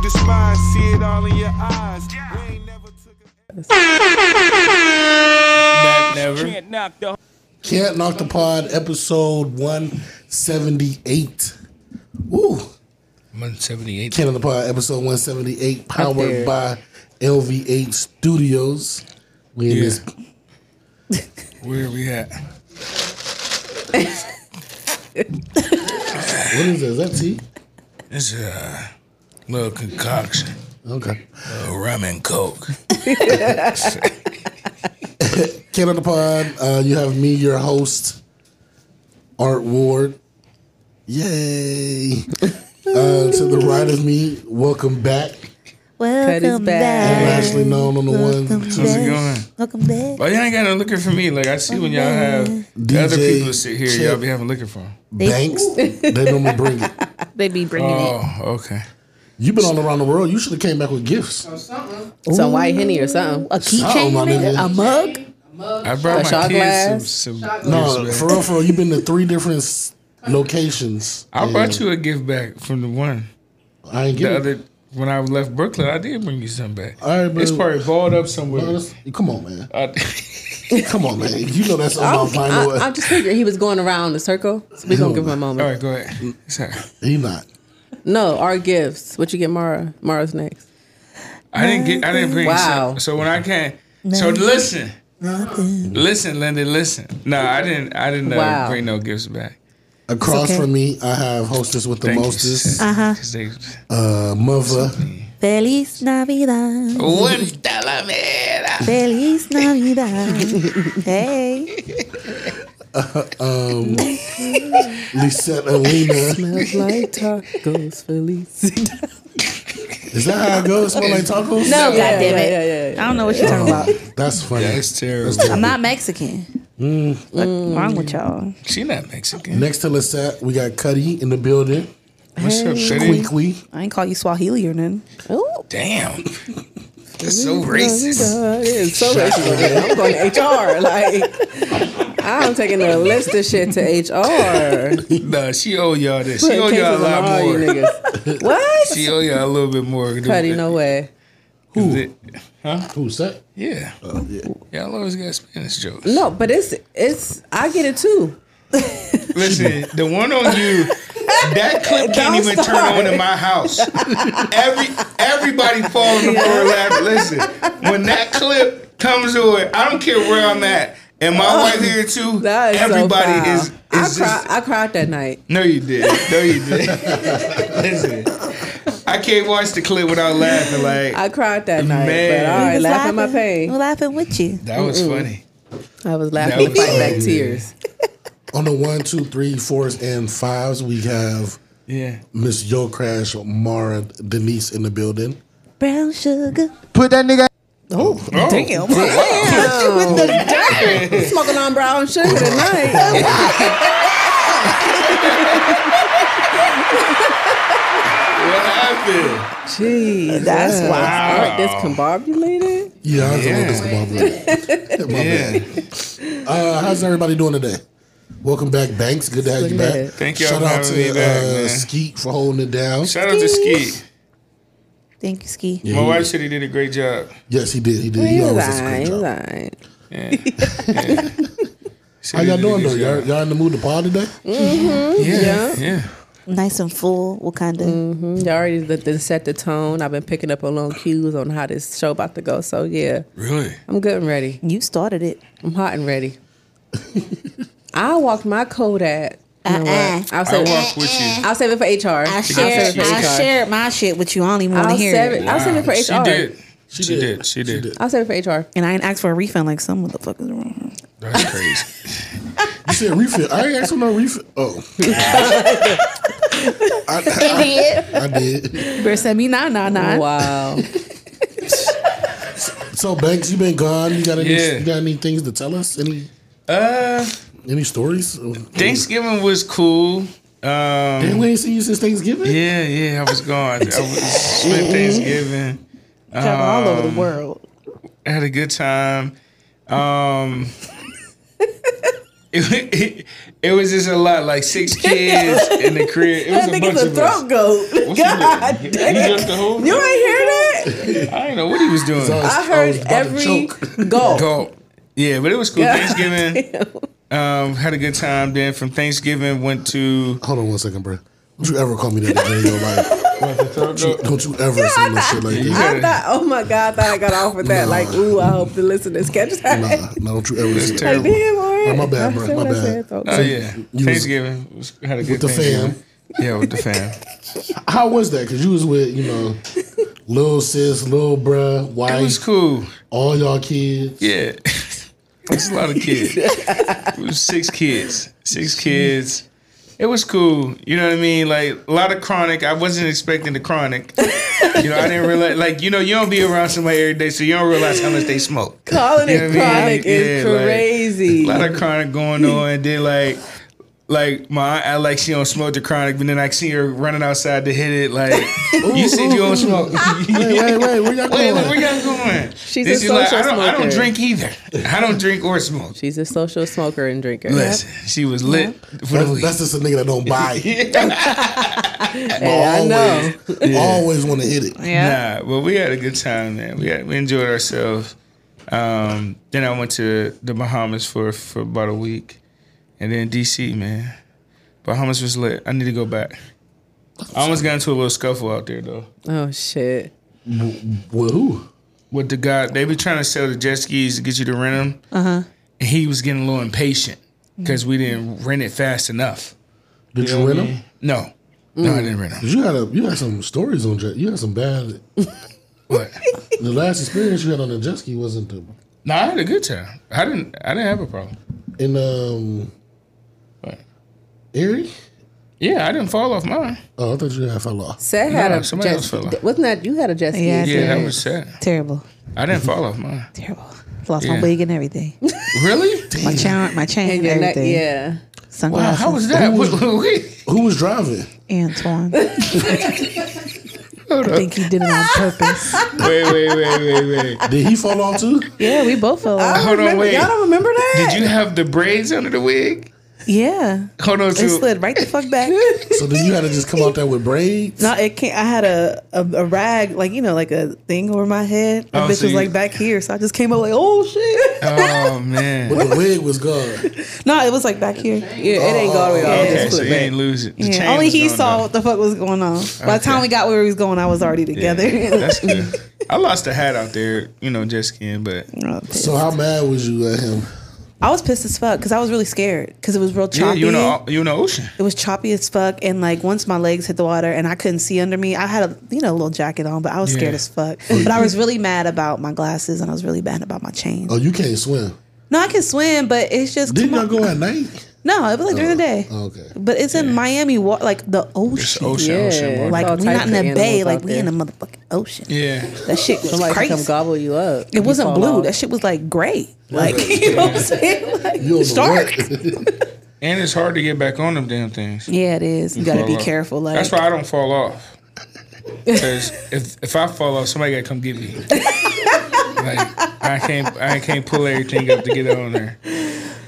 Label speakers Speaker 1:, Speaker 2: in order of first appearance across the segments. Speaker 1: this mind, see it all in your eyes. We ain't never took
Speaker 2: Back never.
Speaker 3: Can't knock the
Speaker 4: Can't Knock the Pod, episode 178. Woo!
Speaker 2: 178.
Speaker 4: Can't Knock the Pod, episode 178,
Speaker 5: there.
Speaker 4: powered by LV8 Studios. We in
Speaker 2: Yeah.
Speaker 4: this
Speaker 2: Where we at?
Speaker 4: What is that? Is that tea?
Speaker 2: It's a little concoction.
Speaker 4: Okay.
Speaker 2: of rum and coke.
Speaker 4: Ken on the pod. Uh, you have me, your host, Art Ward. Yay! uh, to the right of me, welcome back.
Speaker 5: Cut his
Speaker 6: Welcome
Speaker 5: back.
Speaker 6: back.
Speaker 4: Lastly known on the one.
Speaker 2: How's it going?
Speaker 6: Welcome back.
Speaker 2: Oh, y'all ain't got no liquor for me. Like, I see when y'all have the other
Speaker 4: DJ
Speaker 2: people that sit here, y'all be having liquor for 'em.
Speaker 4: Banks, they normally bring it.
Speaker 5: They be bringing
Speaker 2: Oh, okay.
Speaker 4: You've been all around the world. You should have came back with gifts.
Speaker 5: it. Some white henny or something.
Speaker 6: A
Speaker 4: Oh,
Speaker 6: keychain,
Speaker 4: my nigga.
Speaker 6: nigga. A mug.
Speaker 2: I brought
Speaker 5: A
Speaker 2: my
Speaker 5: shot
Speaker 2: kids
Speaker 5: glass?
Speaker 2: some, some
Speaker 4: No,
Speaker 2: gifts
Speaker 4: for
Speaker 2: back.
Speaker 4: real, for real. You've been to three different s- locations.
Speaker 2: I
Speaker 4: and
Speaker 2: brought you a gift back from the one.
Speaker 4: I ain't
Speaker 2: The
Speaker 4: get it.
Speaker 2: other, when I left Brooklyn, I did bring you something back.
Speaker 4: All right, bro.
Speaker 2: It's probably balled up somewhere.
Speaker 4: Come on, man.
Speaker 2: I,
Speaker 4: Come on, man. You know that's
Speaker 5: I'm,
Speaker 4: on my final.
Speaker 5: I, I just figured he was going around the circle. So we gonna give him a
Speaker 2: all
Speaker 5: moment.
Speaker 2: right, go ahead. Sorry.
Speaker 4: he not.
Speaker 5: No, our gifts. What you get, Mara? Mara's next.
Speaker 2: I didn't get. I didn't bring.
Speaker 5: Wow.
Speaker 2: So, so when I came, so listen, listen, Lyndon, listen. No, I didn't. I didn't uh,
Speaker 5: Wow.
Speaker 2: bring no gifts back.
Speaker 4: Across
Speaker 6: okay.
Speaker 4: from me, I have hostess with the
Speaker 2: Thank
Speaker 4: mostest,
Speaker 2: you.
Speaker 6: Uh-huh.
Speaker 2: 'Cause they-
Speaker 4: uh, mother.
Speaker 6: Feliz Navidad.
Speaker 2: One dollar, man.
Speaker 6: Feliz Navidad. hey.
Speaker 4: Lisette Alina.
Speaker 5: Smells like tacos, Felice.
Speaker 4: Is that how it goes? Smell like tacos?
Speaker 5: Yeah,
Speaker 6: No, goddamn
Speaker 5: yeah,
Speaker 6: it.
Speaker 5: yeah, yeah,
Speaker 6: I don't know what you're talking about.
Speaker 4: That's funny.
Speaker 2: That's terrible.
Speaker 6: I'm not Mexican. What's Mm. wrong with y'all?
Speaker 2: She not Mexican.
Speaker 4: Next to Lisette, we got Cuddy in the building.
Speaker 2: What's up, Shady?
Speaker 4: Quickly.
Speaker 6: I ain't call you Swahili or nothing.
Speaker 5: yeah. Ooh,
Speaker 2: Damn. That's so racist.
Speaker 5: God, it is so racist. I'm going to HR. Like, I'm taking the list of shit to HR.
Speaker 2: No, she owe y'all this. She
Speaker 5: Putting
Speaker 2: owe y'all a
Speaker 5: cases on
Speaker 2: lot
Speaker 5: all you
Speaker 2: more.
Speaker 5: niggas. What?
Speaker 2: She owe y'all a little bit more. than-
Speaker 5: Cuddy, no way.
Speaker 2: than- Huh?
Speaker 4: Who's that?
Speaker 2: Oh, Yeah. Y'all always got Spanish jokes.
Speaker 5: No, but it's it's. I get it too.
Speaker 2: Listen, the one on you, that clip can't even turn on in my house. Every everybody falling the floor laughing. Listen, when that clip comes on, I don't care where I'm at, and my wife here too.
Speaker 5: Oh, That is so
Speaker 2: everybody
Speaker 5: foul.
Speaker 2: is is
Speaker 5: I,
Speaker 2: just.
Speaker 5: cried, I cried that night.
Speaker 2: No, you did. No, you did. Listen, I can't watch the clip without laughing. Like
Speaker 5: I cried that night.
Speaker 2: Man.
Speaker 5: But all
Speaker 2: We
Speaker 5: right,
Speaker 6: Just
Speaker 5: laugh at my pain.
Speaker 6: We're laughing with you.
Speaker 2: that was funny.
Speaker 5: I was
Speaker 2: That
Speaker 5: laughing to
Speaker 2: was
Speaker 5: fight back
Speaker 2: funny.
Speaker 5: tears.
Speaker 4: On the one, two, three, fours, and fives, we have
Speaker 2: Yeah.
Speaker 4: Miss Yo Crash, Mara, Denise in the building.
Speaker 6: Brown sugar.
Speaker 7: Put that nigga.
Speaker 2: Oh,
Speaker 6: Damn.
Speaker 5: Smoking on brown sugar tonight.
Speaker 2: What happened?
Speaker 5: Jeez, that's why I was discombobulated.
Speaker 4: Yeah, I was yeah.
Speaker 2: Yeah.
Speaker 4: this my bad. My bad.
Speaker 2: Yeah.
Speaker 4: Uh, how's everybody doing today? Welcome back, Banks. Good to have you
Speaker 5: Look at
Speaker 4: back.
Speaker 5: it.
Speaker 2: Thank y'all
Speaker 4: Shout
Speaker 2: for
Speaker 4: out
Speaker 2: having me
Speaker 4: to
Speaker 2: back,
Speaker 4: uh,
Speaker 2: man.
Speaker 4: Skeet for holding it down.
Speaker 2: Shout out to Skeet.
Speaker 6: Thank you, Ski.
Speaker 2: My wife said he did a great job.
Speaker 4: Yes, he did. He did. He
Speaker 5: He's
Speaker 4: always does a
Speaker 5: lying.
Speaker 4: great
Speaker 5: He's
Speaker 4: job.
Speaker 5: lying.
Speaker 2: Yeah. Yeah.
Speaker 4: How y'all doing though? Y'all, y'all in the mood to party today?
Speaker 2: Yeah.
Speaker 5: Yeah.
Speaker 2: Yeah.
Speaker 6: Nice and full. Wakanda.
Speaker 5: Y'all already let them set the tone. I've been picking up on long cues on how this show about to go. So yeah,
Speaker 2: Really?
Speaker 5: I'm good and ready.
Speaker 6: You started it.
Speaker 5: I'm hot and ready. I walked my Kodak. You know
Speaker 6: Uh-uh.
Speaker 5: what? I'll
Speaker 2: I
Speaker 5: save it.
Speaker 2: walk with you.
Speaker 5: I'll save it for HR.
Speaker 6: I
Speaker 5: I'll
Speaker 6: shared,
Speaker 5: save it for
Speaker 6: I
Speaker 5: HR.
Speaker 6: shared my shit with you. I don't even want to
Speaker 5: I'll
Speaker 6: hear
Speaker 5: save
Speaker 6: it.
Speaker 5: it. I'll save it for
Speaker 2: She
Speaker 5: HR.
Speaker 2: did. She,
Speaker 4: did.
Speaker 2: did. She did.
Speaker 5: I'll save it for HR.
Speaker 6: And I didn't ask for a refund like some motherfuckers. around here.
Speaker 2: That's crazy.
Speaker 4: You said refill. I ain't asked for no refill. Oh. I, I, I did.
Speaker 6: Better send me nine nine nine.
Speaker 5: Wow.
Speaker 4: So Banks, you been gone. You got any?
Speaker 2: Yeah.
Speaker 4: You got any things to tell us? Any
Speaker 2: Uh,
Speaker 4: any stories?
Speaker 2: Thanksgiving was cool. Um,
Speaker 4: Damn, we ain't seen you since Thanksgiving.
Speaker 2: yeah, yeah, I was gone. I was spent Thanksgiving.
Speaker 6: Travel all over the world.
Speaker 2: I had a good time. Um, It, it, was just a lot, like six kids in the crib. It was
Speaker 5: That
Speaker 2: a
Speaker 5: nigga's
Speaker 2: bunch
Speaker 5: a
Speaker 2: of us.
Speaker 5: throat goat.
Speaker 2: What's he
Speaker 5: God
Speaker 2: doing?
Speaker 5: damn.
Speaker 2: He jumped the whole
Speaker 5: You ain't hear that?
Speaker 2: I didn't know what he was doing.
Speaker 5: I
Speaker 4: was
Speaker 5: heard
Speaker 4: about to
Speaker 5: every
Speaker 4: choke.
Speaker 5: gulp.
Speaker 2: Go. Yeah, but it was cool.
Speaker 5: God
Speaker 2: Thanksgiving,
Speaker 5: damn.
Speaker 2: um, had a good time. Then from Thanksgiving, went to
Speaker 4: Hold on one second, bro. Don't you ever call me that again in your life. Don't you ever say no shit like
Speaker 2: You
Speaker 4: that.
Speaker 5: I thought, oh my God, I thought I got off with that. Like, ooh, I hope the listeners catch that.
Speaker 4: Nah, nah, don't you ever
Speaker 2: That's
Speaker 4: say that.
Speaker 2: terrible.
Speaker 5: Damn, all right.
Speaker 4: my bad,
Speaker 6: I
Speaker 4: bro.
Speaker 6: said
Speaker 4: My
Speaker 6: what I
Speaker 4: bad.
Speaker 6: said, though.
Speaker 2: oh yeah,
Speaker 4: was-
Speaker 2: Thanksgiving was, had a good
Speaker 4: the
Speaker 2: Thanksgiving. Yeah, with the fam.
Speaker 4: How was that? Because you was with, you know, little sis, little bruh,
Speaker 2: It was
Speaker 4: wife,
Speaker 2: cool.
Speaker 4: all y'all kids.
Speaker 2: Yeah, it's a lot of kids. it was six kids, six kids. It was cool. You know what I mean? Like a lot of chronic. I wasn't expecting the chronic. You know, I didn't realize. Like you know, you don't be around somebody every day, so you don't realize how much they smoke.
Speaker 5: Calling
Speaker 2: You know
Speaker 5: it
Speaker 2: what I mean?
Speaker 5: chronic is
Speaker 2: Yeah, like,
Speaker 5: crazy.
Speaker 2: A lot of chronic going on, and then like, like my aunt act like she don't smoke the chronic, but then I see her running outside to hit it. Like, you said you don't smoke.
Speaker 4: Wait, wait, wait. Where y'all
Speaker 2: Wait,
Speaker 4: going?
Speaker 2: look, where y'all going?
Speaker 5: She's
Speaker 2: Then
Speaker 5: a
Speaker 2: like, I
Speaker 5: social
Speaker 2: don't, I don't
Speaker 5: smoker.
Speaker 2: drink either. I don't drink or smoke.
Speaker 5: She's a social smoker and drinker.
Speaker 2: Listen, she was lit for the
Speaker 4: That's,
Speaker 2: week.
Speaker 4: that's just a nigga that don't buy. it. But
Speaker 5: I know.
Speaker 4: always, always want to hit it.
Speaker 6: Yeah.
Speaker 2: Nah, but we had a good time, man. We had, we enjoyed ourselves. Um, then I went to the Bahamas for for about a week, and then DC, man. Bahamas was lit. I need to go back. I almost got into a little scuffle out there though.
Speaker 5: Oh shit.
Speaker 4: Well, who?
Speaker 2: With the guy, they be trying to sell the jet skis to get you to rent them. Uh huh. And he was getting a little impatient because we didn't rent it fast enough.
Speaker 4: Did you rent them?
Speaker 2: No, no, I didn't rent them.
Speaker 4: You had a, you had some stories on jet. You had some bad.
Speaker 2: What?
Speaker 4: The last experience you had on a jet ski wasn't the
Speaker 2: no, I had a good time. I didn't. I didn't have a problem.
Speaker 4: in um
Speaker 2: What?
Speaker 4: Erie.
Speaker 2: Yeah, I didn't fall off mine.
Speaker 4: Oh, I thought you had fell off.
Speaker 5: Seth had
Speaker 2: Nah,
Speaker 5: a
Speaker 2: somebody
Speaker 5: jet
Speaker 2: else
Speaker 5: ski.
Speaker 2: fell off.
Speaker 5: Wasn't that you had a jet ski?
Speaker 6: Yeah, I
Speaker 2: Yeah, that
Speaker 6: did.
Speaker 2: was sad.
Speaker 6: Terrible.
Speaker 2: I didn't fall off mine.
Speaker 6: Terrible. Lost
Speaker 2: Yeah.
Speaker 6: my wig and everything.
Speaker 2: Really?
Speaker 6: My chain, my chain
Speaker 5: And
Speaker 6: and,
Speaker 5: your neck,
Speaker 6: everything.
Speaker 5: yeah.
Speaker 2: Wow,
Speaker 6: Sunglasses.
Speaker 2: how was that? What,
Speaker 4: Who was driving?
Speaker 6: Antoine. I think he did it on purpose.
Speaker 2: wait, wait, wait, wait, wait.
Speaker 4: Did he fall off too?
Speaker 6: Yeah, we both fell off.
Speaker 2: Hold on,
Speaker 5: Remember-
Speaker 2: wait.
Speaker 5: Y'all don't remember that?
Speaker 2: Did you have the braids under the wig?
Speaker 6: Yeah.
Speaker 2: Hold on,
Speaker 6: It
Speaker 2: to
Speaker 6: slid right the fuck back.
Speaker 4: So then you had to just come out there with braids.
Speaker 6: No, it can't. I had a, a, a rag, like, you know, like a thing over my head.
Speaker 2: Oh,
Speaker 6: My bitch
Speaker 2: so
Speaker 6: was
Speaker 2: you-
Speaker 6: like back here. So I just came up like, oh shit.
Speaker 2: Oh man.
Speaker 4: But the wig was gone.
Speaker 6: No, it was like back here.
Speaker 5: Yeah, it ain't all the way off.
Speaker 2: Okay,
Speaker 5: It's
Speaker 2: so
Speaker 5: flipped
Speaker 2: you
Speaker 5: back.
Speaker 2: ain't lose it. The chain
Speaker 6: Yeah, only
Speaker 2: was
Speaker 6: he
Speaker 2: going
Speaker 6: saw
Speaker 2: down.
Speaker 6: what the fuck was going on. By the time
Speaker 2: Okay.
Speaker 6: we got where he was going, I was already together.
Speaker 2: That's good. I lost a hat out there, you know, just skiing, but
Speaker 6: Oh, pissed.
Speaker 4: So how mad was you at him?
Speaker 6: I was pissed as fuck because I was really scared because it was real
Speaker 2: yeah,
Speaker 6: choppy.
Speaker 2: you know, you know, ocean.
Speaker 6: it was choppy as fuck, and like once my legs hit the water and I couldn't see under me, I had a you know little jacket on, but I was scared
Speaker 2: Yeah.
Speaker 6: as fuck. But I was really mad about my glasses and I was really mad about my chain.
Speaker 4: Oh, you can't swim.
Speaker 6: No, I can swim, but it's just
Speaker 4: Didn't
Speaker 6: come
Speaker 4: y'all
Speaker 6: on.
Speaker 4: go at night?
Speaker 6: no, it was like during the day.
Speaker 4: Oh, okay.
Speaker 6: But it's in Miami, wa- like the ocean.
Speaker 2: Ocean, ocean.
Speaker 5: Yeah.
Speaker 2: water.
Speaker 6: Like
Speaker 5: All
Speaker 6: we're not in
Speaker 5: types of
Speaker 6: the bay,
Speaker 5: animals
Speaker 6: like
Speaker 5: out
Speaker 6: we in the
Speaker 5: there.
Speaker 6: motherfucking ocean.
Speaker 2: yeah.
Speaker 6: That shit was
Speaker 5: Somebody could
Speaker 6: crazy.
Speaker 5: come gobble you up.
Speaker 6: It wasn't blue. That shit was like gray. Like you know what I'm saying? Like
Speaker 4: You don't know
Speaker 6: dark.
Speaker 4: what.
Speaker 2: And it's hard to get back on them damn things.
Speaker 6: Yeah, it is. You gotta
Speaker 2: fall
Speaker 6: be
Speaker 2: off.
Speaker 6: careful. Like
Speaker 2: That's why I don't fall off. Because if if I fall off, somebody gotta come get me. like I can't I can't pull everything up to get on there.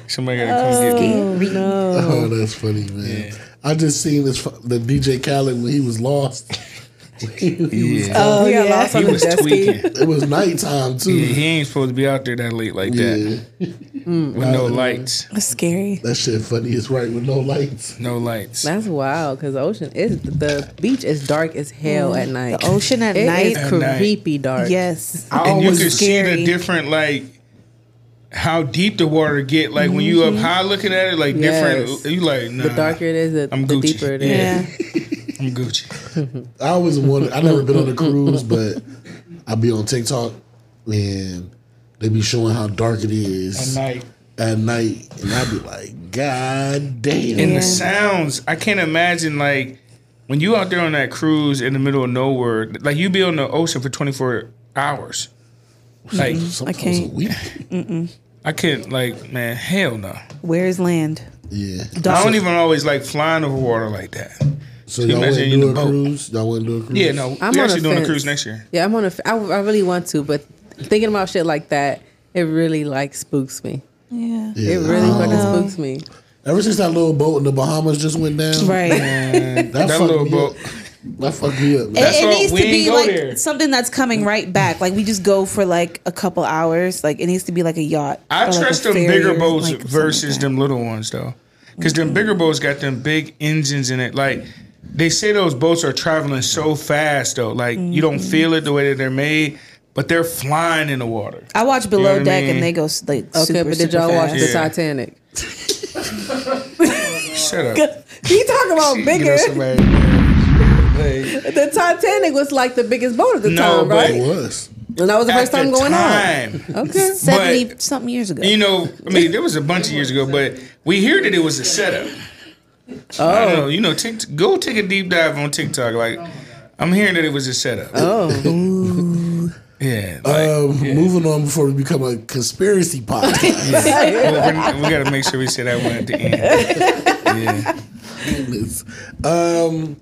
Speaker 2: Somebody gotta come get me.
Speaker 4: Oh, that's funny, man.
Speaker 2: Yeah.
Speaker 4: I just seen this fu- the DJ Khaled when he was lost. He was-
Speaker 2: Yeah.
Speaker 5: Oh, yeah.
Speaker 6: yeah.
Speaker 5: lost
Speaker 2: He
Speaker 5: on the
Speaker 2: was
Speaker 5: jet ski.
Speaker 2: tweaking.
Speaker 4: It was nighttime too.
Speaker 2: Yeah, he ain't supposed to be out there that late like that
Speaker 4: yeah.
Speaker 2: with no lights.
Speaker 6: That's scary.
Speaker 4: That shit funny is right with no lights.
Speaker 2: No lights.
Speaker 5: That's wild because ocean is the beach is dark as hell at night.
Speaker 6: Mm. The ocean at
Speaker 5: It
Speaker 6: night.
Speaker 5: is
Speaker 2: At night.
Speaker 5: creepy dark.
Speaker 6: Yes.
Speaker 2: and you
Speaker 4: always
Speaker 2: can see
Speaker 6: scary.
Speaker 2: the different like how deep the water get. Like when you up
Speaker 6: Mm-hmm.
Speaker 2: high looking at it, like
Speaker 5: Yes.
Speaker 2: different. You like nah,
Speaker 5: The darker it is, the,
Speaker 2: I'm
Speaker 5: the
Speaker 2: Gucci.
Speaker 5: deeper it is.
Speaker 2: Yeah.
Speaker 6: Yeah.
Speaker 2: I'm Gucci.
Speaker 4: I always wanted. I never been on a cruise, but I be on TikTok and they be showing how dark it is at night,
Speaker 2: night.
Speaker 4: and I be like, God damn!
Speaker 2: And
Speaker 6: Yeah.
Speaker 2: the sounds, I can't imagine like when you out there on that cruise in the middle of nowhere, like you be on the ocean for 24 hours.
Speaker 6: Mm-hmm.
Speaker 2: Like
Speaker 4: Sometimes
Speaker 6: I can't.
Speaker 4: a week.
Speaker 2: I couldn't like man, hell no.
Speaker 6: Where is land?
Speaker 4: Yeah.
Speaker 2: I don't even always like flying over water like that.
Speaker 4: So y'all
Speaker 2: imagine
Speaker 4: wouldn't
Speaker 2: you in
Speaker 4: do
Speaker 2: the
Speaker 4: a
Speaker 2: boat.
Speaker 4: cruise? Y'all wouldn't do a cruise?
Speaker 2: Yeah, no.
Speaker 5: I'm
Speaker 2: we're
Speaker 5: on
Speaker 2: actually
Speaker 5: a
Speaker 2: doing a
Speaker 5: fence.
Speaker 2: cruise next year.
Speaker 5: Yeah, I'm on a. f- I, I really want to, but thinking about shit like that, it really like spooks me.
Speaker 6: Yeah.
Speaker 4: Yeah.
Speaker 5: It really
Speaker 6: Oh.
Speaker 5: fucking spooks me.
Speaker 4: Ever since that little boat in the Bahamas just went down,
Speaker 6: Right.
Speaker 2: that,
Speaker 4: That fucked
Speaker 2: little
Speaker 4: me
Speaker 2: boat.
Speaker 4: up. That fucked me up. man.
Speaker 2: That's
Speaker 6: it, it
Speaker 2: what-
Speaker 6: needs to
Speaker 2: we ain't
Speaker 6: be
Speaker 2: go
Speaker 6: like
Speaker 2: there.
Speaker 6: something that's coming right back. Like we just go for like a couple hours. Like it needs to be like a yacht.
Speaker 2: I
Speaker 6: or, like, a
Speaker 2: trust them
Speaker 6: ferry
Speaker 2: bigger
Speaker 6: or,
Speaker 2: boats
Speaker 6: like, something
Speaker 2: versus
Speaker 6: like that. Mm-hmm.
Speaker 2: them little ones though, because them bigger boats got them big engines in it. Like they say, those boats are traveling so fast though. Like you don't
Speaker 6: Mm-hmm.
Speaker 2: feel it the way that they're made, but they're flying in the water.
Speaker 6: I watch
Speaker 2: know
Speaker 6: Below
Speaker 2: what I
Speaker 6: Deck
Speaker 2: mean?
Speaker 6: and they go s- like
Speaker 5: Okay,
Speaker 6: super,
Speaker 5: but did
Speaker 6: super
Speaker 5: y'all watch
Speaker 6: fast.
Speaker 5: the
Speaker 2: Yeah.
Speaker 5: Titanic?
Speaker 2: Shut up.
Speaker 5: He talking about
Speaker 2: You know,
Speaker 5: Oh, bigger.
Speaker 2: somebody- Like,
Speaker 5: The Titanic was like the biggest boat at the
Speaker 2: No,
Speaker 5: time,
Speaker 2: but-
Speaker 5: right?
Speaker 4: It was.
Speaker 5: And that was the
Speaker 2: at
Speaker 5: first time
Speaker 2: the
Speaker 5: going
Speaker 2: time,
Speaker 5: on. Okay.
Speaker 6: seventy
Speaker 2: But-
Speaker 6: something years ago.
Speaker 2: You know, I mean, there was a bunch of years ago, but we hear that it was a setup. Oh, I don't know, you know, tick, go take a deep dive on TikTok. Like, I'm hearing that it was a setup.
Speaker 5: Oh,
Speaker 2: Yeah, like,
Speaker 4: Um, Moving on before we become a conspiracy podcast.
Speaker 5: Oh.
Speaker 2: well, we we got to make sure we say that one at the end. Yeah,
Speaker 4: um,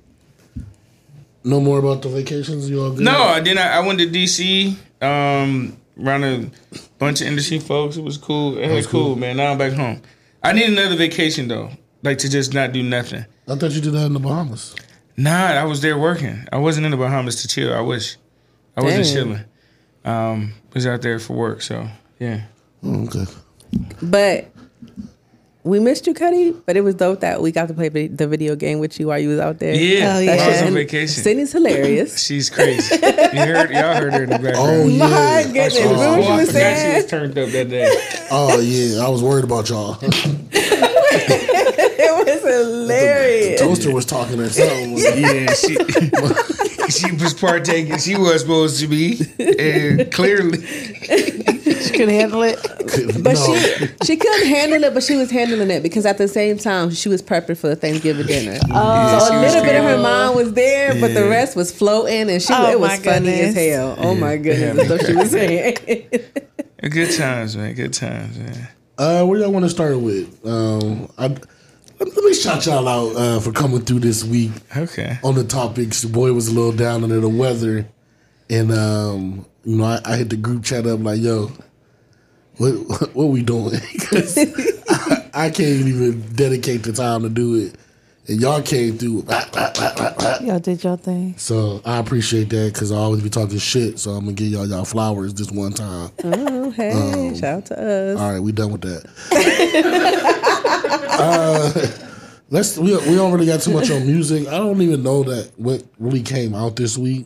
Speaker 4: no more about the vacations. You all good?
Speaker 2: no, I didn't. I went to DC, um, around a bunch of industry folks. It was cool. It was, cool, man. Now I'm back home. I need another vacation though, like to just not do nothing.
Speaker 4: I thought you did that in the Bahamas.
Speaker 2: Nah, I was there working. I wasn't in the Bahamas to chill. I wish. I wasn't
Speaker 5: Dang.
Speaker 2: chilling. Um, was out there for work. So yeah.
Speaker 4: Oh, okay.
Speaker 5: but we missed you, Cuddy. But it was dope that we got to play vi- the video game with you while you was out there.
Speaker 2: Yeah.
Speaker 6: Hell
Speaker 2: while I
Speaker 6: yeah.
Speaker 2: was on
Speaker 5: And
Speaker 2: vacation.
Speaker 5: Sydney's hilarious.
Speaker 2: She's crazy. you heard, y'all heard her in the background.
Speaker 4: Oh yeah.
Speaker 5: My goodness,
Speaker 2: Oh,
Speaker 5: remember what
Speaker 2: I
Speaker 5: she was
Speaker 2: forgot she
Speaker 5: saying?
Speaker 2: was turned up that day.
Speaker 4: Oh yeah. I was worried about y'all.
Speaker 5: It was hilarious.
Speaker 4: Toaster was talking to herself.
Speaker 2: Yeah, she she was partaking. She was supposed to be, and clearly,
Speaker 6: she couldn't handle it.
Speaker 5: But
Speaker 4: no.
Speaker 5: she she couldn't handle it, but she was handling it because at the same time she was prepping for the Thanksgiving dinner. so a little bit of her mind was there, but the rest was floating, and she
Speaker 6: Oh,
Speaker 5: it was
Speaker 6: my
Speaker 5: funny as
Speaker 6: goodness.
Speaker 5: hell. Oh my goodness, that's what she was saying.
Speaker 2: good times, man. Good times, man.
Speaker 4: Uh, where y'all want to start with? Um, I, let, let me shout y'all out uh, for coming through this week
Speaker 2: Okay.
Speaker 5: Oh.
Speaker 4: on the topics. The boy was a little down under the weather, and um, you know, I, I hit the group chat up like, "Yo, what what we doing?" 'Cause I, I can't even dedicate the time to do it, and y'all came through.
Speaker 6: Y'all did y'all thing.
Speaker 4: So I appreciate that because I always be talking shit. So I'm gonna give y'all y'all flowers this one time. Um,
Speaker 5: Oh, hey, shout out to us.
Speaker 4: All right, we done with that. uh, let's we we don't really got too much on music. I don't even know that what really came out this week.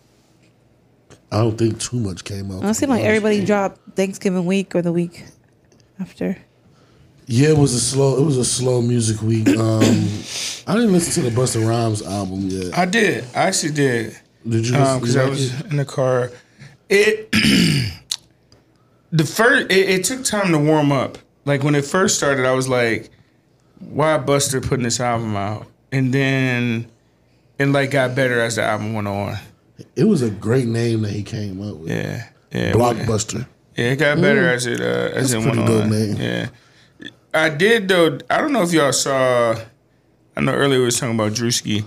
Speaker 4: Um, I don't think too much came out.
Speaker 6: It seemed like everybody dropped Thanksgiving week or the week after.
Speaker 4: Yeah, it was a slow. It was a slow music week. Um, I didn't listen to the Busta Rhymes album yet.
Speaker 2: I did. I actually did.
Speaker 4: Did you? listen-
Speaker 2: because
Speaker 4: you
Speaker 2: Um, I
Speaker 4: like
Speaker 2: was
Speaker 4: it?
Speaker 2: in the car. It the first it, it took time to warm up. Like when it first started, I was like, "Why Buster putting this album out?" And then it like got better as the album went on.
Speaker 4: It was a great name that he came up with.
Speaker 2: Yeah, yeah.
Speaker 4: Blockbuster.
Speaker 2: Yeah, it got better as it uh, as it went
Speaker 4: Mm. That's pretty good,
Speaker 2: on.
Speaker 4: man.
Speaker 2: Yeah, I did though. I don't know if y'all saw. I know earlier we was talking about Drewski.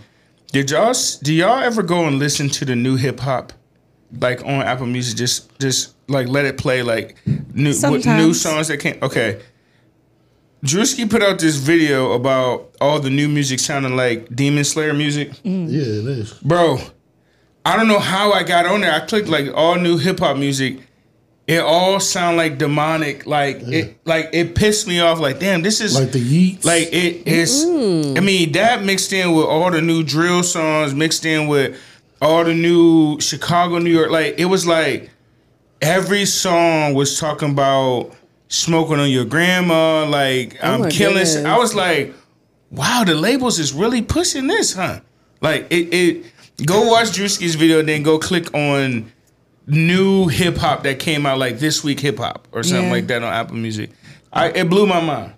Speaker 2: Did y'all s- do y'all ever go and listen to the new hip hop, like on Apple Music? Just just like let it play like new with new
Speaker 6: Sometimes.
Speaker 2: songs that came. Okay, Drewski put out this video about all the new music sounding like Demon Slayer music.
Speaker 4: Yeah, it is.
Speaker 2: Bro, I don't know how I got on there. I clicked like all new hip hop music. It all sound like demonic. Like it like it pissed me off. Like, damn, this is
Speaker 4: Like
Speaker 2: like,
Speaker 4: the Yeats.
Speaker 2: it is
Speaker 5: Mm-hmm.
Speaker 2: I mean, that mixed in with all the new drill songs, mixed in with all the new Chicago, New York. Like it was like every song was talking about smoking on your grandma, like
Speaker 5: Oh my
Speaker 2: I'm killing s-
Speaker 5: goodness.
Speaker 2: I was like, wow, the labels is really pushing this, huh? Like it, it go watch Drewski's video, then go click on new hip hop that came out like this week hip hop or something
Speaker 6: Yeah.
Speaker 2: like that on Apple Music. I, it blew my mind.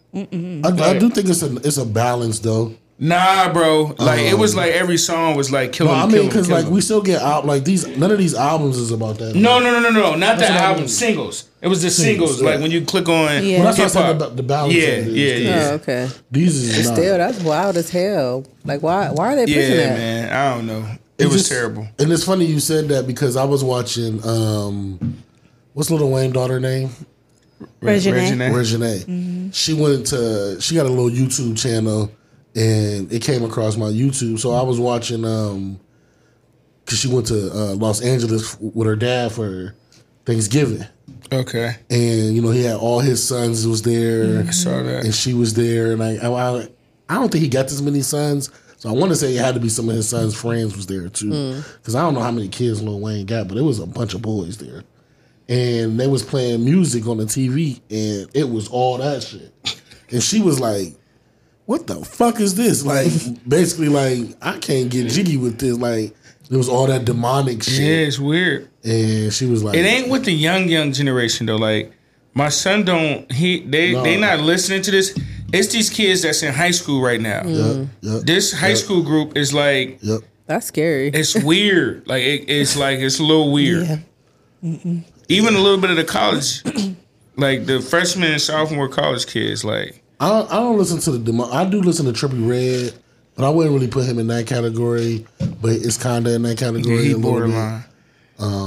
Speaker 4: I, I do think it's a it's a balance though.
Speaker 2: Nah, bro. Like it was like every song was like killing.
Speaker 4: Well, Oh. I
Speaker 2: him, kill
Speaker 4: mean,
Speaker 2: him,
Speaker 4: because
Speaker 2: kill
Speaker 4: like
Speaker 2: him.
Speaker 4: we still get out like these. None of these albums is about that.
Speaker 2: No, no, no, no, no, not the
Speaker 4: what I
Speaker 2: album.
Speaker 4: mean.
Speaker 2: Singles. It was the
Speaker 4: Singles,
Speaker 2: singles. Like
Speaker 4: yeah.
Speaker 2: when you click on
Speaker 6: Yeah.
Speaker 4: Well, that's what I
Speaker 2: hip
Speaker 4: said
Speaker 2: hop.
Speaker 4: about the balance.
Speaker 2: Yeah,
Speaker 4: of it is,
Speaker 2: yeah,
Speaker 4: 'cause
Speaker 2: yeah.
Speaker 5: Oh, okay.
Speaker 4: These is not.
Speaker 5: Still, that's wild as hell. Like, why? Why are they pushing
Speaker 2: yeah,
Speaker 5: that?
Speaker 2: man. I don't know. It, was
Speaker 4: just-
Speaker 2: terrible.
Speaker 4: And it's funny you said that because I was watching. um What's Little Wayne daughter name?
Speaker 6: Regine.
Speaker 4: Regine. She went to she got a little YouTube channel and it came across my YouTube. So I was watching um cuz she went to uh, Los Angeles with her dad for Thanksgiving.
Speaker 2: Okay.
Speaker 4: And you know, he had all his sons was there
Speaker 2: Saw
Speaker 4: and
Speaker 2: that.
Speaker 4: she was there and I I, I- I don't think he got this many sons. So I want to say it had to be some of his son's friends was there too.
Speaker 2: Mm.
Speaker 4: Cuz I don't know how many kids Lil Wayne got, but it was a bunch of boys there. And they was playing music on the TV and it was all that shit. And she was like, "What the fuck is this?" Like basically like I can't get jiggy with this like there was all that demonic
Speaker 2: Yeah,
Speaker 4: shit.
Speaker 2: it's weird.
Speaker 4: And she was like
Speaker 2: It ain't with the young young generation though. Like my son don't he they
Speaker 4: No.
Speaker 2: they not listening to this. It's these kids that's in high school right now.
Speaker 4: Yep, yep,
Speaker 2: This high school group is like
Speaker 4: yep.
Speaker 5: That's scary.
Speaker 2: it's weird. like it, it's like it's a little weird.
Speaker 6: Yeah.
Speaker 2: Even a little bit of the college, like the freshman and sophomore college kids. Like
Speaker 4: I don't, I don't listen to the demo. I do listen to Trippy Red, but I wouldn't really put him in that category. But it's kinda in that category.
Speaker 2: he
Speaker 4: a little bit.
Speaker 2: borderline.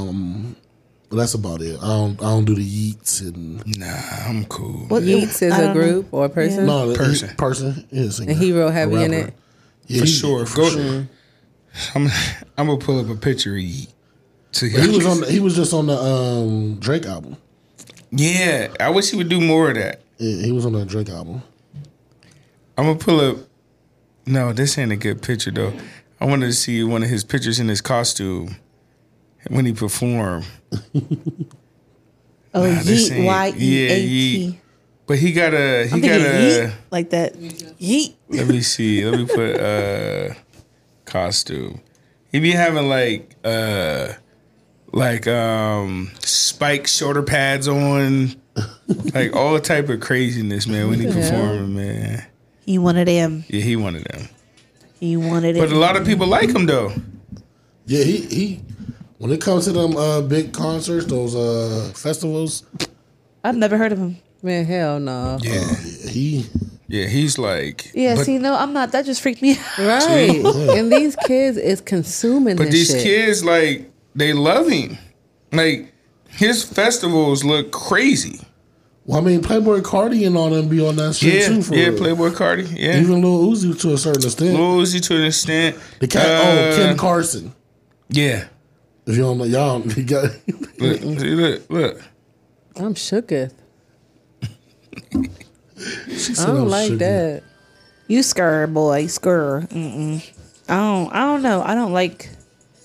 Speaker 4: But that's about it. I don't I don't do the yeets and
Speaker 2: Nah, I'm cool.
Speaker 6: What-
Speaker 5: Yeats is
Speaker 6: I
Speaker 5: a
Speaker 6: don't know.
Speaker 5: group or a person.
Speaker 4: no the-
Speaker 2: Person.
Speaker 4: he- person. Yes,
Speaker 5: And he real heavy in it.
Speaker 4: yeah,
Speaker 2: For
Speaker 4: he-
Speaker 2: sure.
Speaker 4: for
Speaker 2: Go.
Speaker 4: sure.
Speaker 2: I'm, I'm gonna pull up a picture of Yeet. So
Speaker 4: He was on. The, he was just on the um, Drake album.
Speaker 2: yeah, I wish he would do more of that.
Speaker 4: Yeah, he was on the Drake album.
Speaker 2: I'm gonna pull up. No, this ain't a good picture though. I wanted to see one of his pictures in his costume when he performed.
Speaker 6: Oh,
Speaker 2: this
Speaker 6: yeet,
Speaker 2: ain't-
Speaker 6: Y E A
Speaker 2: yeah, yeet.
Speaker 6: T.
Speaker 2: But he got a he
Speaker 6: I'm
Speaker 2: got
Speaker 6: thinking
Speaker 2: a.
Speaker 6: yeet like that. Yeet.
Speaker 2: Let me see. Let me put uh costume. He be having like uh like um spike shoulder pads on, like all type of craziness, man. When he performing, man.
Speaker 6: He wanted them.
Speaker 2: Yeah, he one of them.
Speaker 6: He wanted
Speaker 2: But a
Speaker 6: it.
Speaker 2: lot of people like him though.
Speaker 4: Yeah, he he. When it comes to them uh, big concerts, those uh, festivals,
Speaker 6: I've never heard of him.
Speaker 5: Man, hell no.
Speaker 2: Yeah,
Speaker 4: uh, he
Speaker 2: yeah. He's like
Speaker 6: Yeah,
Speaker 2: But,
Speaker 6: see, no, I'm not. That just freaked me out.
Speaker 5: Right. and these kids is consuming
Speaker 2: but
Speaker 5: this
Speaker 2: these
Speaker 5: shit.
Speaker 2: kids like they love him. Like his festivals look crazy.
Speaker 4: well, I mean, Playboy Cardi and all them be on that shit
Speaker 2: Yeah,
Speaker 4: too. For
Speaker 2: yeah.
Speaker 4: real.
Speaker 2: Playboy Cardi. Yeah.
Speaker 4: even Lil Uzi to a certain extent.
Speaker 2: Eh. Lil Uzi to an extent.
Speaker 4: the cat,
Speaker 2: Uh,
Speaker 4: oh, Ken Carson.
Speaker 2: Yeah.
Speaker 4: If you don't know, y'all he got.
Speaker 2: Look, see, look, look.
Speaker 5: I'm shooketh.
Speaker 4: she
Speaker 5: I
Speaker 4: said
Speaker 5: don't
Speaker 4: was
Speaker 5: like
Speaker 4: sugar.
Speaker 5: that.
Speaker 6: You scur, boy, scur. Mm-mm. I don't. I don't know. I don't like.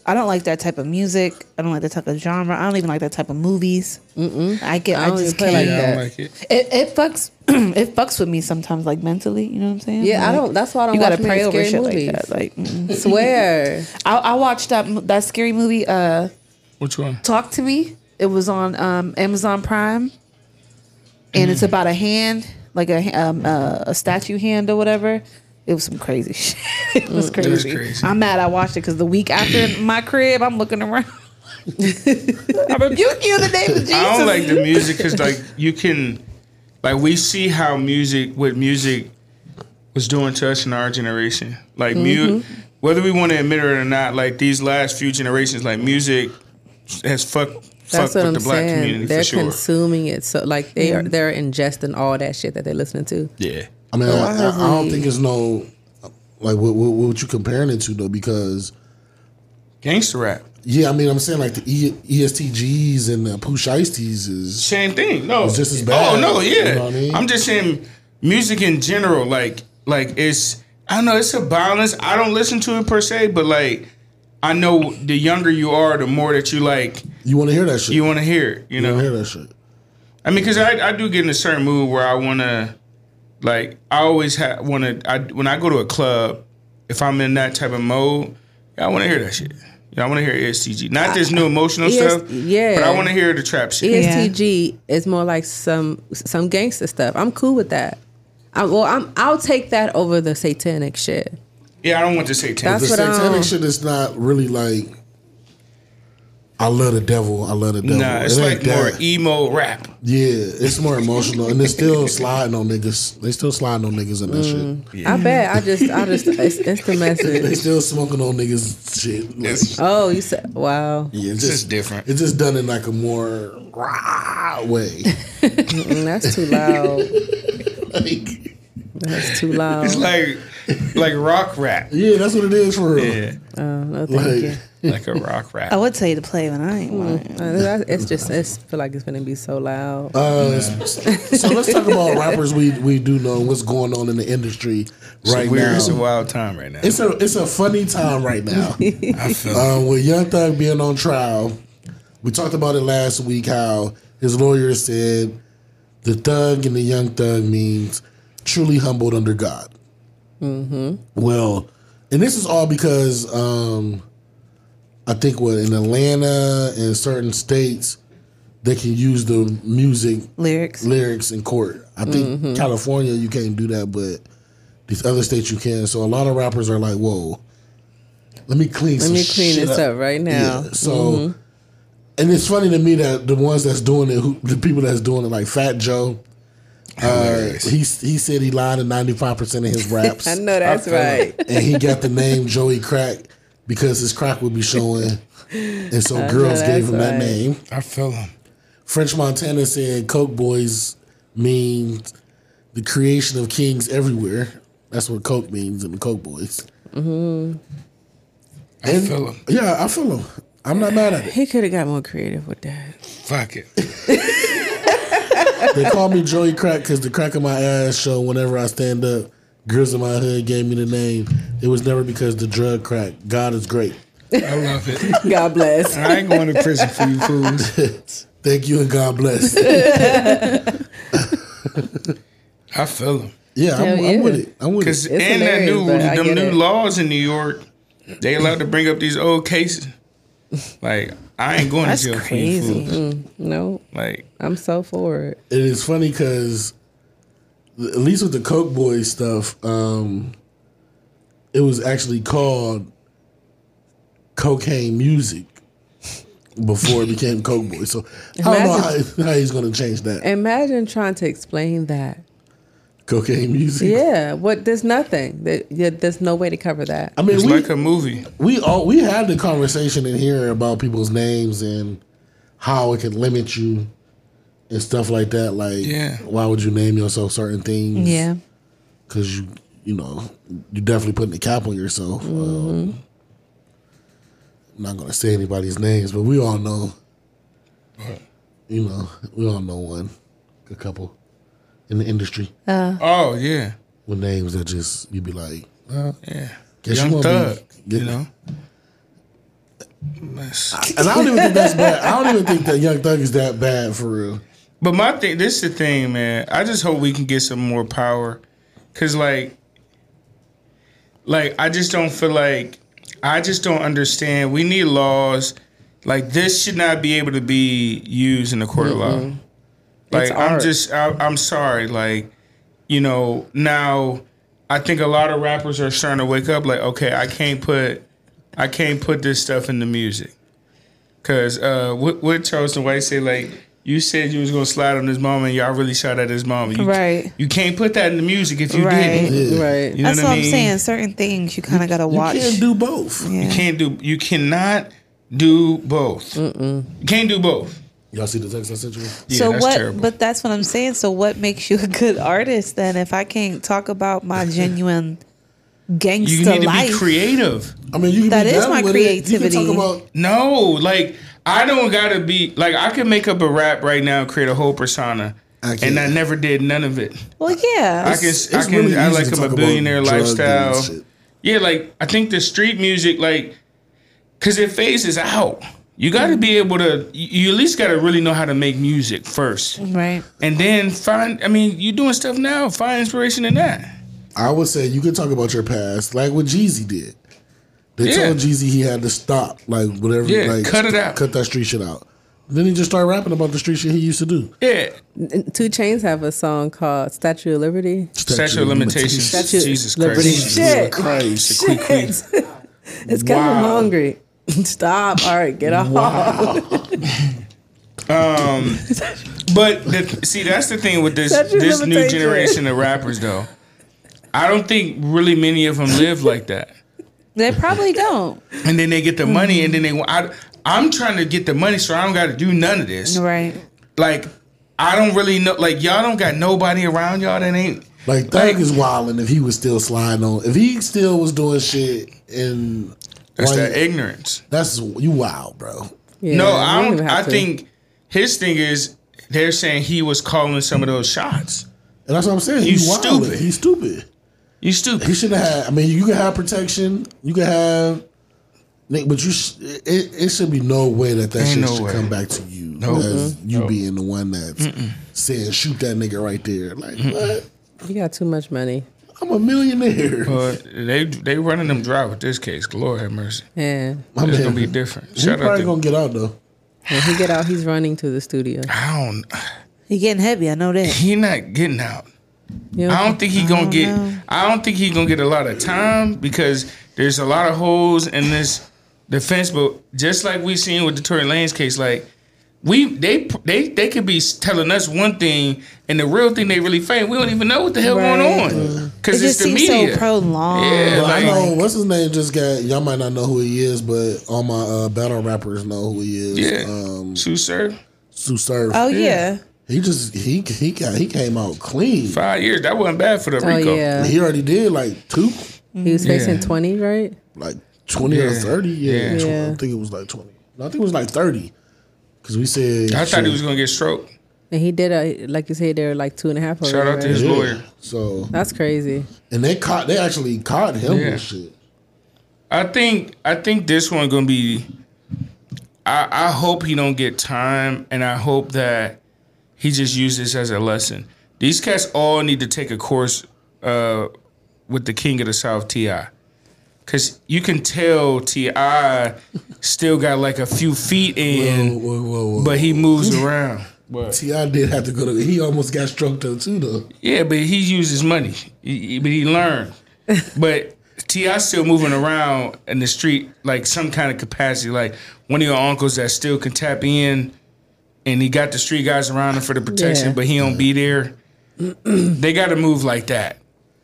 Speaker 6: I don't like that type of music. I don't like that type of genre. I don't even like that type of movies. Mm-mm. I get.
Speaker 5: I
Speaker 6: I,
Speaker 5: don't even
Speaker 6: just
Speaker 5: play
Speaker 6: can't.
Speaker 5: like
Speaker 2: Yeah, I
Speaker 5: that.
Speaker 2: don't like it.
Speaker 6: It, it fucks. it fucks with me sometimes, like mentally. You know what I'm saying?
Speaker 5: Yeah, I
Speaker 6: Like,
Speaker 5: don't- that's why I don't
Speaker 6: You
Speaker 5: watch many scary movies.
Speaker 6: like that. Like, mm-mm.
Speaker 5: Swear.
Speaker 6: I, I watched that mo- that scary movie. Uh,
Speaker 2: Which one?
Speaker 6: Talk to Me. It was on um, Amazon Prime, and it's about a hand, like a ha- um, uh, a statue hand or whatever. It was some crazy shit. it was crazy.
Speaker 2: Mm, crazy.
Speaker 6: I'm mad I watched it because the week after my crib, I'm looking around. I rebuke you in the name of Jesus.
Speaker 2: I don't like the music because, like, you can, like, we see how music, what music was doing to us in our generation. Like, mu-
Speaker 5: Mm-hmm.
Speaker 2: whether we want to admit it or not, like, these last few generations, like, music has fucked,
Speaker 5: That's what
Speaker 2: fucked with
Speaker 5: I'm
Speaker 2: the black community
Speaker 5: saying. They're
Speaker 2: for sure.
Speaker 5: consuming it so like they are they're ingesting all that shit that they're listening to.
Speaker 2: yeah.
Speaker 4: I mean, I, I, I don't
Speaker 5: Why?
Speaker 4: think it's no like what, what what you comparing it to though because
Speaker 2: Gangster rap.
Speaker 4: yeah, I mean, I'm saying like the e, ESTGs and the Pooh Shiesties is
Speaker 2: Same thing. No.
Speaker 4: It's just as bad.
Speaker 2: Oh, no, yeah.
Speaker 4: You know what I mean?
Speaker 2: I'm just saying music in general, like, like it's, I don't know, it's a balance. I don't listen to it per se, but, like, I know the younger you are, the more that you, like,
Speaker 4: you want to hear that shit.
Speaker 2: you want to hear it, you
Speaker 4: You
Speaker 2: know?
Speaker 4: wanna hear that shit.
Speaker 2: I mean, because I, I do get in a certain mood where I want to, like, I always ha- want to, I, when I go to a club, if I'm in that type of mode, I want to hear that shit. Yeah, I want to hear ESTG. Not this new emotional
Speaker 5: ES
Speaker 2: stuff,
Speaker 5: yeah.
Speaker 2: but I want to hear the trap shit.
Speaker 5: E ESTG is more like some some gangster stuff. I'm cool with that. I, well, I'm I'll take that over the satanic shit.
Speaker 2: Yeah, I don't want to say 10.
Speaker 5: That's
Speaker 4: The
Speaker 5: what I
Speaker 4: satanic
Speaker 5: don't-
Speaker 4: shit is not really like I love the devil. I love the devil.
Speaker 2: Nah, it's
Speaker 4: It
Speaker 2: like
Speaker 4: ain't
Speaker 2: more e-
Speaker 4: that.
Speaker 2: emo rap.
Speaker 4: yeah, it's more emotional, and they're still sliding on niggas. They still sliding on niggas and
Speaker 5: Mm.
Speaker 4: that shit.
Speaker 5: I bet. I just, I just, it's, it's the
Speaker 4: They
Speaker 5: message.
Speaker 4: still smoking on niggas shit. Like,
Speaker 2: It's,
Speaker 5: Oh, you said, wow.
Speaker 4: yeah, it's
Speaker 2: it's just different.
Speaker 4: It's just done in like a more rah way.
Speaker 5: Mm, that's too loud.
Speaker 4: like,
Speaker 5: That's too loud.
Speaker 2: It's like like rock rap.
Speaker 4: yeah, that's what it is for real.
Speaker 2: Yeah,
Speaker 5: oh, no, thank
Speaker 4: Like,
Speaker 5: you.
Speaker 2: like a rock
Speaker 6: I
Speaker 2: rap.
Speaker 6: would tell you to play, but I ain't want it.
Speaker 5: Uh, It's just, it's feel like it's gonna be so loud.
Speaker 4: uh, so let's talk about rappers we we do know and what's going on in the industry right
Speaker 2: Weird.
Speaker 4: now.
Speaker 2: It's a wild time right now.
Speaker 4: It's a it's a funny time right now.
Speaker 2: I feel
Speaker 4: um, with Young Thug being on trial, we talked about it last week how his lawyer said the thug and the young thug means truly humbled under God. Well, and this is all because um, I think what in Atlanta and certain states they can use the music
Speaker 6: Lyrics.
Speaker 4: lyrics in court. I think
Speaker 5: Mm-hmm.
Speaker 4: California you can't do that, but these other states you can. So a lot of rappers are like, "Whoa, let me clean.
Speaker 5: Let me clean this up right now. Mm-hmm.
Speaker 4: So, and it's funny to me that the ones that's doing it, who, the people that's doing it, like Fat Joe, uh,
Speaker 2: Hilarious.
Speaker 4: he he said he lied in ninety five percent of his raps,
Speaker 5: I know that's right.
Speaker 4: and he got the name Joey Crack because his crack would be showing, and so girls
Speaker 5: that's
Speaker 4: gave him that
Speaker 5: right.
Speaker 4: name.
Speaker 2: I feel him.
Speaker 4: French Montana said Coke Boys means the creation of kings everywhere. That's what Coke means in the Coke Boys.
Speaker 2: I feel him.
Speaker 4: Yeah, I feel him. I'm not mad at it.
Speaker 5: He could have got more creative with that.
Speaker 2: Fuck it.
Speaker 4: They call me Joey Crack because the crack of my ass show whenever I stand up. Girls in my hood gave me the name. It was never because the drug crack. God is great.
Speaker 2: I love it.
Speaker 5: God bless.
Speaker 2: I ain't going to prison for you fools.
Speaker 4: Thank you and God bless.
Speaker 2: I feel him.
Speaker 4: Yeah, I'm,
Speaker 5: Hell
Speaker 4: I'm
Speaker 5: yeah.
Speaker 4: with it. I'm with
Speaker 2: Cause
Speaker 4: it.
Speaker 2: and
Speaker 5: It's
Speaker 2: that
Speaker 5: hilarious,
Speaker 2: new
Speaker 5: but I
Speaker 2: them
Speaker 5: get
Speaker 2: new
Speaker 5: it.
Speaker 2: laws in New York, they allowed to bring up these old cases. Like I ain't going to
Speaker 6: That's
Speaker 2: jail for you
Speaker 6: crazy.
Speaker 2: fools.
Speaker 5: Mm-hmm. No,
Speaker 2: Like
Speaker 5: I'm so for it.
Speaker 4: It is funny because, at least with the Coke Boys stuff, um, it was actually called cocaine music before it became Coke Boys. So I don't know how, how he's going to change that.
Speaker 5: Imagine trying to explain that.
Speaker 4: cocaine music.
Speaker 5: Yeah, what? There's nothing. There, yeah, there's no way to cover that.
Speaker 4: I mean,
Speaker 2: it's
Speaker 4: we,
Speaker 2: like a movie.
Speaker 4: we all we had the conversation in here about people's names and how it can limit you and stuff like that. Like,
Speaker 2: Yeah.
Speaker 4: why would you name yourself certain things?
Speaker 6: Yeah.
Speaker 4: because you you know you definitely putting a cap on yourself. Um, I'm not gonna say anybody's names, but we all know. You know, we all know one, a couple, in the industry
Speaker 2: Oh yeah.
Speaker 4: with names that just you'd be like, uh,
Speaker 2: Yeah.
Speaker 4: Guess you
Speaker 2: Young
Speaker 4: won't be-
Speaker 2: Thug,
Speaker 4: get-
Speaker 2: you know. That's-
Speaker 4: and I don't even think that's bad. I don't even think that Young Thug is that bad for real.
Speaker 2: But my thing, this is the thing, man. I just hope we can get some more power, cause like, like I just don't feel like I just don't understand. We need laws. Like this should not be able to be used in the court of
Speaker 4: Mm-hmm.
Speaker 2: law. Like
Speaker 5: It's
Speaker 2: I'm
Speaker 5: art.
Speaker 2: just, I, I'm sorry. Like, you know, now I think a lot of rappers are starting to wake up. Like, okay, I can't put, I can't put this stuff in the music. Cause uh, what what Charleston White say like you said you was gonna slide on his mom and y'all really shot at his mom. You,
Speaker 6: Right.
Speaker 2: You can't put that in the music if you
Speaker 6: Right.
Speaker 2: didn't.
Speaker 5: Right.
Speaker 2: You know
Speaker 6: That's
Speaker 2: what I
Speaker 6: what
Speaker 2: mean?
Speaker 6: I'm saying. Certain things you kind of got to watch.
Speaker 4: You can't do both.
Speaker 6: yeah.
Speaker 2: You can't do. You cannot do both. You can't do both.
Speaker 4: Y'all see the text I sent you?
Speaker 2: Yeah,
Speaker 6: so
Speaker 2: that's
Speaker 6: what?
Speaker 2: terrible.
Speaker 6: But that's what I'm saying. So what makes you a good artist then? If I can't talk about my genuine gangster
Speaker 2: you need to
Speaker 6: life,
Speaker 2: be creative.
Speaker 4: I mean, you can
Speaker 6: That
Speaker 4: be
Speaker 6: is
Speaker 4: done
Speaker 6: my
Speaker 4: with it. You can
Speaker 6: creativity.
Speaker 4: talk about
Speaker 2: No, like I don't gotta be like I could make up a rap right now and create a whole persona.
Speaker 4: I can't.
Speaker 2: and I never did none of it.
Speaker 6: well, yeah,
Speaker 2: I can, I
Speaker 4: it's
Speaker 2: can,
Speaker 4: really
Speaker 2: I
Speaker 4: easy
Speaker 2: like
Speaker 4: to
Speaker 2: I'm
Speaker 4: talk
Speaker 2: a
Speaker 4: about
Speaker 2: billionaire
Speaker 4: drug dealings
Speaker 2: lifestyle.
Speaker 4: shit.
Speaker 2: Yeah, like I think the street music, like, cause it phases out. You got to be able to. You you at least got to really know how to make music first,
Speaker 6: right.
Speaker 2: and then find. I mean, you doing stuff now. Find inspiration in that.
Speaker 4: I would say you can talk about your past, like what Jeezy did. They
Speaker 2: Yeah.
Speaker 4: told Jeezy he had to stop, like whatever,
Speaker 2: Yeah,
Speaker 4: like
Speaker 2: cut it out.
Speaker 4: cut that street shit out. Then he just started rapping about the street shit he used to do.
Speaker 2: Yeah,
Speaker 5: Two Chains have a song called "Statue of Liberty."
Speaker 2: statute of limitations.
Speaker 5: Statue of
Speaker 2: Jesus
Speaker 5: Liberty.
Speaker 2: Christ.
Speaker 5: Shit.
Speaker 4: Christ.
Speaker 5: Shit. it's because
Speaker 2: Wow.
Speaker 5: I'm hungry. Stop. All right, get off.
Speaker 2: Um, but the, see, that's the thing with this
Speaker 5: Such a
Speaker 2: this new
Speaker 5: limitation.
Speaker 2: generation of rappers, though. I don't think really many of them live like that.
Speaker 6: They probably don't.
Speaker 2: And then they get the money, and then they. I, I'm trying to get the money, so I don't got to do none of this.
Speaker 6: Right.
Speaker 2: Like, I don't really know. Like, y'all don't got nobody around y'all that ain't.
Speaker 4: Like Thug is wilding if he was still sliding on. If he still was doing shit and
Speaker 2: That's
Speaker 4: like,
Speaker 2: that ignorance.
Speaker 4: that's you wild, bro.
Speaker 5: Yeah,
Speaker 2: no,
Speaker 5: you
Speaker 2: I don't.
Speaker 5: even
Speaker 2: I
Speaker 5: have to.
Speaker 2: think his thing is they're saying he was calling some of those shots.
Speaker 4: And that's what I'm saying.
Speaker 2: He's
Speaker 4: He's wilding.
Speaker 2: stupid.
Speaker 4: He's stupid.
Speaker 2: You
Speaker 4: He
Speaker 2: stupid.
Speaker 4: should have had. I mean, you can have protection. You can have. Nick, But you, sh- it, it should be no way that that
Speaker 2: Ain't
Speaker 4: shit
Speaker 2: no
Speaker 4: should
Speaker 2: way.
Speaker 4: come back to you.
Speaker 2: No.
Speaker 4: as you being the one that's saying shoot that nigga right there. Like what?
Speaker 5: you got too much money.
Speaker 4: I'm a millionaire.
Speaker 2: Uh, they they running them dry with this case. Lord have mercy.
Speaker 5: Yeah.
Speaker 4: I'm
Speaker 2: It's gonna
Speaker 4: saying,
Speaker 2: be different.
Speaker 4: He
Speaker 2: Shout out
Speaker 4: probably
Speaker 2: to
Speaker 4: gonna get out though.
Speaker 5: When he get out, he's running to the studio.
Speaker 2: I don't.
Speaker 6: He getting heavy. I know that.
Speaker 2: He not getting out.
Speaker 5: You know?
Speaker 2: I don't think he gonna get.
Speaker 6: know.
Speaker 2: I don't think he gonna get a lot of time because there's a lot of holes in this defense. But just like we seen with the Tory Lanez case, like we they they they could be telling us one thing and the real thing they really fame. We don't even know what the hell
Speaker 6: Right.
Speaker 2: going on
Speaker 6: It
Speaker 2: because it's
Speaker 6: just
Speaker 2: the
Speaker 6: seems
Speaker 2: media.
Speaker 6: so prolonged.
Speaker 2: Yeah,
Speaker 4: But I
Speaker 2: like-
Speaker 4: know what's his name just got. Y'all might not know who he is, but all my uh, battle rappers know who he is.
Speaker 2: yeah,
Speaker 4: Um,
Speaker 2: Sue sir,
Speaker 4: Sue Surf.
Speaker 6: Oh yeah.
Speaker 4: He just he he got he came out clean.
Speaker 2: five years that wasn't bad for the
Speaker 5: Oh
Speaker 2: Rico.
Speaker 5: yeah,
Speaker 4: He already did like two,
Speaker 5: he was facing
Speaker 2: Yeah.
Speaker 5: twenty, right?
Speaker 4: like twenty or
Speaker 2: Yeah.
Speaker 4: thirty. Yeah,
Speaker 2: Yeah.
Speaker 4: tw-
Speaker 5: Yeah.
Speaker 4: I think it was like twenty. No, I think it was like thirty. Because we said
Speaker 2: I thought he was
Speaker 4: shit.
Speaker 2: gonna get stroked.
Speaker 5: And he did a like you said, there were like two and a half.
Speaker 2: Shout out to his
Speaker 5: already, right?
Speaker 4: Yeah.
Speaker 2: lawyer.
Speaker 4: So
Speaker 5: That's crazy.
Speaker 4: and they caught they actually caught him
Speaker 2: Yeah.
Speaker 4: with shit.
Speaker 2: I think I think this one gonna be. I I hope he don't get time, and I hope that he just used this as a lesson. These cats all need to take a course uh, with the King of the South Ti, because you can tell Ti still got like a few feet in,
Speaker 4: whoa, whoa, whoa.
Speaker 2: but he moves around.
Speaker 4: Ti did have to go to. He almost got struck though too though.
Speaker 2: Yeah, but he used his money. He- he- but he learned. but Ti still moving around in the street like some kind of capacity, like one of your uncles that still can tap in, and he got the street guys around him for the protection,
Speaker 5: Yeah.
Speaker 2: but he don't be there. they got to move like that.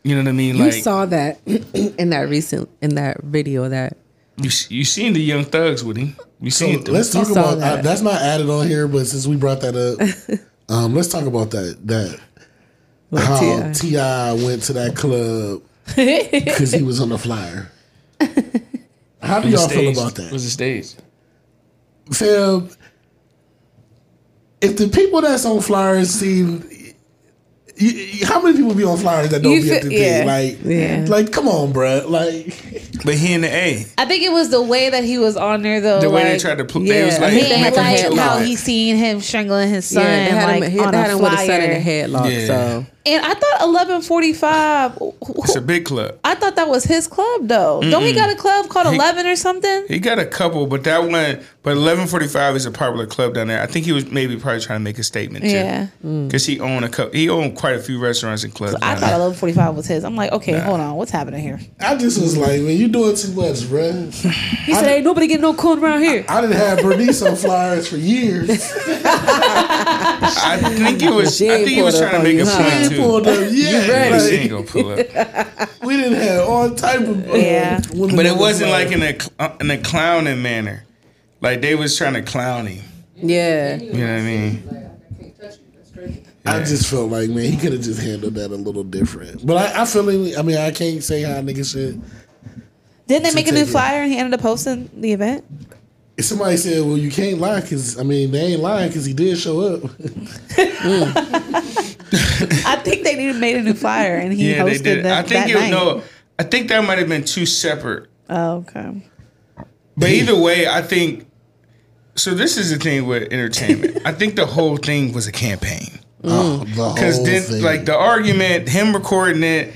Speaker 2: You know what I mean?
Speaker 5: You
Speaker 2: Like
Speaker 5: saw that in that recent in that video that
Speaker 2: you, you seen the young thugs with him. You
Speaker 4: So
Speaker 2: seen them.
Speaker 4: let's talk
Speaker 5: You saw
Speaker 4: about
Speaker 5: that.
Speaker 4: uh, that's not added on here, but since we brought that up, um, let's talk about that that
Speaker 5: like,
Speaker 4: how
Speaker 5: T.I.
Speaker 4: Ti went to that club because he was on the flyer. How do
Speaker 2: It was
Speaker 4: y'all feel
Speaker 2: staged.
Speaker 4: about
Speaker 2: It Was
Speaker 4: that,
Speaker 2: a stage?
Speaker 4: Feb? If the people that's on flyers seem, y- y- how many people be on flyers that don't
Speaker 6: You
Speaker 4: be at
Speaker 6: feel-
Speaker 4: the thing?
Speaker 6: yeah.
Speaker 4: Like,
Speaker 5: Yeah.
Speaker 4: like come on, bruh. Like,
Speaker 2: But he in the A.
Speaker 6: I think it was the way that he was on there though.
Speaker 2: The way they
Speaker 6: like-
Speaker 2: tried to pl- they was
Speaker 5: yeah.
Speaker 2: like,
Speaker 5: He
Speaker 6: He
Speaker 5: They
Speaker 2: make
Speaker 5: had
Speaker 6: had
Speaker 2: him
Speaker 5: like
Speaker 2: choke
Speaker 6: like how
Speaker 2: on it.
Speaker 6: he seen him strangling his son
Speaker 5: yeah, they had him,
Speaker 6: like,
Speaker 5: he-
Speaker 6: on
Speaker 5: they had
Speaker 6: a
Speaker 5: him with
Speaker 6: flyer.
Speaker 5: a son in a headlock.
Speaker 2: Yeah.
Speaker 5: So
Speaker 6: And I thought eleven forty five.
Speaker 2: It's a big club.
Speaker 6: I thought that was his club though. Don't he got a club called Eleven or something?
Speaker 2: He got a couple, but that one, but eleven forty five is a popular club down there. I think he was maybe probably trying to make a statement too.
Speaker 6: Yeah.
Speaker 2: because he owned a couple. He owned quite a few restaurants and clubs.
Speaker 6: Hmm. I
Speaker 2: down
Speaker 6: thought
Speaker 2: there.
Speaker 6: eleven forty five was his. I'm like, okay, hold on, what's happening here?
Speaker 4: I just was like, man, you doing too much, bruh.
Speaker 6: He said, "Ain't nobody getting no cold around here."
Speaker 4: I didn't have Bernice on flyers for years.
Speaker 2: I think it was.
Speaker 5: She
Speaker 2: I
Speaker 5: ain't
Speaker 2: think he was
Speaker 5: pulled up
Speaker 2: trying to
Speaker 5: on
Speaker 2: make
Speaker 5: you,
Speaker 2: a
Speaker 5: huh?
Speaker 2: point
Speaker 4: She
Speaker 2: too.
Speaker 4: pulled up, yeah.
Speaker 5: ready.
Speaker 2: She
Speaker 4: Like,
Speaker 2: ain't gonna pull up,
Speaker 4: we didn't have all type of uh,
Speaker 6: Yeah.
Speaker 4: women.
Speaker 2: but
Speaker 4: on
Speaker 2: it
Speaker 4: the
Speaker 2: wasn't like
Speaker 4: flyer.
Speaker 2: in a cl- uh, in a clowning manner. Like they was trying to clown him.
Speaker 5: yeah,
Speaker 2: You know what I mean?
Speaker 4: I just felt like man, he could have just handled that a little different. But I, I feel like I mean I can't say how niggas should.
Speaker 6: Didn't they make a new
Speaker 4: take it.
Speaker 6: flyer and he ended up hosting the event?
Speaker 4: If somebody said, "Well, you can't lie," because I mean they ain't lying because he did show up.
Speaker 6: I think they needed made a new flyer and he
Speaker 2: Yeah, they
Speaker 6: hosted
Speaker 2: did. I
Speaker 6: that,
Speaker 2: think
Speaker 6: that
Speaker 2: it
Speaker 6: night.
Speaker 2: no. I think that might have been two separate
Speaker 6: Oh, okay.
Speaker 2: But either way, I think so. This is the thing with entertainment. I think the whole thing was a campaign
Speaker 4: Oh, the
Speaker 2: because
Speaker 4: whole
Speaker 2: then,
Speaker 4: thing.
Speaker 2: like the argument, him recording it.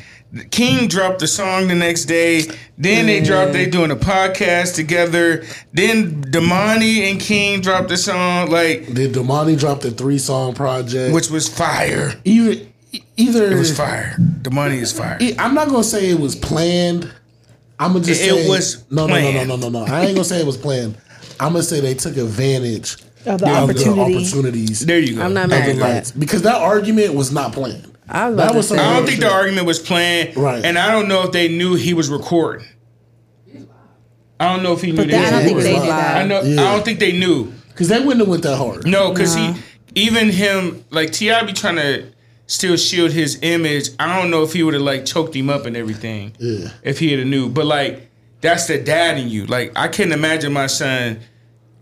Speaker 2: King dropped the song the next day. Then they dropped. They doing a podcast together. Then Damani and King dropped the song, like
Speaker 4: did Damani drop the three song project?
Speaker 2: which was fire.
Speaker 4: either e, either e,
Speaker 2: It was fire. Damani is fire.
Speaker 4: I'm not gonna say it was planned. I'm gonna just
Speaker 2: It-
Speaker 4: say
Speaker 2: it was
Speaker 4: no, no, no, no,
Speaker 2: planned.
Speaker 4: no, no, no. I ain't gonna say it was planned. I'm gonna say they took advantage
Speaker 6: Of the opportunity.
Speaker 4: opportunities.
Speaker 2: There you go.
Speaker 5: I'm not
Speaker 4: of
Speaker 5: mad
Speaker 4: the
Speaker 5: at
Speaker 4: lights.
Speaker 5: that.
Speaker 4: because that argument was not planned.
Speaker 5: I was about
Speaker 4: that
Speaker 5: to say.
Speaker 2: I
Speaker 4: something
Speaker 2: don't think the argument was planned,
Speaker 4: Right.
Speaker 2: And I don't know if they knew he was recording. I don't know if he knew.
Speaker 6: But that, I don't
Speaker 2: they
Speaker 6: think
Speaker 2: were
Speaker 6: they knew
Speaker 2: recording. I
Speaker 6: that.
Speaker 2: know.
Speaker 4: Yeah.
Speaker 2: I don't think they knew.
Speaker 4: because they wouldn't have went that hard.
Speaker 2: No, because he even him like Ti be trying to still shield his image. I don't know if he would have like choked him up and everything.
Speaker 4: Yeah.
Speaker 2: If he had a knew, but like that's the dad in you. Like I couldn't imagine my son.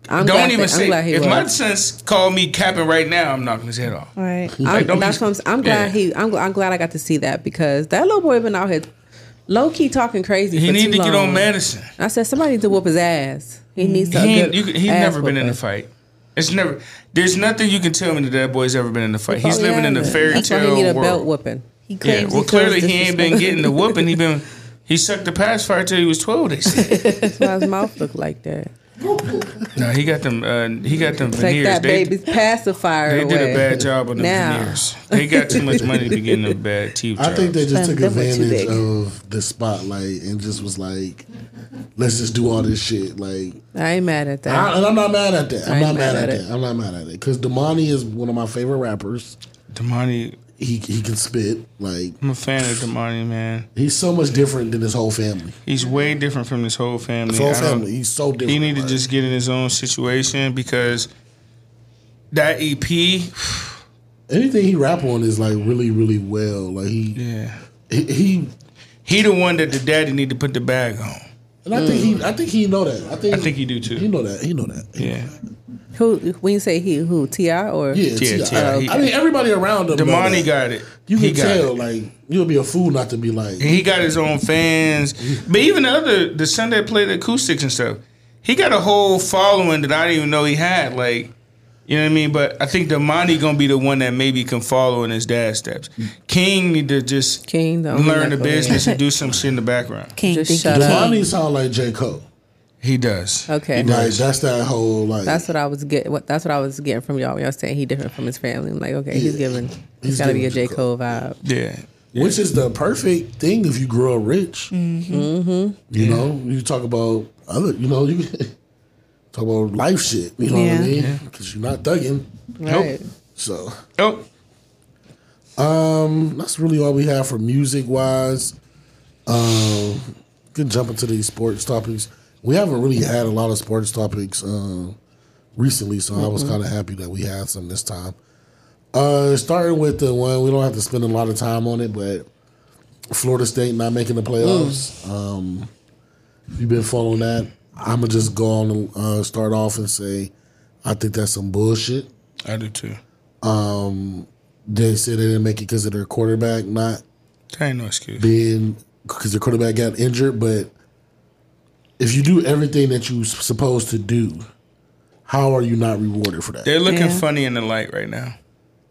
Speaker 5: I'm
Speaker 2: don't
Speaker 5: glad
Speaker 2: even
Speaker 5: that-
Speaker 2: say
Speaker 5: I'm glad he
Speaker 2: if
Speaker 5: was.
Speaker 2: my son called me capping right now, I'm knocking his head off.
Speaker 6: Right.
Speaker 5: I'm,
Speaker 2: don't be-
Speaker 5: that's what I'm, s- I'm glad
Speaker 2: Yeah.
Speaker 5: he. I'm, gl- I'm glad I got to see that because that little boy been out here low key talking crazy.
Speaker 2: He
Speaker 5: for
Speaker 2: need
Speaker 5: too
Speaker 2: to get
Speaker 5: long.
Speaker 2: on medicine.
Speaker 5: I said somebody needs to whoop his ass. He needs to.
Speaker 2: He
Speaker 5: a
Speaker 2: ain't,
Speaker 5: good
Speaker 2: you, can- he's
Speaker 5: ass
Speaker 2: never been in a
Speaker 5: whooping.
Speaker 2: fight. It's never. There's nothing you can tell me that that boy's ever been in a fight. He's
Speaker 5: Oh,
Speaker 2: living in a
Speaker 5: yeah.
Speaker 2: fairy
Speaker 5: That's why
Speaker 2: tale
Speaker 5: he need a
Speaker 2: world.
Speaker 5: belt whooping.
Speaker 6: He
Speaker 2: Yeah,
Speaker 6: claims
Speaker 2: well,
Speaker 6: feels
Speaker 2: clearly he ain't been
Speaker 6: disrespected.
Speaker 2: getting the whooping. He been he sucked the pacifier till he was twelve. They said.
Speaker 5: That's why his mouth look like that.
Speaker 2: no, he got them. Uh, he got them
Speaker 5: Take
Speaker 2: veneers.
Speaker 5: that
Speaker 2: they
Speaker 5: baby's pacifier
Speaker 2: they
Speaker 5: away.
Speaker 2: did a bad job on the
Speaker 5: Now.
Speaker 2: veneers. They got too much money to get in a bad teeth.
Speaker 4: I think they just
Speaker 6: Them-
Speaker 4: took
Speaker 6: them were too
Speaker 4: advantage
Speaker 6: big.
Speaker 4: of the spotlight and just was like, let's just do all this shit. Like,
Speaker 5: I ain't mad at that.
Speaker 4: I, and I'm not mad at that. I'm
Speaker 5: ain't
Speaker 4: not mad
Speaker 5: mad
Speaker 4: at
Speaker 5: at
Speaker 4: that. I'm not mad at it because Damani is one of my favorite rappers.
Speaker 2: Damani.
Speaker 4: He he can spit. Like,
Speaker 2: I'm a fan of Damani, man.
Speaker 4: he's so much different than his whole family.
Speaker 2: He's way different from his whole family.
Speaker 4: His whole
Speaker 2: I don't-
Speaker 4: family. He's so different.
Speaker 2: He need to
Speaker 4: like,
Speaker 2: just get in his own situation because that E EP.
Speaker 4: anything he rap on is like really really well. Like he
Speaker 2: Yeah.
Speaker 4: he. he
Speaker 2: He the one that the daddy need to put the bag on.
Speaker 4: and I think he, I think he know that. I think,
Speaker 2: I think he do
Speaker 4: he
Speaker 2: too.
Speaker 4: know that. He know that.
Speaker 2: Yeah.
Speaker 5: who when you say he who Ti or
Speaker 4: Yeah,
Speaker 2: Yeah,
Speaker 4: T.I.
Speaker 2: T.I. He-
Speaker 4: I mean, everybody around him. know
Speaker 2: Damani
Speaker 4: that.
Speaker 2: got it.
Speaker 4: You
Speaker 2: he
Speaker 4: can
Speaker 2: got
Speaker 4: tell,
Speaker 2: it.
Speaker 4: like, you'll be a fool not to be like,
Speaker 2: And he got his own fans. But even the other the son that played acoustics and stuff, he got a whole following that I didn't even know he had. Like, you know what I mean? But I think Damani gonna be the one that maybe can follow in his dad's steps. King need to just
Speaker 5: King? The only
Speaker 2: learn the
Speaker 5: black boy.
Speaker 2: business and do some shit in the background.
Speaker 6: King
Speaker 5: Just
Speaker 6: thinking
Speaker 5: shut up.
Speaker 6: king.
Speaker 4: Lonnie sound like J. Cole.
Speaker 2: He does.
Speaker 5: Okay.
Speaker 4: Like, that's that whole, like,
Speaker 5: That's what I was get. What that's what I was getting from y'all. When y'all saying he different from his family. I'm like, okay, he's
Speaker 4: Yeah.
Speaker 5: giving.
Speaker 4: He's
Speaker 5: He's got to be a
Speaker 4: giving
Speaker 5: J Cole vibe.
Speaker 2: Yeah.
Speaker 4: which is the perfect thing if you grow up rich. Mm-hmm. You know, you talk about other, you know, you talk about life shit, you know
Speaker 6: Yeah.
Speaker 4: what I mean? Because you're not thugging.
Speaker 5: Right.
Speaker 4: So,
Speaker 2: Oh,
Speaker 4: um, that's really all we have for music wise. Um, can jump into these sports topics. We haven't really had a lot of sports topics um, recently, so I was kind of happy that we had some this time. Uh, starting with the one we don't have to spend a lot of time on it, but Florida State not making the playoffs. Um, you've been following that. I'm gonna just go on and uh, start off and say, I think that's some bullshit.
Speaker 2: I do too.
Speaker 4: They said they didn't make it because of their quarterback not
Speaker 2: There ain't no excuse.
Speaker 4: being because the quarterback got injured. But if you do everything that you're supposed to do, how are you not rewarded for that?
Speaker 2: They're looking
Speaker 6: Yeah.
Speaker 2: funny in the light right now.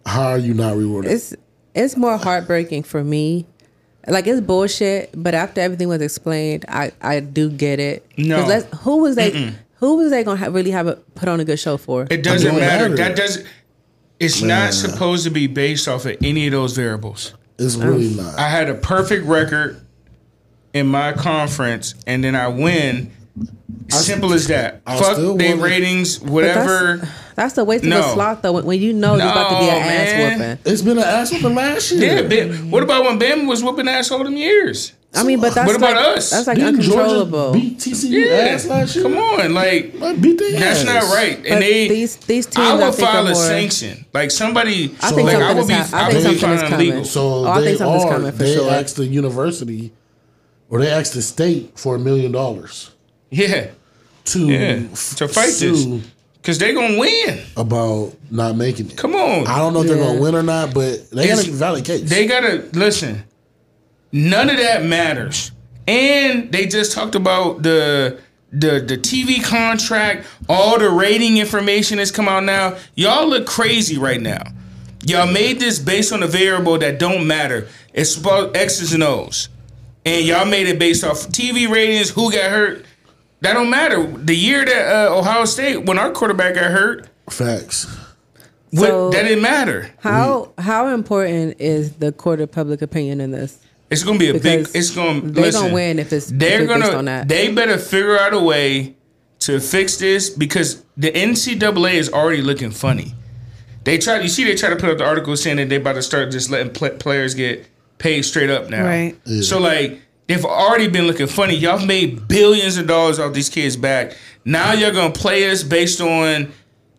Speaker 4: How are you not rewarded?
Speaker 5: It's it's more heartbreaking for me. Like it's bullshit, but after everything was explained, I I do get it. 'Cause
Speaker 2: No.
Speaker 5: let's- who was they? Who was they gonna ha- really have a, put on a good show for?
Speaker 2: It doesn't
Speaker 4: don't
Speaker 2: matter.
Speaker 4: matter.
Speaker 2: That doesn't. It's
Speaker 4: Man.
Speaker 2: not supposed to be based off of any of those variables.
Speaker 4: It's really not.
Speaker 2: I had a perfect record in my conference, and then I win. Simple as that.
Speaker 4: I still
Speaker 2: Fuck their
Speaker 4: wanna-
Speaker 2: ratings,
Speaker 5: But that's-
Speaker 2: whatever.
Speaker 5: That's a waste of
Speaker 2: No.
Speaker 5: a slot though. When, when you know there's about to be
Speaker 2: No,
Speaker 5: an ass
Speaker 2: man.
Speaker 5: whooping.
Speaker 4: It's been an ass whooping last year.
Speaker 2: Yeah, Bam, what about when Bama was whooping ass all them years?
Speaker 5: I mean, but that's
Speaker 2: What about
Speaker 5: like,
Speaker 2: us?
Speaker 5: That's like
Speaker 4: Didn't Georgia
Speaker 5: uncontrollable.
Speaker 4: beat TCU
Speaker 2: Yeah,
Speaker 4: ass last year?
Speaker 2: come on, like
Speaker 4: Like, beat their
Speaker 2: that's
Speaker 4: ass.
Speaker 2: not right. And
Speaker 5: But
Speaker 2: they
Speaker 5: these these teams,
Speaker 2: I
Speaker 5: I,
Speaker 2: would
Speaker 5: think are
Speaker 2: file a
Speaker 5: more-
Speaker 2: sanction. Like somebody,
Speaker 5: I think
Speaker 2: like I
Speaker 5: something
Speaker 2: would
Speaker 5: is
Speaker 2: be,
Speaker 5: hap- I
Speaker 2: I
Speaker 5: think
Speaker 2: would be
Speaker 5: something is
Speaker 2: filing
Speaker 5: coming.
Speaker 2: legal.
Speaker 4: So
Speaker 5: Oh, I
Speaker 4: they
Speaker 5: think something's
Speaker 4: are.
Speaker 5: coming for
Speaker 4: They
Speaker 5: sure.
Speaker 4: asked the university, or they asked the state for a million dollars
Speaker 2: yeah,
Speaker 4: to
Speaker 2: yeah, to fight
Speaker 4: sue
Speaker 2: this because they gonna win.
Speaker 4: about not making it.
Speaker 2: Come on,
Speaker 4: I don't know if they're gonna
Speaker 5: Yeah.
Speaker 4: win or not, but they
Speaker 2: It's-
Speaker 4: got a valid case.
Speaker 2: They gotta listen. None of that matters. And they just talked about the the the TV contract. All the rating information has come out now. Y'all look crazy right now. Y'all made this based on a variable that don't matter. It's about X's and O's, and y'all made it based off TV ratings. Who got hurt? That don't matter. The year that uh, Ohio State, when our quarterback got hurt,
Speaker 4: Facts.
Speaker 2: what,
Speaker 5: So-
Speaker 2: that didn't matter.
Speaker 5: How how important is the court of public opinion in this?
Speaker 2: It's gonna be a big.
Speaker 5: Because
Speaker 2: It's gonna.
Speaker 5: they
Speaker 2: listen,
Speaker 5: gonna win if it's- if
Speaker 2: They're
Speaker 5: it's
Speaker 2: gonna.
Speaker 5: based on that.
Speaker 2: They better figure out a way to fix this because the NCAA is already looking funny. They tried. You see, they tried to put up the article saying that they about to start just letting pl- players get paid straight up now.
Speaker 6: Right.
Speaker 2: So like. They've already been looking funny. Y'all made billions of dollars off these kids back. Now you're gonna play us based on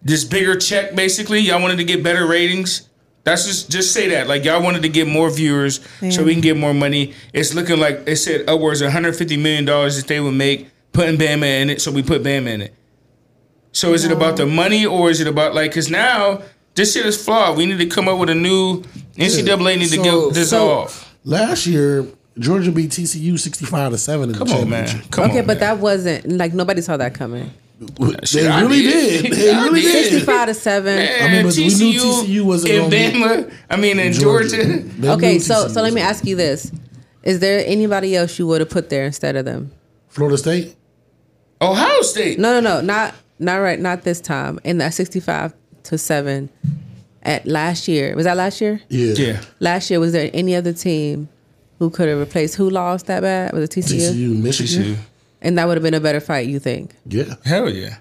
Speaker 2: this bigger check basically y'all wanted to get better ratings that's just just say that like y'all wanted to get more viewers so we can get more money it's looking like it said upwards of 150 million dollars that they would make putting bama in it so we put bama in it so is it about the money or is it about like because now this shit is flawed we need to come up with a new ncaa need to
Speaker 4: So-
Speaker 2: get this
Speaker 4: so-
Speaker 2: off
Speaker 4: Last year, Georgia beat TCU sixty-five to seven in the
Speaker 2: come on man
Speaker 4: championship.
Speaker 2: come
Speaker 5: okay,
Speaker 2: on
Speaker 5: but
Speaker 2: man.
Speaker 5: that wasn't like nobody saw that coming.
Speaker 4: They
Speaker 2: Shit, I
Speaker 4: really
Speaker 2: did.
Speaker 4: did. They
Speaker 2: I
Speaker 4: really
Speaker 2: did.
Speaker 4: did.
Speaker 5: Sixty-five to seven.
Speaker 2: Man,
Speaker 4: I mean, but we knew
Speaker 2: TCU,
Speaker 4: TCU wasn't
Speaker 2: in
Speaker 4: gonna be-
Speaker 2: Bama. I mean, in Georgia.
Speaker 4: They
Speaker 5: okay,
Speaker 4: knew
Speaker 5: so
Speaker 4: TCU
Speaker 5: so let me
Speaker 4: was-
Speaker 5: ask you this: Is there anybody else you would have put there instead of them?
Speaker 4: Florida State.
Speaker 2: Ohio State.
Speaker 5: No, no, no, not not right, not this time. In that sixty-five to seven at last year was that last year?
Speaker 4: Yeah.
Speaker 2: Yeah.
Speaker 5: Last year was there any other team who could have replaced who lost that bad? Was it TCU?
Speaker 4: TCU,
Speaker 2: TCU.
Speaker 4: Michigan.
Speaker 5: And that would have been a better fight, you think?
Speaker 4: Yeah.
Speaker 2: Hell yeah.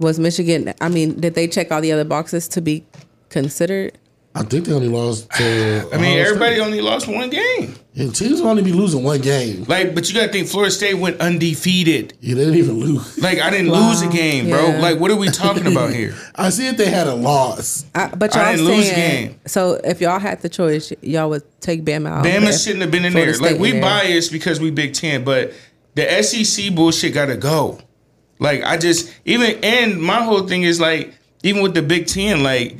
Speaker 5: Was Michigan? I mean, did they check all the other boxes to be considered?
Speaker 4: I think they only lost. To
Speaker 2: I mean,
Speaker 4: Ohio
Speaker 2: everybody
Speaker 4: State.
Speaker 2: only lost one game.
Speaker 4: Yeah, teams only be losing one game.
Speaker 2: Like, but you gotta think Florida State went undefeated.
Speaker 4: Yeah, they didn't even lose.
Speaker 2: Like, I didn't lose a game,
Speaker 5: Yeah.
Speaker 2: bro. Like, what are we talking about here?
Speaker 4: I see if they had a loss.
Speaker 5: I, but
Speaker 2: I
Speaker 5: y'all
Speaker 2: didn't
Speaker 5: saying
Speaker 2: lose the game.
Speaker 5: so if y'all had the choice, y'all would take Bama out.
Speaker 2: Bama
Speaker 5: if
Speaker 2: shouldn't have been in
Speaker 5: Florida
Speaker 2: there. Like,
Speaker 5: State
Speaker 2: we
Speaker 5: in there.
Speaker 2: biased because we Big Ten, but the SEC bullshit gotta go. Like, I just even and my whole thing is like, even with the Big Ten, like.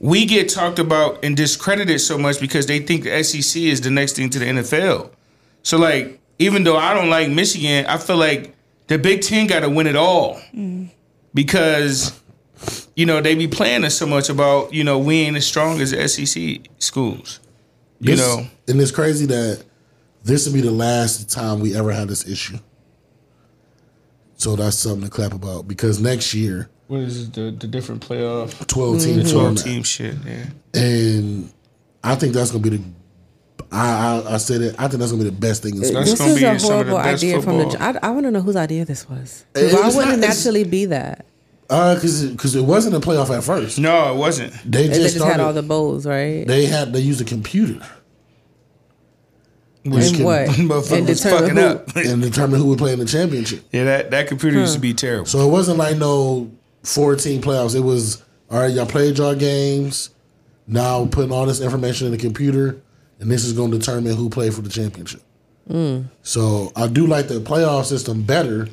Speaker 2: We get talked about and discredited so much because they think the SEC is the next thing to the NFL. So like, even though I don't like Michigan, I feel like the Big Ten got to win it all because you know they be playing us so much about you know we ain't as strong as the SEC schools. You
Speaker 4: This-
Speaker 2: know,
Speaker 4: and it's crazy that this would be the last time we ever had this issue. So that's something to clap about because next year,
Speaker 2: what is the the different playoff
Speaker 4: 12
Speaker 5: Mm-hmm.
Speaker 4: teams,
Speaker 2: twelve team shit? Yeah,
Speaker 4: and I think that's gonna be the. I, I I said it. I think that's gonna be the best thing. In
Speaker 2: That's
Speaker 4: sports.
Speaker 5: This
Speaker 2: gonna
Speaker 5: is
Speaker 2: be
Speaker 5: a
Speaker 2: some of the
Speaker 5: horrible
Speaker 2: best
Speaker 5: idea from the.
Speaker 2: football.
Speaker 5: I, I want to know whose idea this was.
Speaker 4: It
Speaker 5: Why wouldn't
Speaker 4: was
Speaker 5: it
Speaker 4: not- it's-
Speaker 5: naturally be that?
Speaker 4: Uh, cause it, cause it wasn't a playoff at first.
Speaker 2: no, it wasn't.
Speaker 4: They just,
Speaker 5: They just
Speaker 4: started,
Speaker 5: had all the bowls, right?
Speaker 4: They had they used a computer
Speaker 5: And what?
Speaker 2: Motherfucker
Speaker 5: And
Speaker 2: was
Speaker 5: determine
Speaker 2: fucking
Speaker 5: who.
Speaker 2: up.
Speaker 4: and determined who would play in the championship.
Speaker 2: Yeah, that that computer used to be terrible.
Speaker 4: So it wasn't like no fourteen playoffs. It was all right. Y'all played y'all games. Now we're putting all this information in the computer, and this is going to determine who played for the championship.
Speaker 6: Mm.
Speaker 4: So I do like the playoff system better,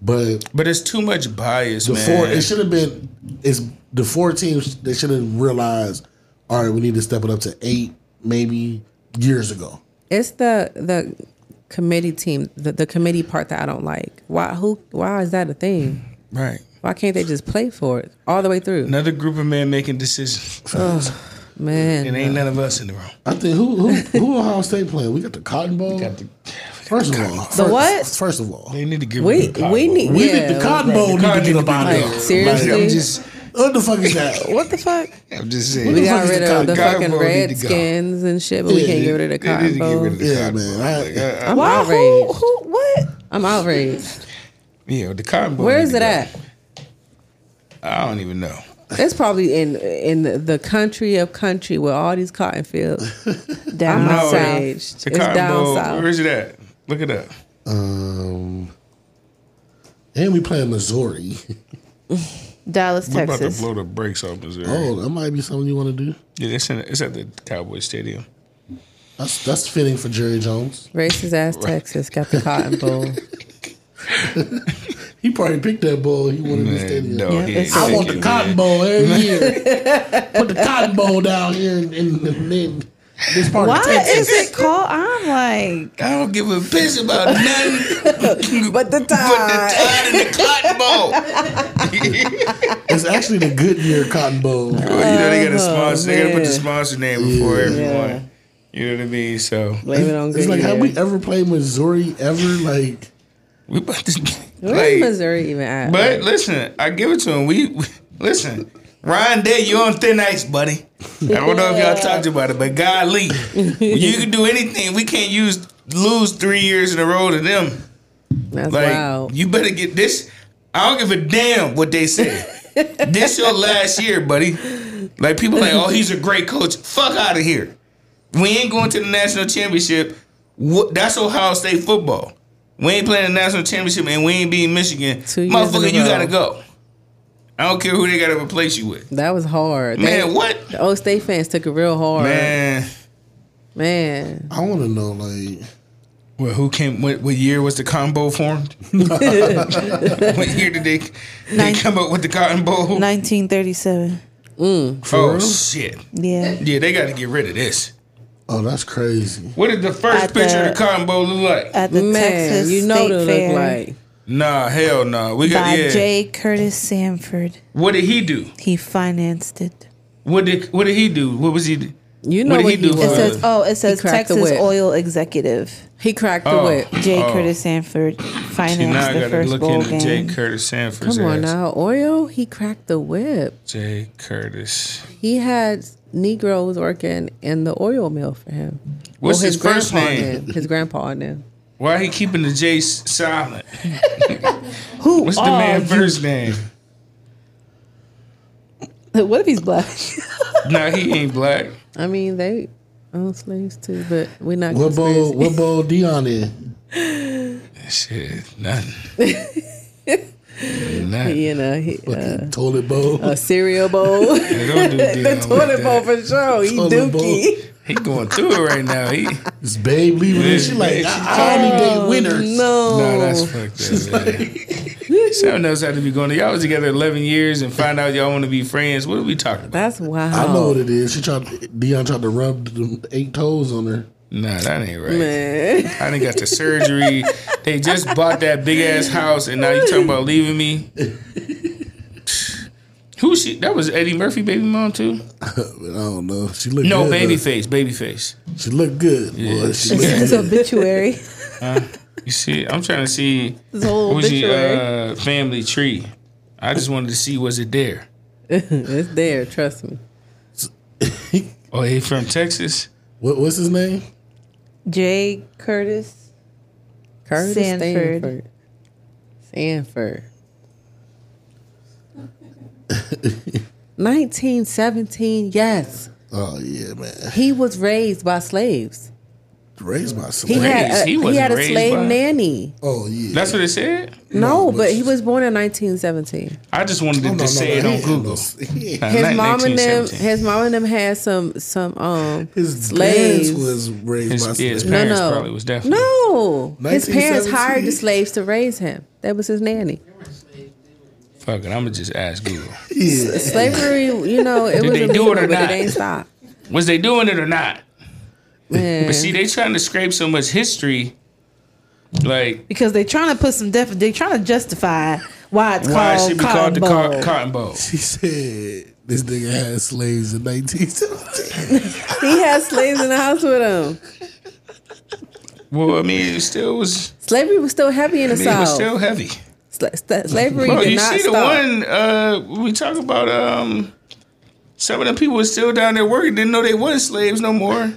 Speaker 4: but
Speaker 2: But it's too much bias,
Speaker 4: the
Speaker 2: man.
Speaker 4: four it should have been it's the four teams they should have realized. All right, we need to step it up to eight, maybe years ago.
Speaker 5: It's the the committee team, the, the committee part that I don't like. Why who? Why is that a thing?
Speaker 2: right.
Speaker 5: Why can't they just play for it all the way through?
Speaker 2: Another group of men making decisions,
Speaker 5: Man,
Speaker 2: and ain't none of us in the room.
Speaker 4: I think who who who Ohio State playing? We got the Cotton Bowl. first of all,
Speaker 6: The what?
Speaker 4: First of all,
Speaker 2: They need to give
Speaker 5: we
Speaker 2: them the
Speaker 5: we
Speaker 2: Cotton
Speaker 5: need
Speaker 4: We
Speaker 5: yeah,
Speaker 4: need the Cotton
Speaker 2: Right,
Speaker 4: Bowl
Speaker 2: the
Speaker 4: need to
Speaker 2: Cotton
Speaker 4: get
Speaker 2: needs
Speaker 4: up
Speaker 2: to
Speaker 4: out
Speaker 2: be gone.
Speaker 4: of there.
Speaker 5: Like, seriously?
Speaker 2: Bowl.
Speaker 4: Like,
Speaker 2: I'm just,
Speaker 4: what the fuck is that?
Speaker 6: What the fuck?
Speaker 2: I'm just
Speaker 5: We
Speaker 2: saying. Uh,
Speaker 4: fuck
Speaker 5: got
Speaker 4: is the
Speaker 5: rid
Speaker 4: Cotton
Speaker 5: of the
Speaker 4: Bowl?
Speaker 5: fucking
Speaker 2: Cotton Bowl need to go.
Speaker 5: Redskins and shit, but we
Speaker 4: Yeah,
Speaker 5: can't
Speaker 4: they-
Speaker 5: get rid of the Cotton Bowl.
Speaker 2: the
Speaker 4: Yeah,
Speaker 2: Cotton Bowl.
Speaker 4: man. I-
Speaker 2: Like, I- I-
Speaker 5: I'm
Speaker 6: Why? Who?
Speaker 5: outraged.
Speaker 6: Who? What?
Speaker 5: I'm outraged.
Speaker 2: yeah, the Cotton Bowl.
Speaker 5: Where
Speaker 2: need
Speaker 5: is
Speaker 2: to
Speaker 5: it
Speaker 2: go.
Speaker 5: at?
Speaker 2: I don't even know.
Speaker 5: It's probably in in the country of country with all these cotton fields.
Speaker 6: Down
Speaker 5: No,
Speaker 6: south.
Speaker 5: outraged.
Speaker 2: The
Speaker 5: It's
Speaker 2: Cotton
Speaker 5: down
Speaker 2: Bowl.
Speaker 5: south.
Speaker 2: Where is it at? Look it up.
Speaker 4: Um, and we playing Missouri.
Speaker 6: Dallas,
Speaker 2: We're about to
Speaker 6: Texas.
Speaker 2: blow the brakes off Missouri.
Speaker 4: Oh, that might be something you want to do.
Speaker 2: Yeah, it's, in, it's at the Cowboy Stadium.
Speaker 4: That's that's fitting for Jerry Jones.
Speaker 5: Racist ass Texas got the Cotton Bowl.
Speaker 4: He probably picked that bowl. He wanted to stay
Speaker 2: Man, no,
Speaker 4: there.
Speaker 6: Yeah,
Speaker 2: he
Speaker 6: it's-
Speaker 2: ain't
Speaker 4: I
Speaker 6: I
Speaker 2: taking
Speaker 4: want the
Speaker 2: it,
Speaker 4: Cotton
Speaker 2: man.
Speaker 4: Bowl every year. Put the Cotton Bowl down here in, in, in, in this part
Speaker 6: Why
Speaker 4: of Texas.
Speaker 6: is it called? I'm like,
Speaker 2: I don't give a piss about nothing.
Speaker 5: But the
Speaker 2: Put the
Speaker 5: time.
Speaker 2: tide in the Cotton Bowl.
Speaker 4: It's actually the Goodyear Cotton Bowl.
Speaker 2: you know they got a sponsor. They got to put the
Speaker 5: man.
Speaker 2: sponsor name before
Speaker 4: Yeah.
Speaker 2: everyone. You know what I mean? So
Speaker 5: Blame it on
Speaker 4: It's
Speaker 5: good.
Speaker 4: like, have we
Speaker 5: Like,
Speaker 4: ever played Missouri ever? Like,
Speaker 2: we about to
Speaker 5: Where is
Speaker 2: like,
Speaker 5: Missouri even at?
Speaker 2: But listen, I give it to him. We, we- listen, Ryan Day, you on thin ice, buddy. I don't know if y'all talked about it, but golly, you can do anything. We can't use lose three years in a row to them.
Speaker 5: That's
Speaker 2: Like
Speaker 5: wild.
Speaker 2: you better get this. I don't give a damn what they say. this your last year, buddy. Like people like, oh, he's a great coach. Fuck out of here. We ain't going to the national championship. What, that's Ohio State football. We ain't playing the national championship and we ain't beating Michigan.
Speaker 5: Two years in a
Speaker 2: Motherfucker, you
Speaker 5: row.
Speaker 2: gotta go. I don't care who they gotta replace you with.
Speaker 5: That was hard.
Speaker 2: Man,
Speaker 5: They-
Speaker 2: what?
Speaker 5: The old state fans took it real hard. Man.
Speaker 2: Man.
Speaker 4: I want to know, like,
Speaker 2: Well, who came? What, what year was the Cotton Bowl formed? what year did they they
Speaker 6: Nin-
Speaker 2: come up with the Cotton Bowl?
Speaker 6: 1937.
Speaker 2: Oh shit!
Speaker 6: Yeah.
Speaker 2: Yeah, they got to get rid of this.
Speaker 4: oh, that's crazy.
Speaker 2: What did the first
Speaker 6: At
Speaker 2: picture
Speaker 6: the-
Speaker 2: of the Cotton Bowl look like?
Speaker 6: At the
Speaker 5: Man,
Speaker 6: Texas
Speaker 5: you know
Speaker 6: State
Speaker 5: what it
Speaker 6: Fair
Speaker 5: look like.
Speaker 2: nah, hell nah. We got
Speaker 6: by
Speaker 2: yeah.
Speaker 6: J. Curtis Sanford.
Speaker 2: What did he do?
Speaker 6: He financed it.
Speaker 2: What did What did he do? What was he? do?
Speaker 5: You
Speaker 2: What
Speaker 5: know
Speaker 2: did
Speaker 5: what
Speaker 2: he
Speaker 5: he was.
Speaker 2: do for
Speaker 6: It
Speaker 2: Uh,
Speaker 6: says, oh, it says
Speaker 5: cracked the
Speaker 6: Texas
Speaker 5: whip.
Speaker 6: oil executive.
Speaker 5: He cracked the
Speaker 2: Oh.
Speaker 5: whip.
Speaker 6: J.
Speaker 2: Oh.
Speaker 6: Curtis Sanford
Speaker 2: See, now
Speaker 6: financed
Speaker 2: I
Speaker 6: the
Speaker 2: gotta
Speaker 6: first
Speaker 2: look
Speaker 6: bowl
Speaker 2: into Jay
Speaker 6: game.
Speaker 2: Curtis Sanford's
Speaker 5: Come on
Speaker 2: ass.
Speaker 5: now, Oreo. He cracked the whip.
Speaker 2: Jay Curtis.
Speaker 5: He had Negroes working in the oil mill for him.
Speaker 2: What's his first
Speaker 5: grandpa
Speaker 2: name?
Speaker 5: and them. His grandpa and them.
Speaker 2: Why he keeping the J s- silent?
Speaker 6: Who
Speaker 2: What's the
Speaker 6: are
Speaker 2: man first name?
Speaker 6: you? What if he's black?
Speaker 2: nah, he ain't black.
Speaker 5: I mean, they own slaves too, but we're not.
Speaker 4: What bowl?
Speaker 5: conspiracy.
Speaker 4: What bowl? Dion in?
Speaker 2: Shit, nothing. nothing.
Speaker 5: You know, he, uh,
Speaker 4: Toilet bowl.
Speaker 5: a cereal bowl,
Speaker 2: They Don't do Dion
Speaker 5: toilet bowl
Speaker 2: like that.
Speaker 5: for sure. He
Speaker 4: Toilet bowl.
Speaker 5: dookie.
Speaker 2: He going through it right now. He,
Speaker 4: It's babe leaving. it. She like, I, I only date winners.
Speaker 5: Oh, No,
Speaker 2: no, that's fucked up. man. Something else had to be going. on. Y'all was together eleven years and find out y'all want to be friends. What are we talking about?
Speaker 5: that's wild.
Speaker 4: I know what it is. She tried. Dion tried to rub them eight toes on her.
Speaker 2: Nah, that ain't right.
Speaker 5: man.
Speaker 2: I done got the surgery. They just bought that big ass house, and now you talking about leaving me. Who she? That was Eddie Murphy, baby mom too.
Speaker 4: But I don't know. She looked
Speaker 2: No,
Speaker 4: good,
Speaker 2: baby
Speaker 4: though.
Speaker 2: face, baby face.
Speaker 4: She looked good. Boy, she looked
Speaker 6: His
Speaker 4: good.
Speaker 6: obituary.
Speaker 2: You see, I'm trying to see
Speaker 5: His whole
Speaker 2: who's your
Speaker 5: obituary.
Speaker 2: uh, family tree. I just wanted to see was it there.
Speaker 5: it's there. Trust me.
Speaker 2: Oh, he from Texas.
Speaker 4: What, what's his name?
Speaker 6: J. Curtis.
Speaker 5: Curtis
Speaker 6: Sanford.
Speaker 5: Sanford. Sanford. 1917, yes.
Speaker 4: Oh yeah, man.
Speaker 5: He was raised by slaves.
Speaker 4: Raised by
Speaker 5: He
Speaker 4: somebody.
Speaker 5: had a,
Speaker 2: Raised? He
Speaker 5: he
Speaker 2: wasn't
Speaker 5: had a
Speaker 2: raised
Speaker 5: slave
Speaker 2: by-
Speaker 5: nanny.
Speaker 4: Oh yeah.
Speaker 2: That's what it said.
Speaker 5: No,
Speaker 4: No,
Speaker 5: but
Speaker 4: but-
Speaker 5: he was born in 1917.
Speaker 2: I just
Speaker 4: Oh,
Speaker 2: wanted to say it on Google.
Speaker 4: Google.
Speaker 2: Nah,
Speaker 5: His
Speaker 2: not
Speaker 5: mom and them,
Speaker 2: 1917.
Speaker 5: his mom and them had some some um
Speaker 4: His
Speaker 5: slaves.
Speaker 4: slaves was raised
Speaker 2: His-
Speaker 4: by
Speaker 2: yeah, his
Speaker 4: slaves.
Speaker 2: parents
Speaker 5: no.
Speaker 2: probably was definitely.
Speaker 5: no, his parents hired the
Speaker 4: 1917?
Speaker 5: slaves to raise him. That was his nanny.
Speaker 2: Fuck it, I'm gonna just ask Google.
Speaker 4: Yeah.
Speaker 5: Slavery, you know, it was
Speaker 2: they do it
Speaker 5: illegal, but
Speaker 2: or not?
Speaker 5: it ain't stopped.
Speaker 2: Was they doing it or not?
Speaker 5: Man.
Speaker 2: But see, they trying to scrape so much history. Like
Speaker 6: Because they're trying to put some def. They're trying to justify why it's
Speaker 2: why it
Speaker 6: called
Speaker 2: should be
Speaker 6: Cotton
Speaker 2: called the
Speaker 6: Bowl.
Speaker 2: co- Cotton Bowl?
Speaker 4: She said this nigga had slaves in 1917.
Speaker 5: He had slaves in the house with him.
Speaker 2: Well, I mean, it still was.
Speaker 5: Slavery was still heavy in the
Speaker 2: I mean, it was
Speaker 5: South.
Speaker 2: still heavy.
Speaker 5: Sla- sta- slavery
Speaker 2: Bro,
Speaker 5: did
Speaker 2: you
Speaker 5: not
Speaker 2: see the
Speaker 5: stop.
Speaker 2: one uh, we talk about. Um, some of them people was still down there working. Didn't know they was slaves no more.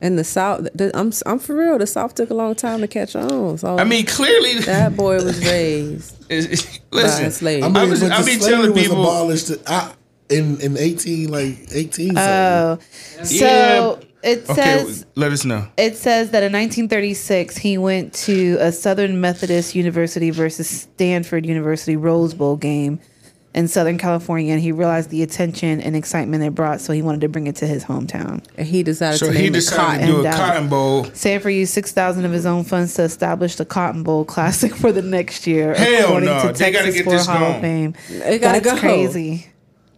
Speaker 5: And the South, the, I'm I'm for real. The South took a long time to catch on. So
Speaker 2: I mean, clearly,
Speaker 5: that boy was raised.
Speaker 2: listen.
Speaker 5: slaves.
Speaker 2: I,
Speaker 5: I
Speaker 4: I mean,
Speaker 2: was,
Speaker 4: but
Speaker 2: I
Speaker 4: the
Speaker 2: be
Speaker 4: slavery
Speaker 2: telling
Speaker 4: was
Speaker 2: people.
Speaker 4: abolished I, in in 18 like 18. something.
Speaker 6: Oh, so it
Speaker 2: okay,
Speaker 6: says.
Speaker 2: let us know.
Speaker 6: It says that in 1936 he went to a Southern Methodist University versus Stanford University Rose Bowl game in Southern California, and he realized the attention and excitement it brought, so he wanted to bring it to his hometown.
Speaker 5: And he decided
Speaker 2: So
Speaker 5: to
Speaker 2: he
Speaker 5: name it cotton.
Speaker 2: decided to do a
Speaker 6: Cotton Bowl.
Speaker 2: cotton bowl.
Speaker 6: Sanford used six thousand of his own funds to establish the Cotton Bowl Classic for the next year,
Speaker 2: Hell no, they gotta get this
Speaker 6: Sports Hall
Speaker 2: going.
Speaker 6: of Fame.
Speaker 5: It gotta
Speaker 6: That's
Speaker 5: go.
Speaker 6: crazy.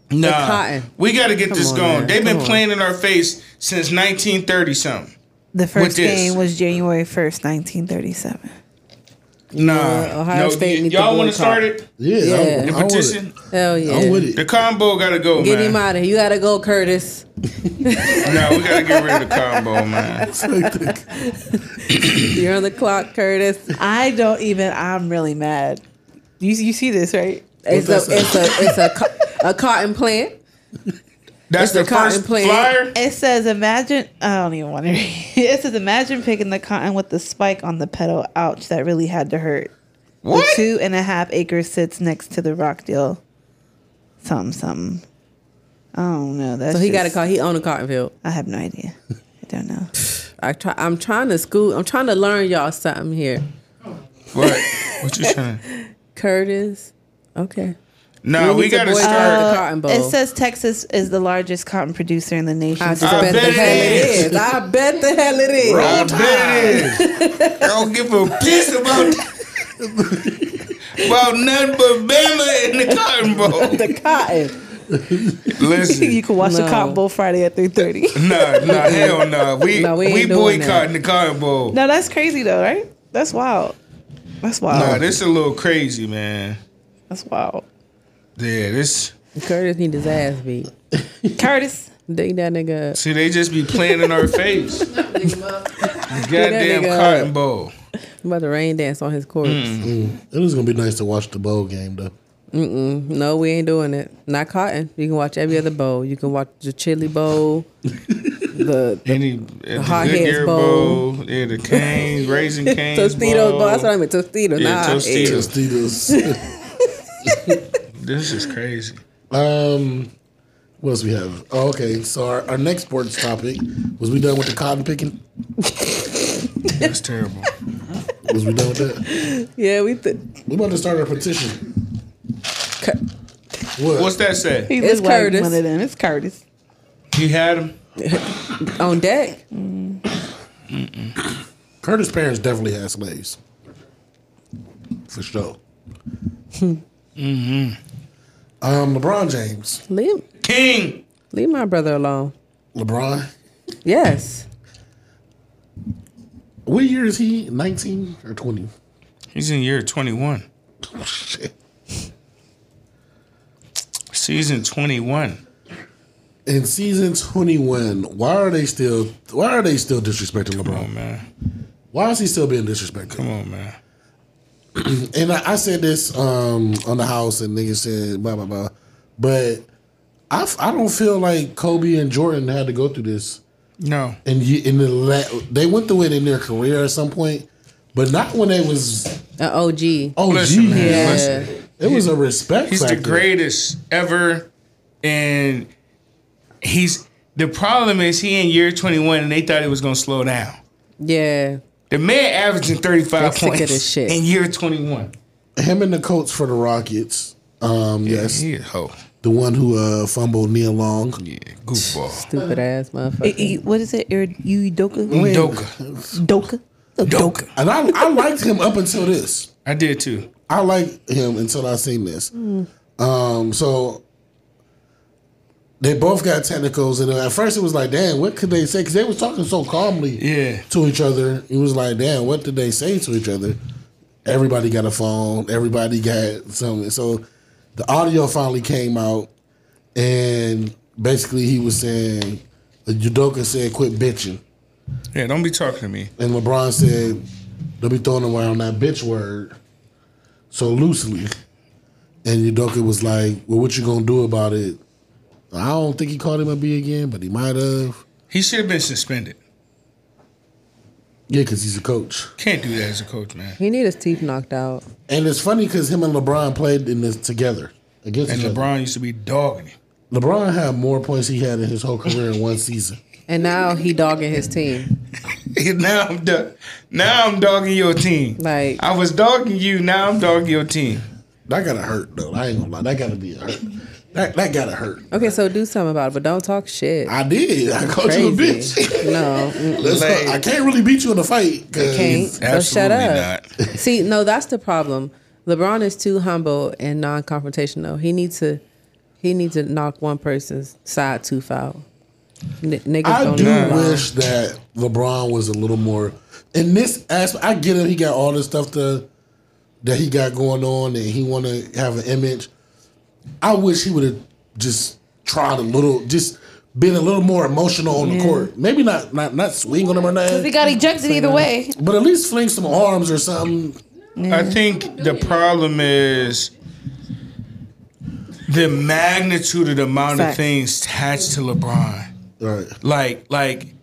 Speaker 2: Nah,
Speaker 5: cotton.
Speaker 2: we got to get this
Speaker 5: on,
Speaker 2: going.
Speaker 5: man.
Speaker 2: They've been
Speaker 5: Come on.
Speaker 2: playing in our face since 1930 something.
Speaker 6: The first
Speaker 2: this.
Speaker 6: game was January first, nineteen thirty-seven.
Speaker 2: Nah,
Speaker 5: Ohio State need to
Speaker 2: y'all want to
Speaker 5: boycott.
Speaker 2: start it?
Speaker 4: Yeah,
Speaker 5: Yeah.
Speaker 4: I-
Speaker 5: The
Speaker 2: The
Speaker 4: I want it.
Speaker 2: petition.
Speaker 5: Hell yeah.
Speaker 4: I'm with it.
Speaker 2: The combo gotta go,
Speaker 5: Get
Speaker 2: man.
Speaker 5: him out of here. You gotta go, Curtis.
Speaker 2: Nah, we gotta get rid of the combo, man.
Speaker 5: You're on the clock, Curtis.
Speaker 6: I don't even. I'm really mad. You you see this right?
Speaker 5: It's a
Speaker 4: that
Speaker 5: it's a it's a, co- a cotton plant. It's
Speaker 2: That's the
Speaker 5: a cotton
Speaker 2: first
Speaker 5: plant.
Speaker 2: flyer.
Speaker 6: It says, imagine. I don't even want to read. It says, imagine picking the cotton with the spike on the petal. Ouch, that really had to hurt.
Speaker 2: What?
Speaker 6: The two and a half acre sits next to the Rockdale. Something, something. I don't know. That's
Speaker 5: So he
Speaker 6: just-
Speaker 5: got a car. He owned a cotton field.
Speaker 6: I have no idea. I don't know.
Speaker 5: I try. I'm trying to school. I'm trying to learn y'all something here.
Speaker 2: What? What you trying?
Speaker 5: Curtis. Okay.
Speaker 2: Nah, Oh, we,
Speaker 5: need to
Speaker 2: gotta
Speaker 5: boycott
Speaker 2: start.
Speaker 5: the cotton bowl.
Speaker 6: It says Texas is the largest cotton producer in the nation.
Speaker 5: I just
Speaker 2: I
Speaker 5: bet,
Speaker 2: bet
Speaker 5: the
Speaker 2: it
Speaker 5: hell
Speaker 2: is.
Speaker 5: it is. I bet the hell it is.
Speaker 2: I bet it is. I don't give a piss about about nothing but Bama in the Cotton Bowl.
Speaker 6: the cotton.
Speaker 2: Listen,
Speaker 6: You can watch the
Speaker 5: No.
Speaker 6: Cotton Bowl Friday at three thirty.
Speaker 2: nah, nah, hell nah. We
Speaker 5: Nah, we
Speaker 2: we,
Speaker 5: ain't doing that.
Speaker 2: boycotting the Cotton Bowl.
Speaker 6: no, that's crazy though, right? That's wild. That's wild.
Speaker 2: Nah, this a little crazy, man.
Speaker 6: that's wild.
Speaker 2: Yeah, this.
Speaker 5: Curtis need his ass beat.
Speaker 6: Curtis,
Speaker 5: Dig that nigga up.
Speaker 2: See, they just be playing in our face. Goddamn
Speaker 5: nigga uh,
Speaker 2: Cotton
Speaker 5: up.
Speaker 2: Bowl.
Speaker 5: I'm about to rain dance on his corpse.
Speaker 2: Mm.
Speaker 4: It was gonna be nice to watch the bowl game though.
Speaker 5: No, we ain't doing it. Not cotton. You can watch every other bowl. You can watch the chili bowl. the
Speaker 2: Any uh, the
Speaker 5: Hot Heads
Speaker 2: Goodyear
Speaker 5: Bowl.
Speaker 2: Bowl, yeah, the Canes, Raising Canes,
Speaker 5: Tostitos bowl.
Speaker 2: bowl.
Speaker 5: That's what I mean. Tostitos.
Speaker 2: Yeah,
Speaker 5: nah, eh.
Speaker 2: Tostitos.
Speaker 5: eggs.
Speaker 4: Tostitos.
Speaker 2: This is crazy.
Speaker 4: um, what else we have? Oh, okay, so our, our next sports topic was we done with the cotton picking?
Speaker 2: That's terrible.
Speaker 4: Was we done with that?
Speaker 5: Yeah, we. Th-
Speaker 4: We about to start our petition.
Speaker 5: Cur-
Speaker 4: What?
Speaker 2: What's that say?
Speaker 6: he's
Speaker 5: It's
Speaker 6: just like
Speaker 5: Curtis.
Speaker 6: One of them. It's Curtis.
Speaker 2: He had him.
Speaker 5: on deck.
Speaker 4: Curtis' parents definitely had slaves, for sure.
Speaker 2: Mm-hmm.
Speaker 4: Um, LeBron James,
Speaker 5: Leave,
Speaker 2: King.
Speaker 5: leave my brother alone.
Speaker 4: LeBron.
Speaker 5: Yes.
Speaker 4: What year is he? Nineteen or twenty?
Speaker 2: He's in year 21.
Speaker 4: Oh, shit.
Speaker 2: Season 21.
Speaker 4: In season twenty-one, why are they still? Why are they still disrespecting
Speaker 2: Come on,
Speaker 4: LeBron?
Speaker 2: man.
Speaker 4: Why is he still being
Speaker 2: Come
Speaker 4: disrespected?
Speaker 2: on, man.
Speaker 4: And I, I said this um, on the house, and niggas said blah blah blah, but I, f- I don't feel like Kobe and Jordan had to go through this.
Speaker 2: No.
Speaker 4: and you in the la- they went through it in their career at some point, but not when they was
Speaker 5: An OG.
Speaker 4: oh
Speaker 2: Listen, man.
Speaker 5: Yeah.
Speaker 2: Listen.
Speaker 4: it was a respect.
Speaker 2: He's the
Speaker 4: factor.
Speaker 2: greatest ever. And he's the problem is he in year 21 and they thought he was going to slow down.
Speaker 5: Yeah.
Speaker 2: The man averaging 35
Speaker 5: They sick of
Speaker 2: points
Speaker 5: this shit.
Speaker 2: in year 21.
Speaker 4: Him and the coach for the Rockets. Um, yes,
Speaker 2: He a hoe.
Speaker 4: the one who uh, fumbled Neil Long.
Speaker 2: Yeah, goofball.
Speaker 5: Stupid ass motherfucker.
Speaker 6: I- I- E, what is it? Ir- Udoka?
Speaker 2: Doka.
Speaker 6: Doka?
Speaker 2: Doka.
Speaker 4: And I, I liked him up until this.
Speaker 2: I did too.
Speaker 4: I liked him until I seen this. Um, so they both got technicals, and at first it was like, damn, what could they say? Because they was talking so calmly.
Speaker 2: Yeah.
Speaker 4: to each other. It was like, damn, what did they say to each other? Everybody got a phone. Everybody got something. So the audio finally came out, and basically he was saying, Judoka said, quit bitching.
Speaker 2: Yeah, don't be talking to me.
Speaker 4: And LeBron said, they'll be throwing around that bitch word so loosely. And Yudoka was like, well, what you going to do about it? I don't think he called him a B again, but he might have.
Speaker 2: He should have been suspended.
Speaker 4: Yeah, because he's a coach.
Speaker 2: Can't do that as a coach, man.
Speaker 5: He need his teeth knocked out.
Speaker 4: And it's funny because him and LeBron played in this together against
Speaker 2: And
Speaker 4: each
Speaker 2: LeBron used to be dogging him.
Speaker 4: other. LeBron had more points he had in his whole career in one season.
Speaker 5: And now he dogging his team.
Speaker 2: now I'm do- now I'm dogging your team.
Speaker 5: Like-
Speaker 2: I was dogging you. Now I'm dogging your team.
Speaker 4: That gotta hurt though. I ain't gonna lie. That gotta be a hurt. That that gotta hurt.
Speaker 5: Okay, so do something about it, but don't talk shit.
Speaker 4: I did. I called you a
Speaker 5: Crazy.
Speaker 4: bitch.
Speaker 5: No. mm,
Speaker 4: Let's go. I can't really beat you in a fight. 'cause-
Speaker 5: Can't. So shut
Speaker 2: Absolutely
Speaker 5: up. See, no, that's the problem. LeBron is too humble and non-confrontational. He needs to, he needs to knock one person's side tooth out. N- niggas
Speaker 4: I
Speaker 5: don't
Speaker 4: do
Speaker 5: know.
Speaker 4: wish that LeBron was a little more in this aspect. I get him. He got all this stuff to, that he got going on, and he want to have an image. I wish he would have just tried a little, just been a little more emotional on the court. Maybe not, not, not swing on him or
Speaker 6: We
Speaker 4: nothing,
Speaker 6: got ejected either way.
Speaker 4: but at least fling some arms or something.
Speaker 2: I think the problem is the magnitude of the amount of
Speaker 6: Facts.
Speaker 2: things attached to LeBron.
Speaker 4: Right.
Speaker 2: Like, like,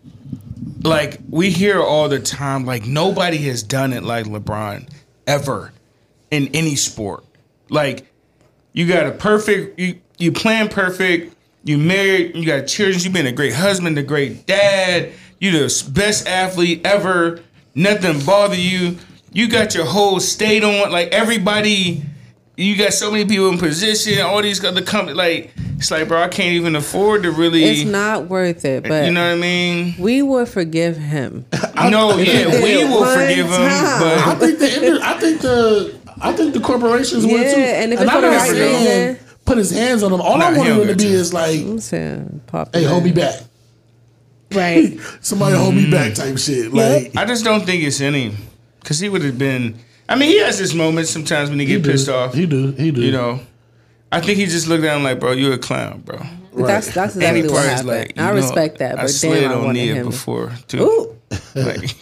Speaker 2: like we hear all the time. Like nobody has done it like LeBron ever in any sport. Like you got a perfect, you you plan perfect. You married, you got children. You've been a great husband, a great dad. You the best athlete ever. Nothing bother you. You got your whole state on. Like everybody you got so many people in position, all these other companies. Like, it's like, bro, I can't even afford to really.
Speaker 5: It's not worth it, but
Speaker 2: you know what I mean?
Speaker 5: we will forgive him.
Speaker 2: no, yeah, we
Speaker 5: did
Speaker 2: will
Speaker 5: one
Speaker 2: forgive
Speaker 5: time.
Speaker 4: I
Speaker 2: him, but
Speaker 4: think the inter- I think the I think the corporations would
Speaker 5: Yeah,
Speaker 4: too.
Speaker 5: and if it's
Speaker 4: I
Speaker 5: for the
Speaker 4: don't
Speaker 5: right
Speaker 4: understand
Speaker 5: reason-
Speaker 4: put his hands on him. All
Speaker 2: Nah,
Speaker 4: I
Speaker 2: he
Speaker 4: want
Speaker 2: don't
Speaker 4: him to
Speaker 2: get
Speaker 4: be
Speaker 2: you.
Speaker 4: is like,
Speaker 5: I'm saying, Pop.
Speaker 4: hey, hold me back.
Speaker 6: Right.
Speaker 4: Somebody hold me back type shit. Like
Speaker 2: I just don't think it's any. Because he would have been. I mean, he has his moments sometimes when he get pissed off.
Speaker 4: He do. He do.
Speaker 2: You know, I think he just looked down like, bro, you a clown, bro.
Speaker 5: But that's that's
Speaker 2: And
Speaker 5: exactly
Speaker 2: he
Speaker 5: what
Speaker 2: probably is
Speaker 5: happened.
Speaker 2: like, you
Speaker 5: I
Speaker 2: know,
Speaker 5: respect that,
Speaker 2: I
Speaker 5: but
Speaker 2: slid
Speaker 5: damn, I
Speaker 2: on
Speaker 5: wanted
Speaker 2: Nia
Speaker 5: him.
Speaker 2: before too.
Speaker 5: Ooh, Oh,
Speaker 2: Like,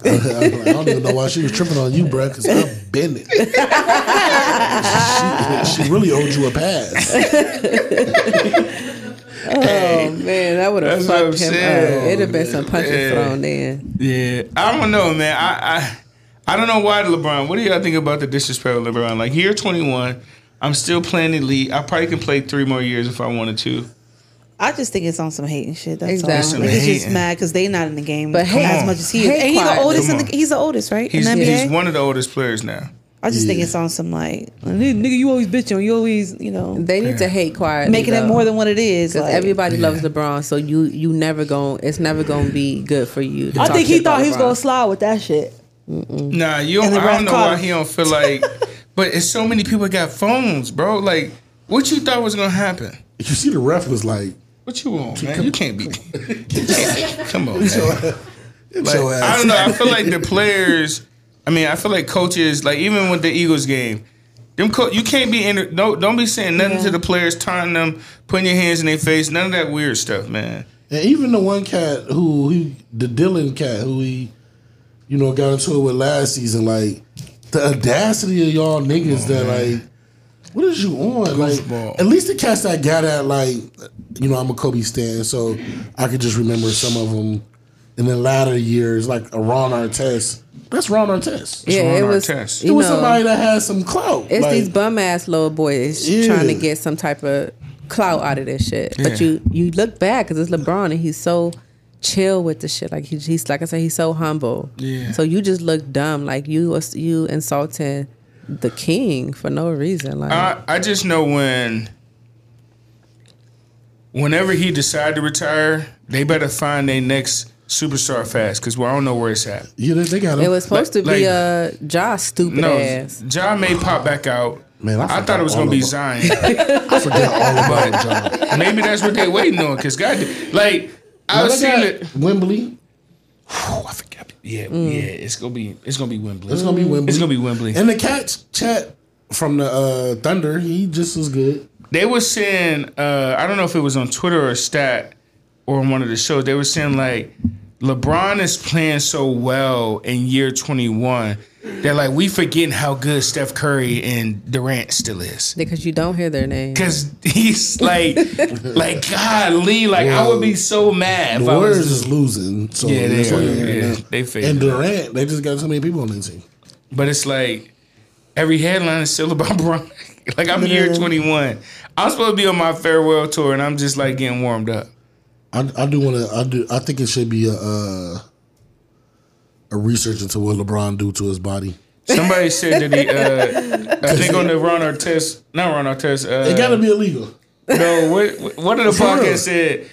Speaker 4: I don't even know why she was tripping on you, bruh, because I'm bending. she, she really owed you a pass.
Speaker 5: oh man, that would have
Speaker 2: That's what I'm
Speaker 5: fucked him
Speaker 2: saying.
Speaker 5: up. It'd have been some punches
Speaker 2: Yeah.
Speaker 5: thrown in.
Speaker 2: Yeah, I don't know, man. I, I I don't know why LeBron. What do y'all think about the disrespect of LeBron? Like year twenty one, I'm still playing the league. I probably can play three more years if I wanted to.
Speaker 6: I just think it's on some hating shit. That's
Speaker 5: Exactly. It's
Speaker 6: all.
Speaker 5: some
Speaker 6: Like, it's just
Speaker 2: hating.
Speaker 6: mad because they not in the game
Speaker 5: But hate-
Speaker 6: as much as he is.
Speaker 5: hate
Speaker 6: And he's the
Speaker 5: quietly.
Speaker 6: oldest. In the,
Speaker 2: Come on.
Speaker 6: he's the oldest, right?
Speaker 2: He's
Speaker 6: in the NBA.
Speaker 2: he's one of the oldest players now.
Speaker 6: I just think
Speaker 4: Yeah.
Speaker 6: it's on some like nigga, you always bitch on, you always you know
Speaker 5: They need to hate quietly,
Speaker 6: making it
Speaker 5: though.
Speaker 6: more than what it is.
Speaker 5: Because
Speaker 6: like-
Speaker 5: everybody loves LeBron, so you you never going it's never gonna be good for you. to
Speaker 6: I
Speaker 5: talk
Speaker 6: think he
Speaker 5: shit about
Speaker 6: thought he was
Speaker 5: LeBron.
Speaker 6: gonna slide with that shit.
Speaker 2: Nah, you.
Speaker 6: And
Speaker 2: Don't,
Speaker 6: the
Speaker 2: I
Speaker 6: ref
Speaker 2: don't know
Speaker 6: caught
Speaker 2: why
Speaker 6: him.
Speaker 2: he don't feel like. but it's so many people got phones, bro. Like, what you thought was gonna happen?
Speaker 4: You see, the ref was like,
Speaker 2: What you want, man? You can't be. you can't- come on, man.
Speaker 4: "It's
Speaker 2: Like,
Speaker 4: your ass."
Speaker 2: I don't know. I feel like the players. I mean, I feel like coaches. Like even with the Eagles game, them co- you can't be in. No, don't be saying nothing to the players, taunting them, putting your hands in their face. None of that weird stuff, man.
Speaker 4: And even the one cat who he, the Dylan cat who he, you know, got into it with last season, like the audacity of y'all niggas that like, what is you on?
Speaker 2: Goofball.
Speaker 4: Like, at least the cats that got at like, you know, I'm a Kobe stan, so I could just remember some of them in the latter years, like a Ron Artest. That's Ron Artest.
Speaker 5: Yeah,
Speaker 2: Ron
Speaker 5: it was.
Speaker 2: Artest.
Speaker 5: You
Speaker 4: It was
Speaker 5: know,
Speaker 4: somebody that had some clout.
Speaker 5: It's
Speaker 4: like,
Speaker 5: these bum ass little boys
Speaker 4: Yeah.
Speaker 5: trying to get some type of clout out of this shit. But
Speaker 2: Yeah.
Speaker 5: you you look back because it's LeBron and he's so chill with the shit. Like he, he's like I said, he's so humble.
Speaker 2: Yeah.
Speaker 5: So you just look dumb, like you was- you insulting the king for no reason. Like
Speaker 2: I I just know when. Whenever he decide to retire, they better find their next superstar fast because well, I don't know where it's at.
Speaker 4: yeah, they, they got him.
Speaker 5: it was supposed to
Speaker 2: like-
Speaker 5: be a Josh stupid
Speaker 2: No,
Speaker 5: ass.
Speaker 2: John may pop back out.
Speaker 4: Man, I
Speaker 2: I, thought
Speaker 4: forgot
Speaker 2: it was
Speaker 4: all
Speaker 2: gonna be
Speaker 4: about-
Speaker 2: Zion.
Speaker 4: I forgot all about him, John.
Speaker 2: Maybe that's what they waiting on. Cause God, like I was seeing it.
Speaker 4: Wembley.
Speaker 2: Oh, I forgot. Yeah, yeah. It's gonna be. It's gonna be Wembley.
Speaker 4: It's gonna
Speaker 5: Mm.
Speaker 4: be Wembley.
Speaker 2: It's gonna be Wembley.
Speaker 4: And the catch chat from the uh, Thunder, he just was good.
Speaker 2: they were saying, uh, I don't know if it was on Twitter or Stat or on one of the shows. They were saying like LeBron is playing so well in year twenty one. They're like we forgetting how good Steph Curry and Durant still is.
Speaker 5: Because you don't hear their name.
Speaker 2: Cause he's like, like God, Lee. Like I would be so mad
Speaker 4: The
Speaker 2: if I
Speaker 4: Warriors
Speaker 2: was.
Speaker 4: is losing, so
Speaker 2: Yeah, they
Speaker 4: that's why
Speaker 2: are,
Speaker 4: they're
Speaker 2: yeah.
Speaker 4: yeah.
Speaker 2: They faded
Speaker 4: and
Speaker 2: out.
Speaker 4: Durant, they just got so many people on their team.
Speaker 2: But it's like every headline is still about Bron. like I'm year 21. I'm supposed to be on my farewell tour, and I'm just like getting warmed up.
Speaker 4: I, I do want to. I do. I think it should be a uh, a research into what LeBron do to his body.
Speaker 2: Somebody said that he, uh, I think on the Ron Artest, not Ron Artest. Uh,
Speaker 4: It got to be illegal,
Speaker 2: no. What, what- one of the
Speaker 4: For real.
Speaker 2: podcasts said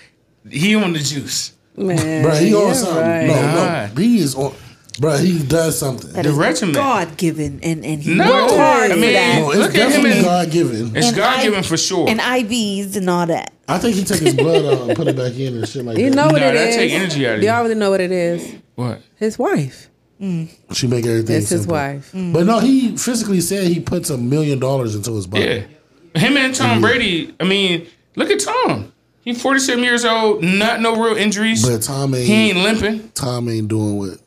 Speaker 2: he on the juice.
Speaker 5: Man,
Speaker 4: bro. He
Speaker 5: you're
Speaker 4: on something.
Speaker 5: right.
Speaker 4: No,
Speaker 2: Nah.
Speaker 4: no, he is on. Bro, he does something.
Speaker 2: The regiment.
Speaker 6: God given, and and he
Speaker 2: No,
Speaker 6: worked hard
Speaker 2: I
Speaker 6: for
Speaker 2: mean-
Speaker 6: that,
Speaker 4: no, it's
Speaker 2: look at him
Speaker 4: definitely
Speaker 2: in-
Speaker 4: God given.
Speaker 2: It's
Speaker 6: And
Speaker 2: God
Speaker 6: I-
Speaker 2: given for sure.
Speaker 6: and IVs and all that.
Speaker 4: I think he take his blood out and put it back in and shit like
Speaker 5: You
Speaker 4: that.
Speaker 5: know what
Speaker 2: Nah,
Speaker 5: it
Speaker 2: that
Speaker 5: is.
Speaker 2: take energy out of
Speaker 5: you
Speaker 2: you.
Speaker 5: already know what it is.
Speaker 2: what?
Speaker 5: His wife.
Speaker 4: She make everything.
Speaker 5: It's his
Speaker 4: simple.
Speaker 5: wife.
Speaker 4: But no, he physically said he puts a million dollars into his body.
Speaker 2: Yeah. Him
Speaker 5: Mm-hmm.
Speaker 2: and Tom Brady. I mean, look at Tom. He's 47 years old. Not no real injuries.
Speaker 4: But Tom ain't,
Speaker 2: he ain't limping.
Speaker 4: Tom ain't doing what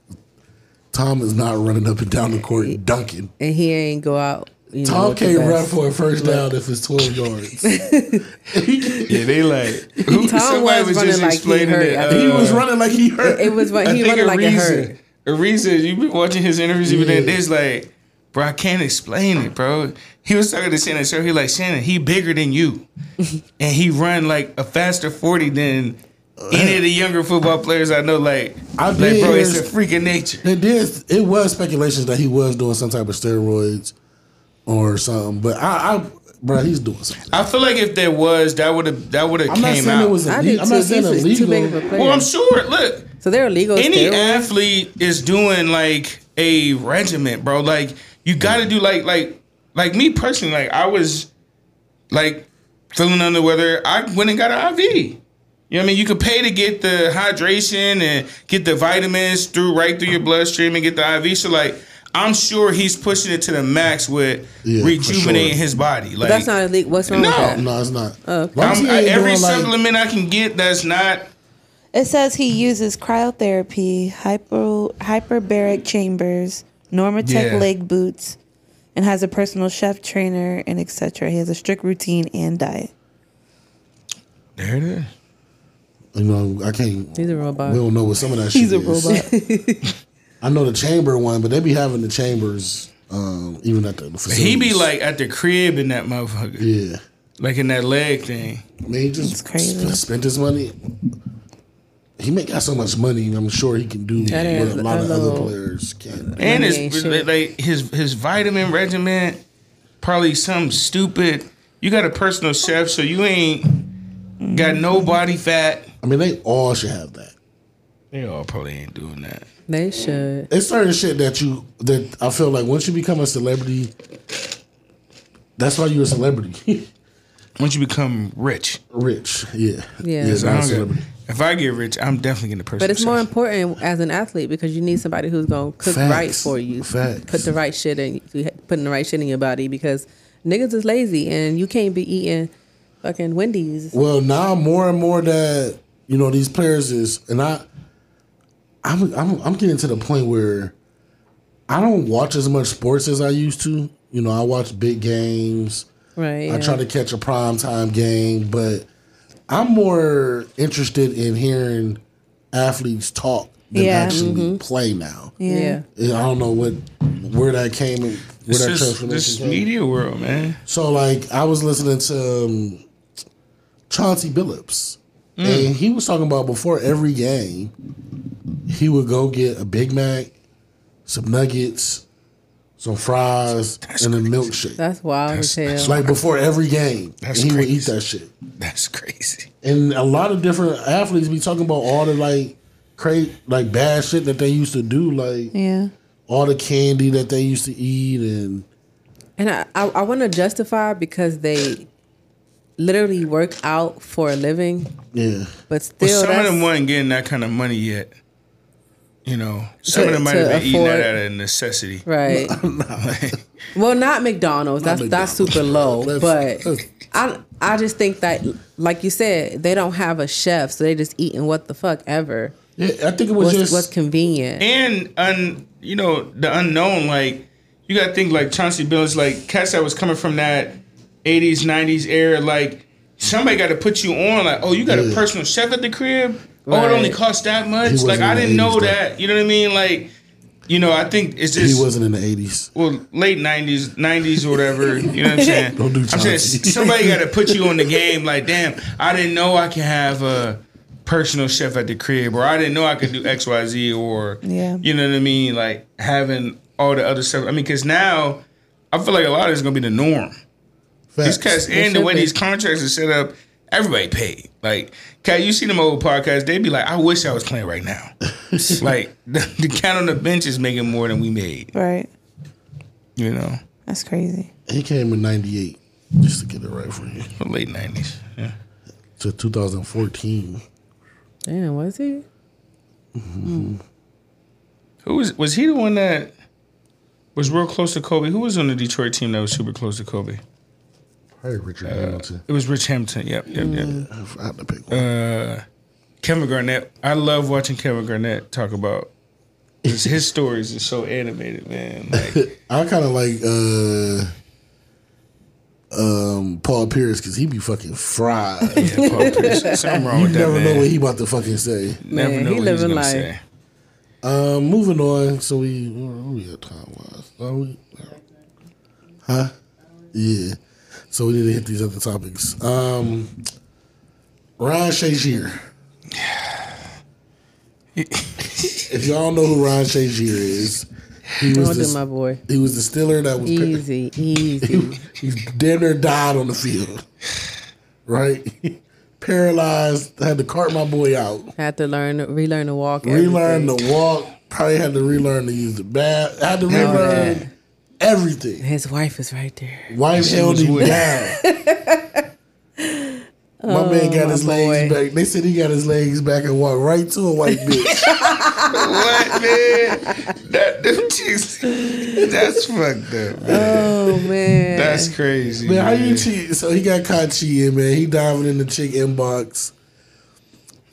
Speaker 4: Tom is not running up and down the court dunking.
Speaker 5: and he ain't go out you know,
Speaker 4: Tom
Speaker 5: with the
Speaker 4: can't run
Speaker 5: best.
Speaker 4: for a first down if it's 12 yards.
Speaker 2: Yeah, they like. Who,
Speaker 5: Tom
Speaker 2: somebody
Speaker 5: was
Speaker 2: was,
Speaker 5: running
Speaker 2: just
Speaker 5: like he
Speaker 2: explaining
Speaker 5: hurt.
Speaker 2: that.
Speaker 5: I think
Speaker 4: he was
Speaker 2: uh,
Speaker 4: running like he hurt.
Speaker 5: It was
Speaker 2: I
Speaker 5: like he
Speaker 2: think
Speaker 5: running like a hurt.
Speaker 2: reason, a reason. You've been watching his interviews, even then,
Speaker 4: Yeah.
Speaker 2: it's like, bro, I can't explain it, bro. He was talking to Shannon, so he like Shannon, he bigger than you, and he run like a faster forty than any of the younger football players I know. Like,
Speaker 4: I
Speaker 2: like,
Speaker 4: did
Speaker 2: bro,
Speaker 4: hear
Speaker 2: it's a
Speaker 4: s-
Speaker 2: freak of nature.
Speaker 4: It did. It was speculations that he was doing some type of steroids or something. But I, I bro, he's doing something.
Speaker 2: I feel like if there was, that would have that would have
Speaker 4: I'm not
Speaker 2: came
Speaker 4: saying
Speaker 2: out.
Speaker 4: it was
Speaker 5: I do
Speaker 4: illegal. I'm
Speaker 5: too.
Speaker 4: not saying
Speaker 5: He's too big of a
Speaker 4: illegal.
Speaker 5: player.
Speaker 2: well, I'm sure. Look,
Speaker 5: so they're illegal.
Speaker 2: any
Speaker 5: steroids.
Speaker 2: athlete is doing like a regiment, bro. Like you got to do like like like me personally. Like I was like feeling under the weather. I went and got an IV. You know what I mean? You could pay to get the hydration and get the vitamins through right through your bloodstream and get the IV. So like. I'm sure he's pushing it to the max with
Speaker 4: Yeah, for
Speaker 2: rejuvenating
Speaker 4: sure.
Speaker 2: his body. Like
Speaker 5: That's not illegal. What's wrong
Speaker 2: No.
Speaker 5: with that?
Speaker 4: No, it's not.
Speaker 5: okay.
Speaker 4: Long
Speaker 2: I'm-
Speaker 4: as he
Speaker 2: Um, I-
Speaker 4: ain't
Speaker 2: every
Speaker 4: doing, like-
Speaker 2: supplement I can get that's not
Speaker 6: It says he uses cryotherapy, hyper, hyperbaric chambers, Normatec
Speaker 2: Yeah.
Speaker 6: leg boots, and has a personal chef trainer and etc. He has a strict routine and diet.
Speaker 2: there it is.
Speaker 4: You know, I can't.
Speaker 5: He's a robot.
Speaker 4: We don't know what some of that shit
Speaker 6: He's a
Speaker 4: is.
Speaker 6: robot.
Speaker 4: I know the chamber one, but they be having the chambers um, even at the facilities.
Speaker 2: He be like at the crib in that motherfucker.
Speaker 4: yeah.
Speaker 2: Like in that leg thing.
Speaker 4: Man, he just
Speaker 6: It's crazy.
Speaker 4: sp- spent his money. He may got so much money. I'm sure he can do
Speaker 5: That is
Speaker 4: what a lot
Speaker 5: a
Speaker 4: of
Speaker 5: little-
Speaker 4: other players can.
Speaker 2: And
Speaker 5: Money ain't
Speaker 2: his
Speaker 5: shit.
Speaker 2: like his his vitamin regimen, probably some stupid. You got a personal chef, so you ain't got no body fat.
Speaker 4: I mean, they all should have that.
Speaker 2: They all probably ain't doing that.
Speaker 5: They should.
Speaker 4: It's certain shit that you that I feel like once you become a celebrity, that's why you're a celebrity.
Speaker 2: Once you become rich,
Speaker 4: Rich, yeah,
Speaker 5: Yeah.
Speaker 4: yeah,
Speaker 5: So
Speaker 2: I
Speaker 4: not
Speaker 2: don't get-
Speaker 4: a celebrity.
Speaker 2: if I get rich, I'm definitely getting a personal.
Speaker 5: But it's more
Speaker 2: chef.
Speaker 5: important as an athlete because you need somebody who's gonna cook
Speaker 4: Facts.
Speaker 5: right for you,
Speaker 4: Facts.
Speaker 5: put the right shit in, putting the right shit in your body because niggas is lazy and you can't be eating fucking Wendy's.
Speaker 4: Well, now more and more that you know these players is, and I, I'm I'm I'm getting to the point where I don't watch as much sports as I used to. You know, I watch big games.
Speaker 5: Right.
Speaker 4: I try to catch a prime time game, but I'm more interested in hearing athletes talk than
Speaker 6: Yeah.
Speaker 4: actually play now.
Speaker 5: Yeah.
Speaker 4: And I don't know what where that came and where
Speaker 2: It's
Speaker 4: that
Speaker 2: just
Speaker 4: transformation
Speaker 2: this is
Speaker 4: came.
Speaker 2: media world, man.
Speaker 4: So like I was listening to um, Chauncey Billups,
Speaker 5: Mm.
Speaker 4: and he was talking about before every game, he would go get a Big Mac, some nuggets, some fries, and a milkshake.
Speaker 5: That's wild as hell.
Speaker 4: Like before every game,
Speaker 2: That's
Speaker 4: and he would eat
Speaker 2: crazy.
Speaker 4: that shit.
Speaker 2: That's crazy.
Speaker 4: And a lot of different athletes be talking about all the like crazy, like bad shit that they used to do, like
Speaker 6: Yeah.
Speaker 4: all the candy that they used to eat, and
Speaker 5: And I, I, I want to justify because they literally work out for a living,
Speaker 4: yeah,
Speaker 5: but
Speaker 2: But
Speaker 5: still,
Speaker 2: some of
Speaker 5: that's,
Speaker 2: them wasn't getting that kind of money yet. You know, some of
Speaker 5: To-
Speaker 2: them might
Speaker 5: to
Speaker 2: have been eating that
Speaker 5: afford-
Speaker 2: out of necessity.
Speaker 5: right? well, not McDonald's. that's that's
Speaker 4: McDonald's.
Speaker 5: super low,
Speaker 4: Let's-
Speaker 5: but
Speaker 4: let's-
Speaker 5: I I just think that, like you said, they don't have a chef, so they just eating what the fuck ever.
Speaker 4: yeah. I think it was
Speaker 5: What's,
Speaker 4: just
Speaker 5: what's convenient?
Speaker 2: and un, you know the unknown. Like you got to think like Chauncey Billups, like cats that was coming from that '80s '90s era. Like somebody got to put you on. Like oh, you got a
Speaker 4: Yeah.
Speaker 2: personal chef at the crib. Oh,
Speaker 5: Right.
Speaker 2: it only cost that much.
Speaker 4: wasn't
Speaker 2: Like I
Speaker 4: in the
Speaker 2: didn't know
Speaker 4: 80s though.
Speaker 2: that. You know what I mean? Like you know, I think it's
Speaker 4: he
Speaker 2: just
Speaker 4: wasn't in the eighties.
Speaker 2: well late '90s, '90s or whatever. You know what I'm saying?
Speaker 4: Don't do
Speaker 2: I'm saying
Speaker 4: Chauncey.
Speaker 2: somebody got to put you on the game. Like damn, I didn't know I could have a personal chef at the crib, or I didn't know I could do X Y Z, or
Speaker 6: Yeah.
Speaker 2: you know what I mean? Like having all the other stuff. I mean, because now I feel like a lot of it's gonna be the norm. These
Speaker 4: Facts.
Speaker 2: cats and the
Speaker 5: should
Speaker 2: way
Speaker 5: be.
Speaker 2: these contracts are set up, everybody paid. Like, cat, you see them old podcasts, they be like, I wish I was playing right now. like the, the cat on the bench is making more than we made.
Speaker 6: Right.
Speaker 2: You know,
Speaker 6: That's crazy.
Speaker 4: He came in '98, just to get it right for you.
Speaker 2: the late nineties. Yeah.
Speaker 4: To 2014,
Speaker 5: Damn, was he?
Speaker 2: Who was was he the one that was real close to Kobe? Who was on the Detroit team that was super close to Kobe?
Speaker 4: probably
Speaker 2: Uh,
Speaker 4: Richard Hamilton.
Speaker 2: It was Rich Hampton. Yep, yep, yep. Uh,
Speaker 4: I forgot to pick one.
Speaker 2: Kevin Garnett. I love watching Kevin Garnett talk about his, his stories. Is so animated, man. Like,
Speaker 4: I kind of like uh, um, Paul Pierce because he be fucking fried.
Speaker 2: Yeah, Paul Pierce. Something wrong
Speaker 4: you
Speaker 2: with that
Speaker 4: never
Speaker 2: man.
Speaker 4: know what he about to fucking say.
Speaker 2: never
Speaker 5: Man,
Speaker 2: know
Speaker 5: he
Speaker 2: what
Speaker 5: living
Speaker 2: he's gonna
Speaker 5: life.
Speaker 2: say.
Speaker 4: Um, moving on. So we, where we at time wise? Are we, huh? Yeah. So we need to hit these other topics. Um, Ron Shazier. if y'all know who Ron Shazier is, he
Speaker 5: Don't
Speaker 4: was
Speaker 5: do my
Speaker 4: the,
Speaker 5: boy.
Speaker 4: he was the Steeler that was
Speaker 5: Easy, easy.
Speaker 4: he, he damn near died on the field, right? Paralyzed, had to cart my boy out.
Speaker 5: Had to learn, relearn to walk.
Speaker 4: Relearn
Speaker 5: everything.
Speaker 4: to walk. Probably had to relearn to use the bath. Had to
Speaker 5: Hell
Speaker 4: relearn everything.
Speaker 5: His wife is right there.
Speaker 4: Wife held
Speaker 2: was
Speaker 4: him
Speaker 2: with
Speaker 4: down. My man
Speaker 2: Oh,
Speaker 4: got his legs back. They said he got his legs back and walked right to a white bitch.
Speaker 2: What man? That them cheeks. That's fucked up. Man.
Speaker 5: Oh man.
Speaker 2: That's crazy.
Speaker 4: man, how you cheat? So he got caught cheating, man. He diving in the chick inbox.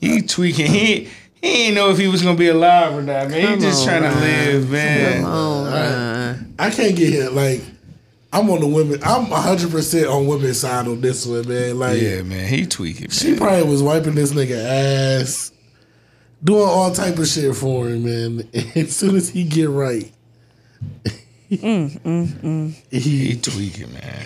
Speaker 2: He tweaking. He he ain't know if he was gonna be alive or not, man.
Speaker 5: Come
Speaker 2: he
Speaker 5: on,
Speaker 2: just trying to
Speaker 5: Ryan.
Speaker 2: live, man.
Speaker 5: oh, uh,
Speaker 4: I can't get hit. Like, I'm on the women. I'm 100% on women's side on this one, man. Like,
Speaker 2: Yeah, man. He tweaking.
Speaker 4: She
Speaker 2: man.
Speaker 4: probably was wiping this nigga ass, doing all type of shit for him, man. And as soon as he get right, Mm,
Speaker 2: He tweaking, man.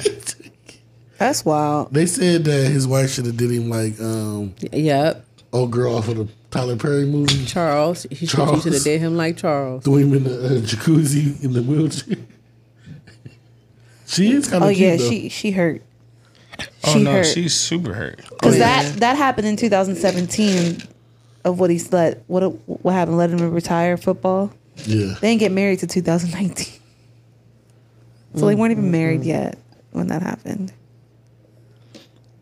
Speaker 6: That's wild.
Speaker 4: they said that his wife should have did him like um
Speaker 5: yep.
Speaker 4: old girl off of the Tyler Perry movie,
Speaker 5: Charles. He should
Speaker 4: Charles.
Speaker 5: have did him like Charles.
Speaker 4: threw him in the uh, jacuzzi in the wheelchair. she is kind
Speaker 6: Oh
Speaker 4: of cute
Speaker 6: yeah,
Speaker 4: though.
Speaker 6: she she hurt.
Speaker 2: Oh
Speaker 6: She
Speaker 2: no, oh,
Speaker 6: hurt.
Speaker 2: she's super hurt.
Speaker 6: Because
Speaker 4: yeah.
Speaker 6: that that happened in 2017 of what he let what what happened let him retire football.
Speaker 4: yeah,
Speaker 6: They didn't get married to 2019, so they weren't even married yet when that happened.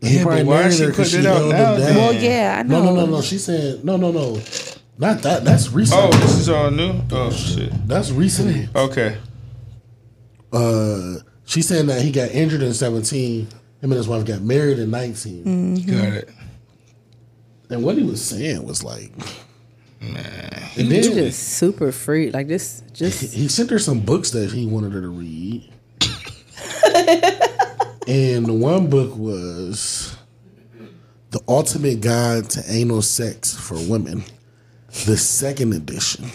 Speaker 4: he probably married her 'cause she held him down.
Speaker 6: Well, yeah, I
Speaker 4: no,
Speaker 6: know.
Speaker 4: no, no, no. She said no, no, no, not that. That's recent.
Speaker 2: Oh, this is all new. Oh shit.
Speaker 4: That's recent.
Speaker 2: Okay.
Speaker 4: Uh, she's saying that he got injured in 17. Him and his wife got married in 19.
Speaker 2: Got it.
Speaker 4: And what he was saying was like, and
Speaker 5: He's
Speaker 4: then
Speaker 5: just super free. Like this, just
Speaker 4: he sent her some books that he wanted her to read. and the one book was The Ultimate Guide to Anal Sex for Women, the second edition.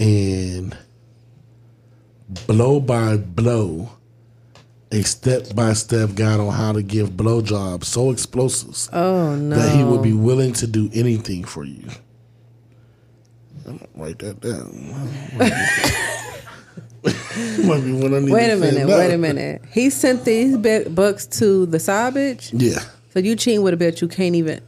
Speaker 4: And blow by blow, a step by step guide on how to give blowjobs so explosive
Speaker 5: oh no.
Speaker 4: that he would be willing to do anything for you. I'm gonna write that down. Might be one I need
Speaker 5: Wait
Speaker 4: to
Speaker 5: a
Speaker 4: send
Speaker 5: minute.
Speaker 4: out.
Speaker 5: Wait a minute. He sent these bi- books to the side bitch.
Speaker 4: Yeah,
Speaker 5: So you cheating with a bitch you can't even.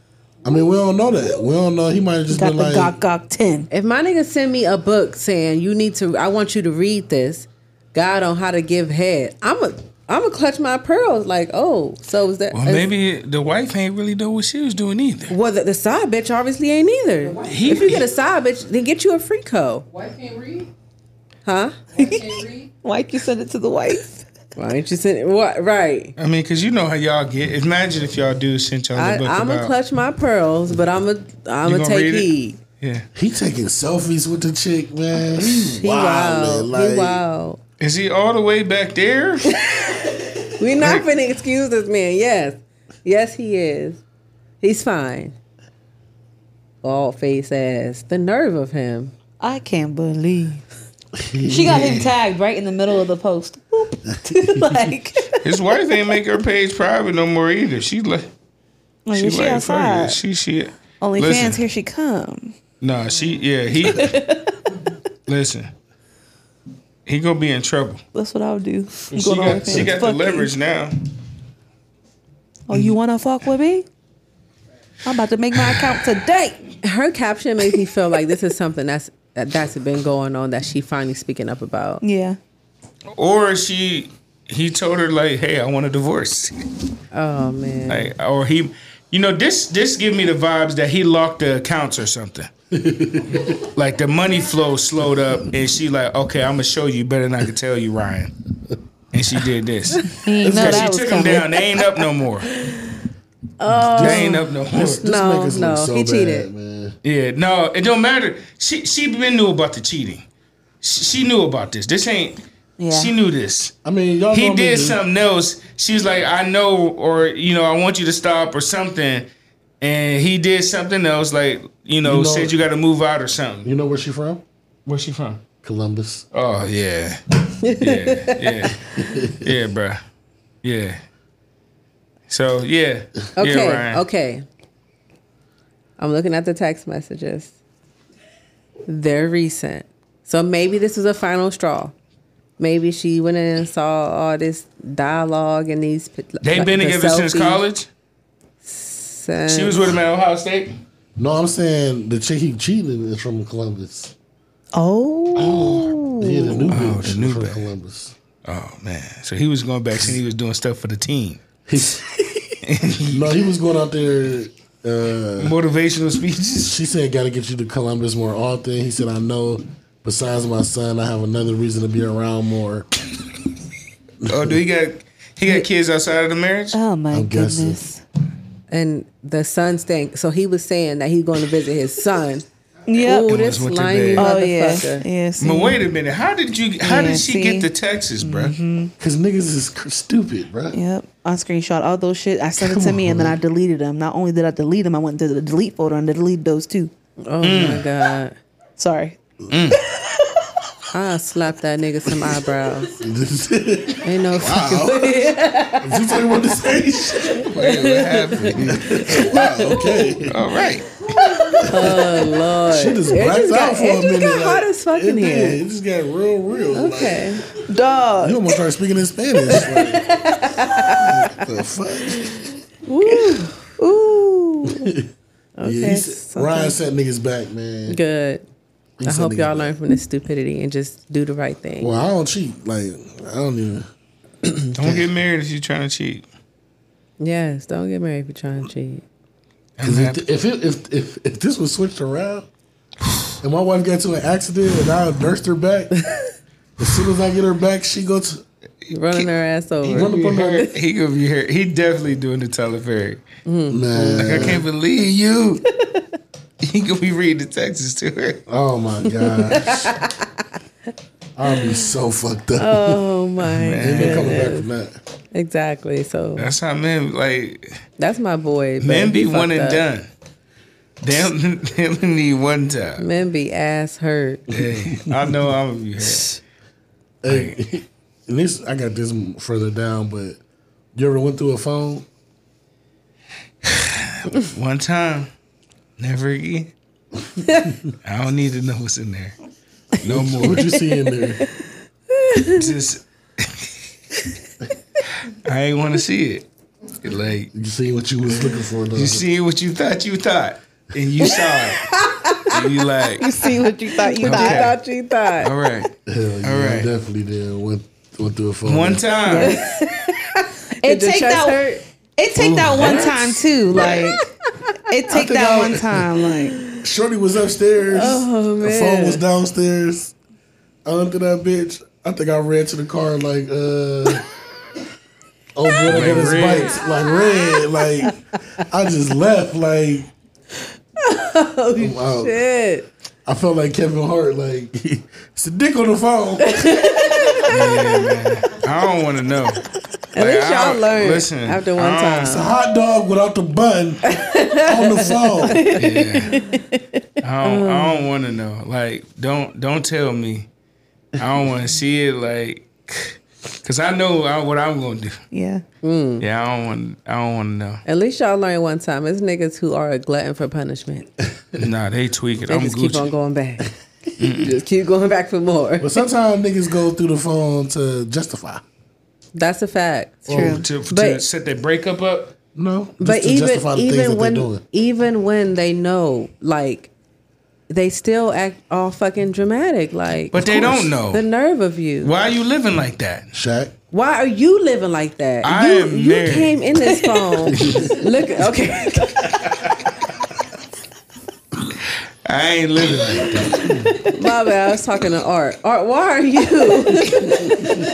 Speaker 4: I mean we don't know that. We don't know. He might have just
Speaker 6: Got
Speaker 4: been
Speaker 6: the
Speaker 4: like,
Speaker 6: gok gok ten.
Speaker 5: If my nigga send me a book saying you need to, I want you to read this, God on how to give head. I'm a, I'm a clutch my pearls. Like oh, so is that?
Speaker 2: Well,
Speaker 5: is-
Speaker 2: maybe the wife ain't really know what she was doing either.
Speaker 5: Well, the, the side bitch obviously ain't either.
Speaker 2: He-
Speaker 5: if you get a side bitch, then get you a free co.
Speaker 3: Wife can't read.
Speaker 5: Huh?
Speaker 3: Can't read.
Speaker 6: Like you sent it to the wife.
Speaker 5: Why ain't you sending? What? Right.
Speaker 2: I mean, cause you know how y'all get. Imagine if y'all do send y'all
Speaker 5: I,
Speaker 2: the book
Speaker 5: I'm
Speaker 2: about.
Speaker 5: gonna clutch my pearls, but I'm gonna I'm gonna
Speaker 2: You gonna
Speaker 5: take
Speaker 2: read it?
Speaker 5: heed.
Speaker 2: Yeah.
Speaker 4: he taking selfies with the chick, man. He
Speaker 5: He
Speaker 4: wild,
Speaker 5: wild.
Speaker 4: like
Speaker 5: he wild.
Speaker 2: Is he all the way back there?
Speaker 5: We're not finna excuse this man. Yes, yes, he is. He's fine. Bald face ass. The nerve of him.
Speaker 6: I can't believe. She got him tagged right in the middle of the post. Boop. like,
Speaker 2: His wife ain't make her page private no more either. She like
Speaker 6: like
Speaker 2: she,
Speaker 6: is she
Speaker 2: like
Speaker 6: outside?
Speaker 2: fuck it. She she.
Speaker 6: Only
Speaker 2: Listen.
Speaker 6: fans, here she come.
Speaker 2: Nah, she yeah he. listen, he gonna be in trouble.
Speaker 6: That's what I would do. You
Speaker 2: She
Speaker 6: go to
Speaker 2: got, she
Speaker 6: OnlyFans.
Speaker 2: got the
Speaker 6: Fuck you.
Speaker 2: leverage now.
Speaker 6: Oh, you wanna fuck with me? I'm about to make my account today.
Speaker 5: Her caption makes me feel like this is something that's that, that's been going on that she finally speaking up about.
Speaker 6: Yeah.
Speaker 2: Or she he told her like, hey, I want a divorce.
Speaker 5: Oh man.
Speaker 2: Like, or he, you know, this this give me the vibes that he locked the accounts or something. like the money flow slowed up, and she like, okay, I'm gonna show you better than I can tell you, Ryan. And she did this.
Speaker 6: He ain't know
Speaker 2: Cause she
Speaker 6: that was Oh.
Speaker 2: took him
Speaker 6: coming.
Speaker 2: down. They ain't up no more. they ain't up no more.
Speaker 4: This, this
Speaker 5: No,
Speaker 4: make us
Speaker 5: no,
Speaker 4: look so
Speaker 5: he
Speaker 4: bad,
Speaker 5: cheated.
Speaker 4: man.
Speaker 2: Yeah, no, it don't matter. She she been knew about the cheating. She, she knew about this. This ain't
Speaker 6: Yeah.
Speaker 2: She knew this.
Speaker 4: I mean, y'all.
Speaker 2: He
Speaker 4: know me,
Speaker 2: did
Speaker 4: dude.
Speaker 2: something else. She was like, I know, or, you know, I want you to stop or something. And he did something else, like, you know,
Speaker 4: You know-
Speaker 2: said you got to move out or something.
Speaker 4: You know where she from?
Speaker 2: Where's she from?
Speaker 4: Columbus.
Speaker 2: Oh, yeah. Yeah, yeah. Yeah, bruh. Yeah. So, yeah.
Speaker 5: Okay,
Speaker 2: yeah, Ryan.
Speaker 5: okay. I'm looking at the text messages. They're recent. So maybe this was a final straw. Maybe she went in and saw all this dialogue and these.
Speaker 2: They've been together since college. She was with him at Ohio State.
Speaker 4: No, I'm saying the chick he cheated is from Columbus.
Speaker 6: Oh.
Speaker 4: Yeah, the new bitch
Speaker 2: the new
Speaker 4: is from
Speaker 2: bitch.
Speaker 4: Columbus.
Speaker 2: Oh man! So he was going back and he was doing stuff for the team.
Speaker 4: He- no, he was going out there. Uh,
Speaker 2: Motivational speeches.
Speaker 4: she said, "Got to get you to Columbus more often." He said, "I know. Besides my son, I have another reason to be around more."
Speaker 2: Oh, do he got he got kids outside of the marriage?
Speaker 6: Oh my
Speaker 4: I'm guessing.
Speaker 6: goodness.
Speaker 5: And the son thing. So he was saying that he's going to visit his son.
Speaker 6: Yep.
Speaker 5: Ooh,
Speaker 2: And
Speaker 5: this
Speaker 2: was with the
Speaker 5: slimy
Speaker 2: bed.
Speaker 6: oh yeah.
Speaker 5: motherfucker.
Speaker 6: Yeah. see.
Speaker 2: But wait a minute, how did you? How
Speaker 6: Yeah,
Speaker 2: did she
Speaker 6: see?
Speaker 2: get the Texas, bro?
Speaker 4: Cause niggas is cr- stupid, bro.
Speaker 6: Yep, I screenshot all those shit. I sent it to me, and then I deleted them. Not only did I delete them, I went to the delete folder and deleted those too.
Speaker 5: Oh
Speaker 2: Mm.
Speaker 5: my God.
Speaker 6: Sorry.
Speaker 5: I'll slap that nigga some eyebrows. Ain't no fucking way.
Speaker 4: Just like what to say.
Speaker 2: Wait, what happened?
Speaker 4: Wow, okay.
Speaker 2: All right,
Speaker 4: She just
Speaker 5: It
Speaker 4: blacked
Speaker 5: just got-
Speaker 4: out for
Speaker 5: it
Speaker 4: a
Speaker 5: just
Speaker 4: minute.
Speaker 5: got hot
Speaker 4: like,
Speaker 5: as fuck in
Speaker 4: it
Speaker 5: here.
Speaker 4: did. It just got real, real. like,
Speaker 5: Okay.
Speaker 6: Dog.
Speaker 4: you almost started speaking in Spanish. Like, what the fuck?
Speaker 5: Ooh. Ooh.
Speaker 4: yeah,
Speaker 5: Okay.
Speaker 4: he said, Ryan sent niggas back, man.
Speaker 5: Good.
Speaker 4: He
Speaker 5: I
Speaker 4: sent
Speaker 5: hope
Speaker 4: niggas
Speaker 5: y'all
Speaker 4: back.
Speaker 5: learn from this stupidity and just do the right thing.
Speaker 4: Well, I don't cheat. Like, I don't even.
Speaker 2: don't get married if you're trying to cheat.
Speaker 5: Yes, don't get married if you're trying to cheat.
Speaker 4: Cause if, if, it, if if if this was switched around, and my wife got to an accident, and I nursed her back, as soon as I get her back, she goes.
Speaker 5: You're running her ass over.
Speaker 4: run-
Speaker 2: He
Speaker 4: up on
Speaker 2: gonna be He gonna be here. He definitely doing the Telefairy.
Speaker 5: Mm.
Speaker 2: I
Speaker 4: Man,
Speaker 2: can't believe you. He gonna be reading the Texas to her.
Speaker 4: oh my gosh, I'll be so fucked up.
Speaker 5: Oh my.
Speaker 4: Ain't no coming back from that.
Speaker 5: Exactly. So
Speaker 2: That's how men like
Speaker 5: that's my boy. but
Speaker 2: men
Speaker 5: he
Speaker 2: be one
Speaker 5: fucked
Speaker 2: and
Speaker 5: up.
Speaker 2: done. They only- they only need one time.
Speaker 5: Men be ass hurt.
Speaker 2: Hey, I know I'm gonna be happy.
Speaker 4: Hey, and this I got this further down, but you ever went through a phone?
Speaker 2: One time, never again. I don't need to know what's in there. No more.
Speaker 4: What you see in there?
Speaker 2: Just I ain't want to see it. It Like
Speaker 4: You see what you was looking for? Though.
Speaker 2: you see what you thought you thought, and you saw it. And you like,
Speaker 6: See what you thought you
Speaker 2: Okay.
Speaker 5: I
Speaker 6: thought.
Speaker 5: thought you thought.
Speaker 2: all right.
Speaker 4: Hell yeah, I
Speaker 2: right.
Speaker 4: definitely did. Went went through a phone.
Speaker 2: One time,
Speaker 6: It
Speaker 5: Did your
Speaker 6: take
Speaker 5: chest
Speaker 6: that.
Speaker 5: hurt?
Speaker 6: It take that one time too. Like it take that one time. Like
Speaker 4: Shorty was upstairs.
Speaker 5: Oh,
Speaker 4: The phone
Speaker 5: man.
Speaker 4: was downstairs. I looked at that bitch. I think I ran to the car like, uh, oh boy, I got his
Speaker 2: red.
Speaker 4: bikes like red. Like I just left. Like
Speaker 2: Oh,
Speaker 4: I'm out.
Speaker 5: Shit.
Speaker 4: I felt like Kevin Hart. Like it's a dick on the phone.
Speaker 2: I don't want to know.
Speaker 5: At least y'all learned
Speaker 2: Listen,
Speaker 5: after one
Speaker 2: I don't-
Speaker 5: time.
Speaker 4: It's a hot dog without the bun on the phone.
Speaker 2: I don't, I don't want to know. Like, don't don't tell me. I don't want to see it. Like, cause I know I, what I'm gonna do.
Speaker 6: yeah.
Speaker 2: Yeah, I don't want. I don't want to know.
Speaker 5: At least y'all learned one time. It's niggas who are a glutton for punishment.
Speaker 2: Nah, they tweak it.
Speaker 5: They
Speaker 2: I'm
Speaker 5: just keep on
Speaker 2: Gucci.
Speaker 5: going back. just keep going back for more.
Speaker 4: But sometimes niggas go through the phone to justify.
Speaker 5: That's a fact.
Speaker 6: True.
Speaker 2: To, to
Speaker 5: But-
Speaker 2: set their breakup up.
Speaker 4: No, just
Speaker 5: but
Speaker 4: to
Speaker 5: even
Speaker 4: justify the things
Speaker 5: even
Speaker 4: that
Speaker 5: when
Speaker 4: they're doing.
Speaker 5: even when they know like they still act all fucking dramatic like
Speaker 2: But they don't know.
Speaker 5: the nerve of you
Speaker 2: Why are you living like that?
Speaker 4: Shaq.
Speaker 5: why are you living like that
Speaker 2: I
Speaker 5: you,
Speaker 2: am
Speaker 5: you
Speaker 2: married.
Speaker 5: came in this phone look okay
Speaker 2: I ain't living like that.
Speaker 5: my bad I was talking to Art Art why are you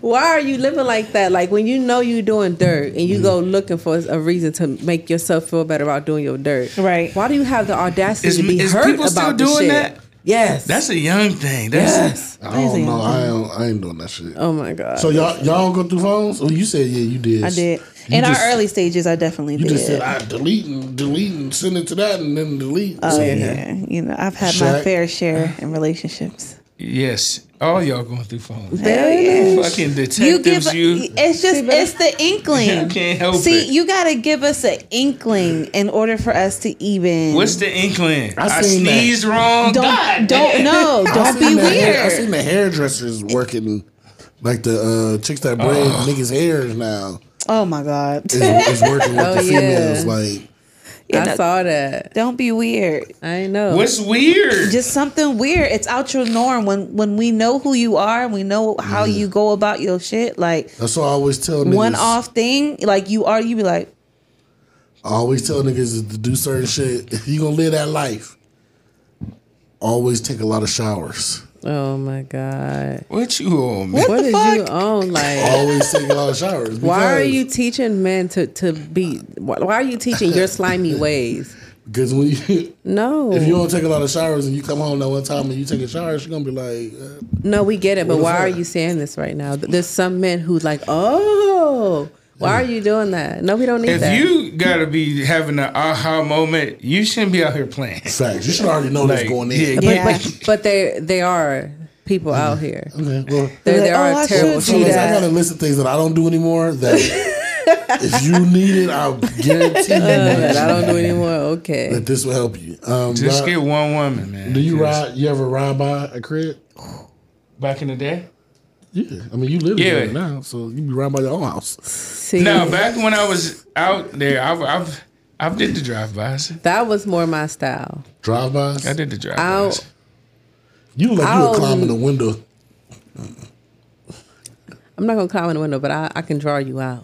Speaker 5: why are you living like that like when you know you doing dirt and you go looking for a reason to make yourself feel better about doing your dirt
Speaker 6: Right.
Speaker 5: why do you have the audacity
Speaker 2: Is,
Speaker 5: to be
Speaker 2: is
Speaker 5: hurt
Speaker 2: people
Speaker 5: about
Speaker 2: still
Speaker 5: the
Speaker 2: doing
Speaker 5: shit?
Speaker 2: that?
Speaker 3: Yes.
Speaker 2: That's a young thing.
Speaker 3: yes.
Speaker 2: That's
Speaker 4: I don't know. I don't, I ain't doing that shit.
Speaker 5: Oh my god.
Speaker 4: So y'all y'all don't go through phones? Oh, you said yeah, you did.
Speaker 6: I did.
Speaker 4: You
Speaker 6: In
Speaker 4: just-
Speaker 6: our early stages, I definitely
Speaker 4: You
Speaker 6: did.
Speaker 4: just said I delete and delete and send it to that and then delete.
Speaker 6: oh,
Speaker 4: So-
Speaker 6: yeah. You know, I've had my
Speaker 4: Shaq.
Speaker 6: fair share in relationships.
Speaker 2: yes. All y'all going through phones.
Speaker 6: Hell yeah.
Speaker 2: Fucking
Speaker 6: You give
Speaker 2: detectives, you.
Speaker 6: it's just it's the inkling.
Speaker 2: You can't help
Speaker 6: See,
Speaker 2: it.
Speaker 6: you gotta give us an inkling in order for us to even
Speaker 2: What's the inkling?
Speaker 4: I
Speaker 2: I,
Speaker 4: seen that.
Speaker 2: sneezed wrong.
Speaker 6: don't
Speaker 2: God
Speaker 6: don't
Speaker 2: damn.
Speaker 6: no,
Speaker 4: I
Speaker 6: don't
Speaker 4: seen
Speaker 6: be
Speaker 4: the hair- I
Speaker 6: weird.
Speaker 4: seen the hairdressers working like the uh, chicks that braid niggas' hairs now
Speaker 6: Oh my god.
Speaker 4: is, is working with
Speaker 5: Oh,
Speaker 4: the
Speaker 5: yeah.
Speaker 4: females. Like
Speaker 6: You
Speaker 5: I
Speaker 6: know,
Speaker 5: saw that.
Speaker 6: don't be weird.
Speaker 5: I know.
Speaker 2: What's weird?
Speaker 6: Just something weird. It's out your norm when when we know who you are and we know how you go about your shit. Like
Speaker 4: that's what I always tell niggas.
Speaker 6: one off thing, like you are, you be like,
Speaker 4: I always tell niggas is to do certain shit. If you gonna live that life, always take a lot of showers.
Speaker 5: oh my god.
Speaker 2: what you on, man?
Speaker 6: What
Speaker 5: What
Speaker 6: the
Speaker 5: is
Speaker 6: fuck?
Speaker 5: you on? Like,
Speaker 4: Always take a lot of showers.
Speaker 5: why are
Speaker 4: Oh, because-
Speaker 5: you teaching men to to be? Why why are you teaching your slimy ways?
Speaker 4: Because when you
Speaker 5: No,
Speaker 4: if you don't take a lot of showers and you come home that one time and you take a shower, she's gonna be like, uh,
Speaker 5: no, we get it, but
Speaker 4: the
Speaker 5: why are
Speaker 4: fuck?
Speaker 5: you saying this right now? Th- There's some men who like, oh, why are you doing that? No, we don't need
Speaker 2: If
Speaker 5: that.
Speaker 2: you gotta be having an aha moment, you shouldn't be out here playing.
Speaker 4: "Facts." You should already know
Speaker 2: Like,
Speaker 4: this going in.
Speaker 2: yeah,
Speaker 5: but,
Speaker 6: Yeah.
Speaker 5: but, but they they are people out here.
Speaker 4: Okay, well,
Speaker 5: There,
Speaker 6: Like,
Speaker 5: there
Speaker 6: oh, I
Speaker 5: are
Speaker 6: should
Speaker 5: terrible.
Speaker 6: do
Speaker 4: so
Speaker 5: people.
Speaker 4: listen,
Speaker 6: that.
Speaker 4: I got a list of things that I don't do anymore. That if you need it, I'll guarantee you
Speaker 5: But I
Speaker 4: that
Speaker 5: don't do anymore. Okay.
Speaker 4: this will help you. Um,
Speaker 2: Just
Speaker 4: Rob,
Speaker 2: get one woman, man.
Speaker 4: do you
Speaker 2: Just-
Speaker 4: ride? You ever ride by a crib?
Speaker 2: back in the day?
Speaker 4: Yeah, I mean you live
Speaker 2: Yeah.
Speaker 4: there now, so you be riding by your own house.
Speaker 5: See,
Speaker 2: No, back when I was out there, I've I've I've did the drive bys.
Speaker 5: that was more my style.
Speaker 4: Drive by.
Speaker 2: I did the drive
Speaker 5: I'll-
Speaker 2: bys.
Speaker 4: You look like you
Speaker 5: I'll-
Speaker 4: were climbing the window.
Speaker 5: I'm not gonna climb in the window, but I, I can draw you out.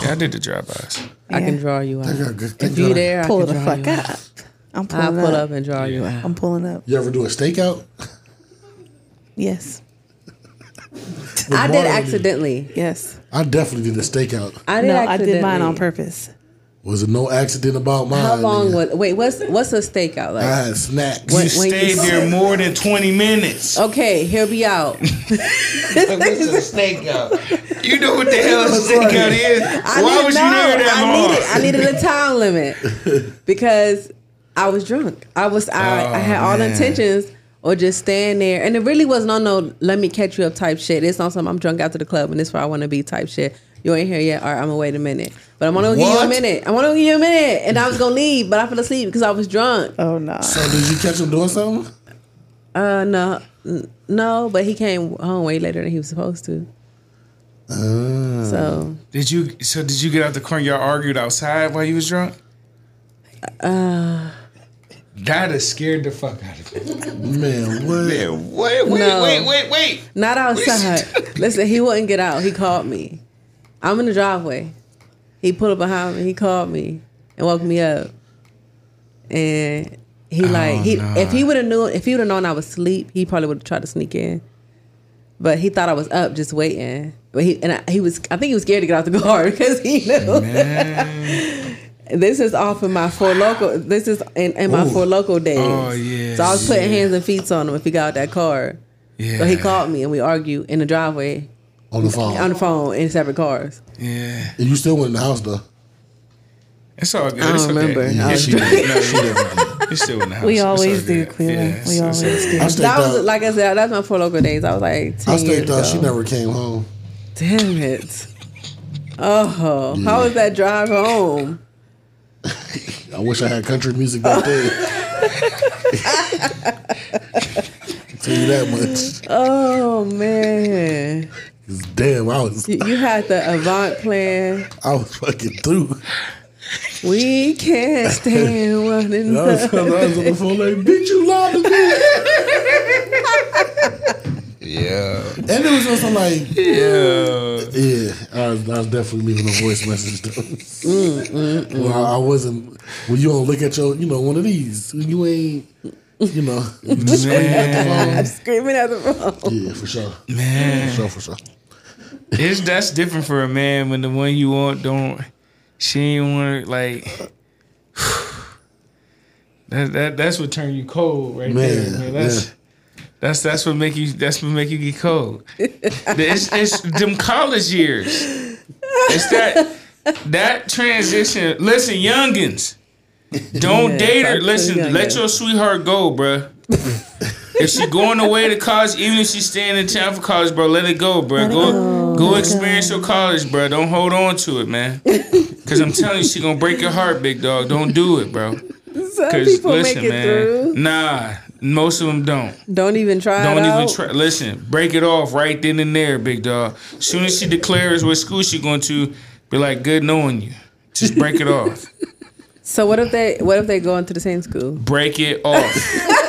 Speaker 2: Yeah, I did the drive bys.
Speaker 5: I can
Speaker 6: Yeah.
Speaker 5: draw you
Speaker 4: I
Speaker 5: out.
Speaker 4: got good-
Speaker 5: If you there,
Speaker 6: pull
Speaker 5: I
Speaker 6: the
Speaker 5: can draw
Speaker 6: fuck
Speaker 5: you out.
Speaker 6: up. I'm pulling
Speaker 5: I'll pull
Speaker 6: up.
Speaker 5: up and draw you out.
Speaker 6: I'm pulling up.
Speaker 4: You ever do a stakeout?
Speaker 6: Yes.
Speaker 5: I
Speaker 4: Marlon
Speaker 5: did
Speaker 4: did.
Speaker 5: accidentally.
Speaker 6: Yes.
Speaker 4: I definitely did a stakeout.
Speaker 5: I did
Speaker 6: No, I
Speaker 5: accidentally.
Speaker 6: did mine on purpose.
Speaker 4: Was it no accident about mine?
Speaker 5: How long
Speaker 4: nigga?
Speaker 5: was? Wait, what's what's a stakeout
Speaker 4: I
Speaker 5: like?
Speaker 4: had snacks?
Speaker 5: What-
Speaker 2: You
Speaker 5: when you
Speaker 2: stayed
Speaker 5: said-
Speaker 2: there more than twenty minutes.
Speaker 5: Okay, he'll be out.
Speaker 2: You know what the hell a stakeout is?
Speaker 5: I
Speaker 2: Why
Speaker 5: need-
Speaker 2: was
Speaker 5: no,
Speaker 2: you there that
Speaker 5: I
Speaker 2: long?
Speaker 5: needed I needed a time limit because I was drunk. I was I, I had all
Speaker 2: Oh, man.
Speaker 5: intentions or just staying there, and it really was no no. Let me catch you up type shit. It's not something I'm drunk after the club, and this where I want to be type shit. You ain't here yet. All right, I'm gonna wait a minute, but I'm gonna give you a
Speaker 2: What?
Speaker 5: minute. I'm gonna give you a minute, and I was gonna leave, but I fell asleep because I was drunk.
Speaker 6: Oh no.
Speaker 4: So did you catch him doing something?
Speaker 5: Uh, no, n- no, but he came home way later than he was supposed to.
Speaker 2: Ah.
Speaker 5: So
Speaker 2: Did you so did you get out the car and y'all argued outside while you was drunk? Uh that has scared the fuck out of me.
Speaker 4: Man, what?
Speaker 2: Man, wait, wait,
Speaker 5: No.
Speaker 2: wait, wait, wait.
Speaker 5: Not outside. Listen, he wouldn't get out. He called me. I'm in the driveway. He pulled up behind me. He called me and woke me up. And he like he
Speaker 2: Oh, no.
Speaker 5: if he would have knew if he would have known I was asleep, he probably would have tried to sneak in. But he thought I was up just waiting. But he and I, he was I think he was scared to get out the car because he knew this is off in my four local. This is in, in my
Speaker 2: Ooh.
Speaker 5: four local days.
Speaker 2: Oh, yeah,
Speaker 5: So I was putting
Speaker 2: yeah.
Speaker 5: hands and feet on him if he got out that car.
Speaker 2: Yeah.
Speaker 5: So he called me and we argued in the driveway
Speaker 4: On the phone.
Speaker 5: on the phone in separate cars.
Speaker 2: Yeah.
Speaker 4: And you still went in the house though.
Speaker 2: It's all good.
Speaker 5: I don't
Speaker 2: it's okay.
Speaker 5: remember. I
Speaker 2: You're
Speaker 5: was
Speaker 2: still, no, she didn't. You're still in the house.
Speaker 6: We
Speaker 2: It's all
Speaker 6: always do,
Speaker 2: good.
Speaker 6: Cleveland.
Speaker 2: Yeah,
Speaker 6: we
Speaker 2: it's-
Speaker 6: always
Speaker 2: it's-
Speaker 6: do.
Speaker 4: I staked
Speaker 5: That was
Speaker 4: out.
Speaker 5: like I said, that's my four local days. I was like ten
Speaker 4: I
Speaker 5: years
Speaker 4: staked
Speaker 5: ago.
Speaker 4: out. She never came home.
Speaker 5: Damn it. Oh, how was that drive home?
Speaker 4: I wish I had country music back then. Tell you that much.
Speaker 5: Oh man,
Speaker 4: 'Cause Damn, I was
Speaker 5: you, you had the Avant plan.
Speaker 4: I was fucking through.
Speaker 5: We can't stand one
Speaker 4: And I was,
Speaker 5: another.
Speaker 4: I was on the phone like, bitch, you lied to me.
Speaker 2: Yeah.
Speaker 4: And it was also like,
Speaker 2: Yeah.
Speaker 4: yeah, I was, I was definitely leaving a voice message though.
Speaker 2: Mm,
Speaker 4: Well, I, I wasn't. When you don't look at your, you know, one of these, when you ain't, you know, you just screaming at the
Speaker 5: Screaming at the phone.
Speaker 4: phone. Yeah, for sure, for
Speaker 2: Man.
Speaker 4: sure, for sure.
Speaker 2: It's that's different for a man when the one you want don't she ain't want to like That, that that's what turned you cold right there.
Speaker 4: Man,
Speaker 2: Man. That's that's that's what make you that's what make you get cold. it's, it's them college years. It's that that transition. Listen, youngins, don't
Speaker 5: Yeah,
Speaker 2: date
Speaker 5: fuck
Speaker 2: her.
Speaker 5: the
Speaker 2: Listen, let
Speaker 5: youngins.
Speaker 2: your sweetheart go, bruh. if she going away to college, even if she's staying in town for college, bro, let it go, bro. Go, go, experience your college, bro. Don't hold on to it, man. Because I'm telling you, she gonna break your heart, big dog. Don't do it, bro.
Speaker 5: Some
Speaker 2: Because
Speaker 5: people
Speaker 2: listen,
Speaker 5: make it
Speaker 2: man.
Speaker 5: through.
Speaker 2: Nah, most of them don't.
Speaker 5: Don't even try
Speaker 2: Don't
Speaker 5: it out.
Speaker 2: even try. Listen, break it off right then and there, big dog. Soon as she declares what school she going to, be like, good knowing you. Just break it off.
Speaker 5: So what if they what if they go into the same school?
Speaker 2: Break it off.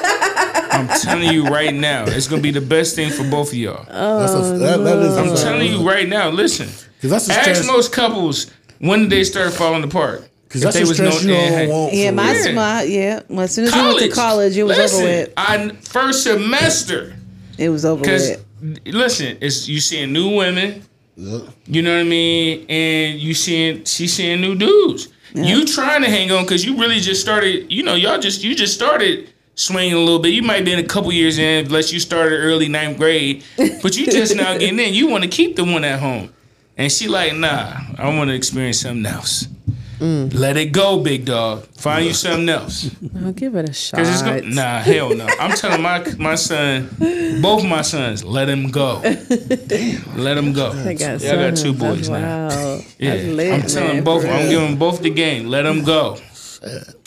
Speaker 2: I'm telling you right now, it's gonna be the best thing for both of y'all.
Speaker 4: That's a, that, that is
Speaker 2: Oh, I'm telling you right now. Listen,
Speaker 4: Because that's the
Speaker 2: ask
Speaker 4: Oh. stress.
Speaker 2: most couples when did they start falling apart.
Speaker 4: Because
Speaker 2: If
Speaker 4: that's
Speaker 2: they
Speaker 4: the
Speaker 2: was
Speaker 4: stress
Speaker 2: no-
Speaker 4: you
Speaker 2: eh,
Speaker 4: don't
Speaker 2: hey.
Speaker 4: want.
Speaker 6: Yeah,
Speaker 4: for
Speaker 6: my,
Speaker 4: real.
Speaker 2: real.
Speaker 6: my yeah. Well, as soon as you went to college, it was
Speaker 2: Listen,
Speaker 6: over with.
Speaker 2: I first semester.
Speaker 6: It was over
Speaker 2: Because
Speaker 6: with.
Speaker 2: listen, it's you seeing new women.
Speaker 4: Yeah.
Speaker 2: You know what I mean? And you seeing she's seeing new dudes. You trying to hang on because you really just started. You know, y'all just you just started swinging a little bit. You might be in a couple years in, unless you started early ninth grade. But you just now getting in. You want to keep the one at home, and she like, nah, I want to experience something else.
Speaker 6: Mm.
Speaker 2: Let it go, big dog. Find you something else.
Speaker 5: I'll give it a shot.
Speaker 2: Cause it's gonna, nah, hell no. I'm telling my my son, both my sons, let him go. let him go.
Speaker 5: I got,
Speaker 2: Yeah, I got two
Speaker 5: some. That's
Speaker 2: boys now.
Speaker 5: wild.
Speaker 2: Yeah,
Speaker 5: That's lit,
Speaker 2: I'm telling
Speaker 5: man,
Speaker 2: both.
Speaker 5: for
Speaker 2: I'm
Speaker 5: real.
Speaker 2: giving both the game. Let them go.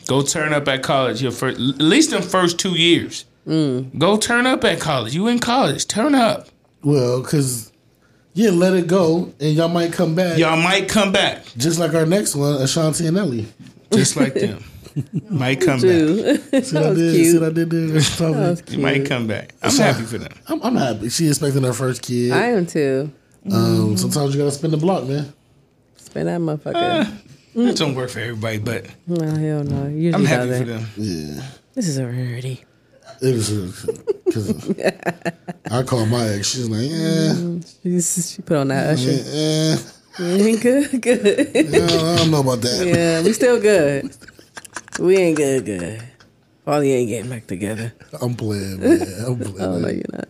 Speaker 2: Go turn up at college. Your first, at least them first two years.
Speaker 5: Mm.
Speaker 2: Go turn up at college. You in college? Turn up.
Speaker 4: Well, because yeah, let it go, and y'all might come back.
Speaker 2: Y'all might come back
Speaker 4: Just like our next one, Ashanti and Ellie.
Speaker 2: just like them. might come back.
Speaker 5: Ooh. that
Speaker 4: See what I
Speaker 5: was
Speaker 4: did?
Speaker 5: cute.
Speaker 4: See what I did there? That's probably-
Speaker 5: That was
Speaker 2: You might
Speaker 5: cute.
Speaker 2: come back. I'm happy for them.
Speaker 4: I'm, I'm happy. She expecting her first kid.
Speaker 5: I am too.
Speaker 4: um, sometimes you gotta spin the block, man.
Speaker 5: Spin that motherfucker.
Speaker 2: Ah.
Speaker 5: mm.
Speaker 2: It don't work for everybody, but
Speaker 5: no, hell no. Usually
Speaker 2: I'm happy for
Speaker 5: doesn't.
Speaker 2: them.
Speaker 4: Yeah,
Speaker 5: This is a rarity.
Speaker 4: it was. 'cause I called my ex. She's like, eh,
Speaker 5: She's, she put on that usher.
Speaker 4: eh, eh,
Speaker 5: good, good.
Speaker 4: I, don't, I don't know about that.
Speaker 5: yeah, we still good. We ain't good, good. Paulie ain't getting back together.
Speaker 4: I'm playing, man. I'm playing.
Speaker 5: Oh no, you're not.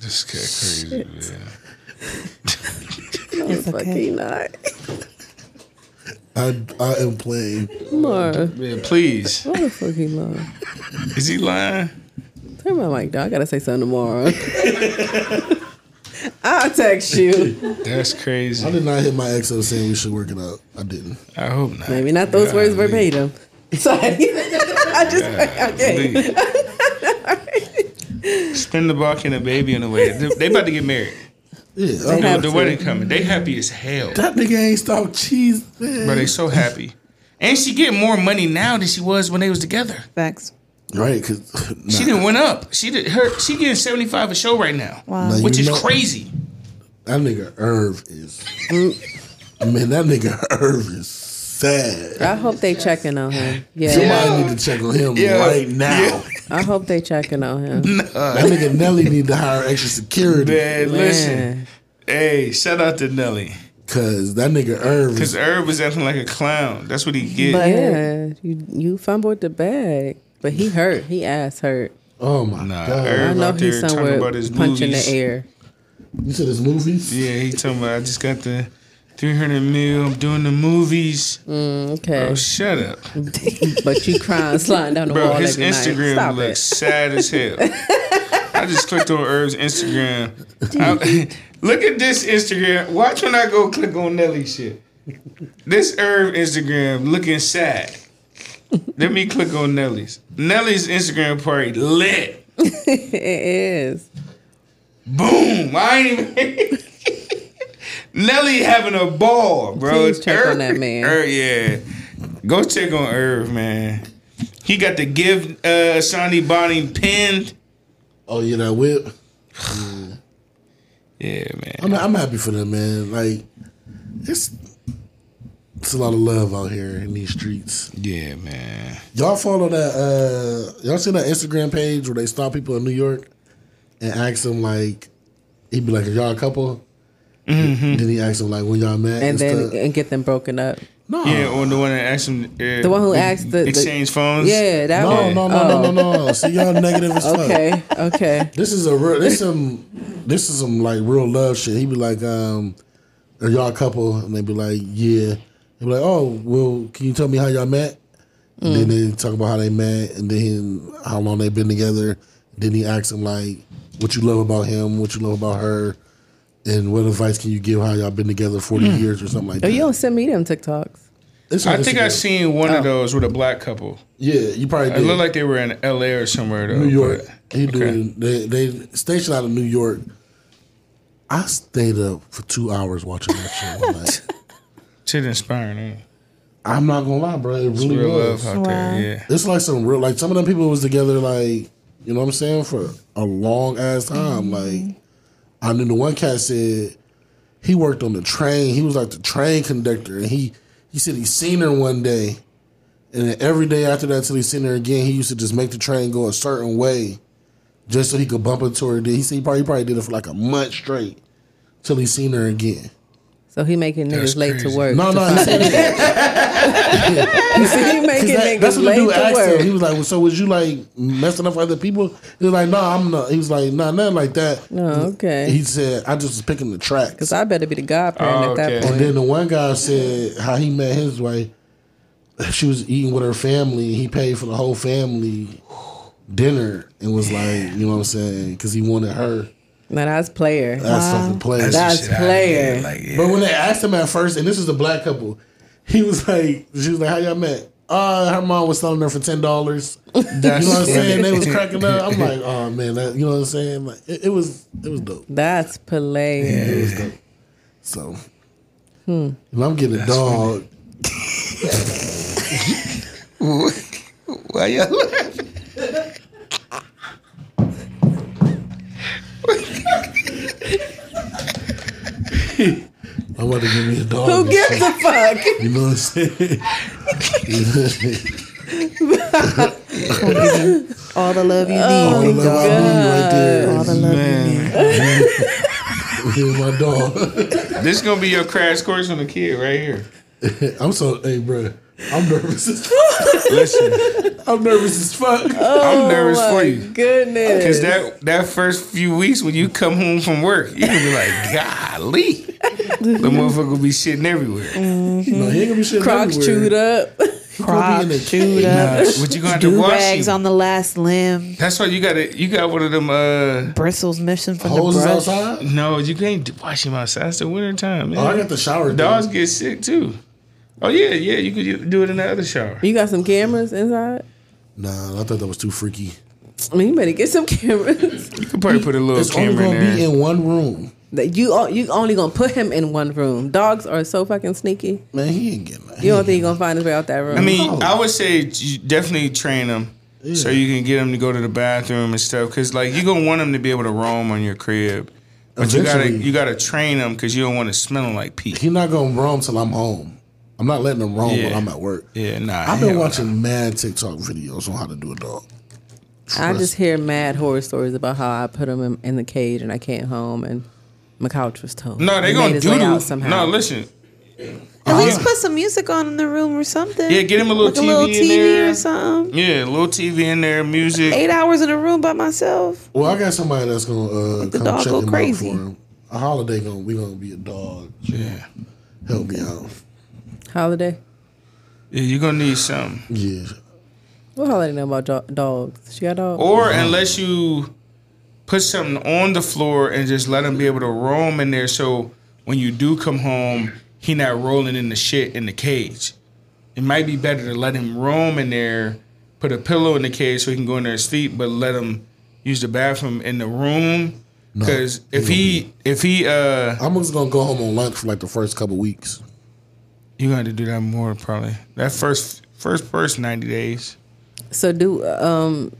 Speaker 2: This guy crazy. Man.
Speaker 5: It's
Speaker 6: okay.
Speaker 5: Fucking not.
Speaker 4: I, I am playing.
Speaker 5: More.
Speaker 2: Man, please.
Speaker 5: What the fuck he love?
Speaker 2: Is he lying?
Speaker 5: Turn my mic down. I gotta say something tomorrow. I'll text you.
Speaker 2: That's
Speaker 4: I
Speaker 2: crazy.
Speaker 4: did not hit my ex up saying we should work it out. I didn't.
Speaker 2: I hope not.
Speaker 5: Maybe not those words
Speaker 2: Golly.
Speaker 5: verbatim. Sorry. I just okay.
Speaker 2: Golly. Spin the block and a baby on the way. They, they about to get married.
Speaker 4: Yeah, I
Speaker 5: They
Speaker 4: don't-
Speaker 5: have
Speaker 2: The
Speaker 5: to.
Speaker 2: wedding coming. They happy as hell.
Speaker 4: that nigga ain't stopped cheese, man.
Speaker 2: Bro, they so happy. And she getting more money now than she was when they was together.
Speaker 6: Facts.
Speaker 4: Right? Cause nah,
Speaker 2: She didn't went up. She did her. She getting seventy five a show right now,
Speaker 6: Wow.
Speaker 4: nah, you
Speaker 2: which is
Speaker 4: know-
Speaker 2: crazy.
Speaker 4: That nigga Irv is. man, that nigga Irv is sad.
Speaker 5: I hope they checking on him. Yeah.
Speaker 4: Somebody need to check on him
Speaker 2: Yeah.
Speaker 4: right now.
Speaker 5: I hope they checking on him.
Speaker 4: That nigga Nelly need to hire extra security
Speaker 2: Man, listen.
Speaker 5: Man.
Speaker 2: Hey, shout out to Nelly.
Speaker 4: because that nigga Irv
Speaker 2: Cause
Speaker 4: is.
Speaker 2: Herb was acting like a clown. That's what he get.
Speaker 6: But-
Speaker 5: Yeah. You you fumbled the bag. But he hurt. He ass hurt.
Speaker 4: Oh my
Speaker 2: Nah,
Speaker 4: god!
Speaker 5: I
Speaker 2: Irv-
Speaker 5: know
Speaker 2: out there
Speaker 5: he's
Speaker 2: talking
Speaker 5: somewhere
Speaker 2: about his
Speaker 5: punching
Speaker 2: movies.
Speaker 5: the air.
Speaker 4: You said his movies.
Speaker 2: yeah, he talking about I just got the three hundred mil. I'm doing the movies.
Speaker 5: Okay.
Speaker 2: Oh, shut up.
Speaker 5: but you crying, sliding down the
Speaker 2: Bro,
Speaker 5: wall
Speaker 2: his
Speaker 5: every night.
Speaker 2: Instagram
Speaker 5: Stop
Speaker 2: looks
Speaker 5: it.
Speaker 2: sad as hell. I just clicked on Herb's Instagram. I- look at this Instagram. Watch when I go click on Nelly shit. This Herb Instagram looking sad. Let me click on Nelly's. Nelly's Instagram party lit.
Speaker 5: It is.
Speaker 2: Boom. I ain't even. Nelly having a ball, bro.
Speaker 5: Please check on that man.
Speaker 2: Irv, yeah. Go check on Irv, man. He got the give uh, Sonny Bonnie pinned.
Speaker 4: Oh yeah, that whip.
Speaker 2: Yeah, man.
Speaker 4: I'm, I'm happy for them, man. Like it's it's a lot of love out here in these streets.
Speaker 2: Yeah, man.
Speaker 4: Y'all follow that? uh Y'all see that Instagram page where they stop people in New York and ask them like, he'd
Speaker 2: Mm-hmm.
Speaker 4: be like, "Are y'all a couple?" Then he asked them like, "When y'all met?"
Speaker 5: And
Speaker 4: and
Speaker 5: then
Speaker 4: stuff.
Speaker 5: and get them broken up.
Speaker 4: No.
Speaker 2: Yeah, or the one that asked him. Uh,
Speaker 5: Oh. The one who asked the- the-
Speaker 2: exchange phones.
Speaker 5: Yeah, that
Speaker 4: No,
Speaker 5: one.
Speaker 4: no, no, no, no, no. See, y'all negative as fuck.
Speaker 5: Oh. Okay, okay.
Speaker 4: This is a real. This some. This is some like real love shit. He be like, um, are y'all a couple? And they be like, yeah. He be like, oh, well, can you tell me how y'all met? And Then they talk about how they met, and then how long they been together. Then he asks him like, what you love about him, what you love about her, and what advice can you give how y'all been together forty years or something like
Speaker 5: Oh,
Speaker 4: that.
Speaker 5: you don't send me them TikToks.
Speaker 4: It's on
Speaker 2: I think I
Speaker 4: Instagram.
Speaker 2: seen one
Speaker 5: Oh.
Speaker 2: of those with a black couple.
Speaker 4: Yeah, you probably
Speaker 2: It
Speaker 4: did.
Speaker 2: looked like they were in L.A. or somewhere though.
Speaker 4: New York.
Speaker 2: but-
Speaker 4: He do
Speaker 2: okay.
Speaker 4: it. They they stationed out of New York. I stayed up for two hours watching that shit. one night.
Speaker 2: Shit inspiring. eh?
Speaker 4: I'm not gonna lie, bro. It really
Speaker 2: Real
Speaker 4: was.
Speaker 2: love out
Speaker 6: Wow.
Speaker 2: there. Yeah.
Speaker 4: It's like some real, like some of them people was together, like you know what I'm saying, for a long ass time. Like I knew the one cat said he worked on the train. He was like the train conductor, and he he said he seen her one day, and then every day after that till he seen her again, he used to just make the train go a certain way, just so he could bump into her. Then he said he probably, he probably did it for like a month straight till he seen her again.
Speaker 5: So he making
Speaker 2: That's
Speaker 5: niggas late to
Speaker 2: crazy.
Speaker 5: work.
Speaker 4: No, no, he said
Speaker 5: he making
Speaker 4: 'Cause
Speaker 5: niggas
Speaker 4: that- that's what the
Speaker 5: late
Speaker 4: dude
Speaker 5: to
Speaker 4: asked
Speaker 5: work.
Speaker 4: him. He was like, well, "So was you like messing up other people?" He was like, "No, I'm not." He was like, "No, nothing like that."
Speaker 5: Oh, okay.
Speaker 4: He said, "I just was picking the tracks."
Speaker 5: Cause I better be the godparent
Speaker 2: Oh,
Speaker 5: at that
Speaker 2: okay.
Speaker 5: point.
Speaker 4: and then the one guy said how he met his wife. She was eating with her family. and He paid for the whole family dinner and was like, you know what I'm saying? Because he wanted her.
Speaker 5: now that's player.
Speaker 4: That's fucking place.
Speaker 5: That's
Speaker 2: Shit out here,
Speaker 5: player.
Speaker 2: Like, yeah.
Speaker 4: But when they asked him at first, and this is a black couple, he was like, she was like, how y'all met? Uh, her mom was selling her for ten dollars. You know what I'm saying? They was cracking up. I'm like, oh man, that, you know what I'm saying? Like, it, it was, it was dope.
Speaker 5: That's player.
Speaker 4: It was dope. So,
Speaker 5: Hmm.
Speaker 4: if I'm getting a dog,
Speaker 2: Why y'all laughing?
Speaker 4: I'm about to give me a dog.
Speaker 5: Who gives a fuck?
Speaker 4: you know what I'm saying?
Speaker 6: All the love you
Speaker 2: oh,
Speaker 6: need.
Speaker 5: Oh,
Speaker 4: All the love I need right there.
Speaker 6: All the love you need.
Speaker 4: Here's my dog.
Speaker 2: This is gonna be your crash course on the kid right here.
Speaker 4: I'm so, hey, bro. I'm nervous. As,
Speaker 2: Listen,
Speaker 4: I'm nervous as fuck.
Speaker 6: Uh-huh.
Speaker 2: I'm nervous
Speaker 5: Oh my
Speaker 2: for you.
Speaker 5: Goodness.
Speaker 2: Cause that that first few weeks when you come home from work, you gonna be like, golly, the motherfucker will be shitting everywhere.
Speaker 4: No, he ain't gonna be shit
Speaker 5: Crocs chewed up.
Speaker 4: Crocs
Speaker 6: Crocs chewed up.
Speaker 2: But you gonna have to
Speaker 6: Do
Speaker 2: wash
Speaker 6: rags
Speaker 2: you.
Speaker 6: on the last limb.
Speaker 2: That's why you got to You got one of them. uh
Speaker 6: Bristles missing from the
Speaker 4: Holes is
Speaker 6: brush.
Speaker 4: outside.
Speaker 2: No, you can't wash him outside. It's the winter time, man.
Speaker 4: Oh, I got the shower.
Speaker 2: Dogs get sick too. Oh yeah, yeah. You could do it in the other shower.
Speaker 5: You got some cameras inside?
Speaker 4: Nah, I thought that was too freaky.
Speaker 5: I mean, you better get some cameras.
Speaker 2: You could probably put a little
Speaker 4: It's only
Speaker 2: camera in
Speaker 4: gonna
Speaker 2: there.
Speaker 4: be in one room.
Speaker 5: That you o- you only gonna put him in one room. Dogs are so fucking sneaky.
Speaker 4: Man, he ain't getting that.
Speaker 5: You don't think he's gonna find his way out that room?
Speaker 2: I mean,
Speaker 4: No.
Speaker 2: I would say you definitely train them so you can get them to go to the bathroom and stuff. Because like you're gonna want them to be able to roam on your crib, but
Speaker 4: Eventually.
Speaker 2: you gotta you gotta train them because you don't want to smell 'em like pee.
Speaker 4: He's not gonna roam till I'm home. I'm not letting him roam when
Speaker 2: Yeah.
Speaker 4: I'm at work.
Speaker 2: Yeah, nah.
Speaker 4: I've been
Speaker 2: hell
Speaker 4: watching mad TikTok videos on how to do a dog.
Speaker 5: I just hear mad horror stories about how I put him in, in the cage and I came home and my couch was told.
Speaker 2: No, they
Speaker 5: He made
Speaker 2: gonna
Speaker 5: his
Speaker 2: do
Speaker 5: way out
Speaker 2: it.
Speaker 5: somehow.
Speaker 2: No, listen.
Speaker 6: At least put some music on in the room or something.
Speaker 2: Yeah, get him a little
Speaker 6: like a
Speaker 2: TV
Speaker 6: little
Speaker 2: in
Speaker 6: TV
Speaker 2: there.
Speaker 6: or something.
Speaker 2: Yeah, a little TV in there, music.
Speaker 6: Eight hours in a room by myself.
Speaker 4: Well, I got somebody that's gonna uh,
Speaker 6: the
Speaker 4: come
Speaker 6: dog
Speaker 4: check
Speaker 6: go
Speaker 4: him
Speaker 6: crazy.
Speaker 4: out for him. A holiday gonna we gonna be a dog.
Speaker 2: Yeah,
Speaker 4: Help me out.
Speaker 5: holiday.
Speaker 2: yeah. You're gonna need something.
Speaker 4: Yeah.
Speaker 5: What holiday know about do- dogs? She got dogs.
Speaker 2: Or unless you put something on the floor and just let him be able to roam in there, so when you do come home, he not rolling in the shit in the cage. It might be better to let him roam in there, put a pillow in the cage so he can go in there and sleep, but let him use the bathroom in the room. Because if he if he uh,
Speaker 4: I'm just gonna go home on lunch for like the first couple weeks.
Speaker 2: you got to do that more probably. That first first first ninety days.
Speaker 5: So do um.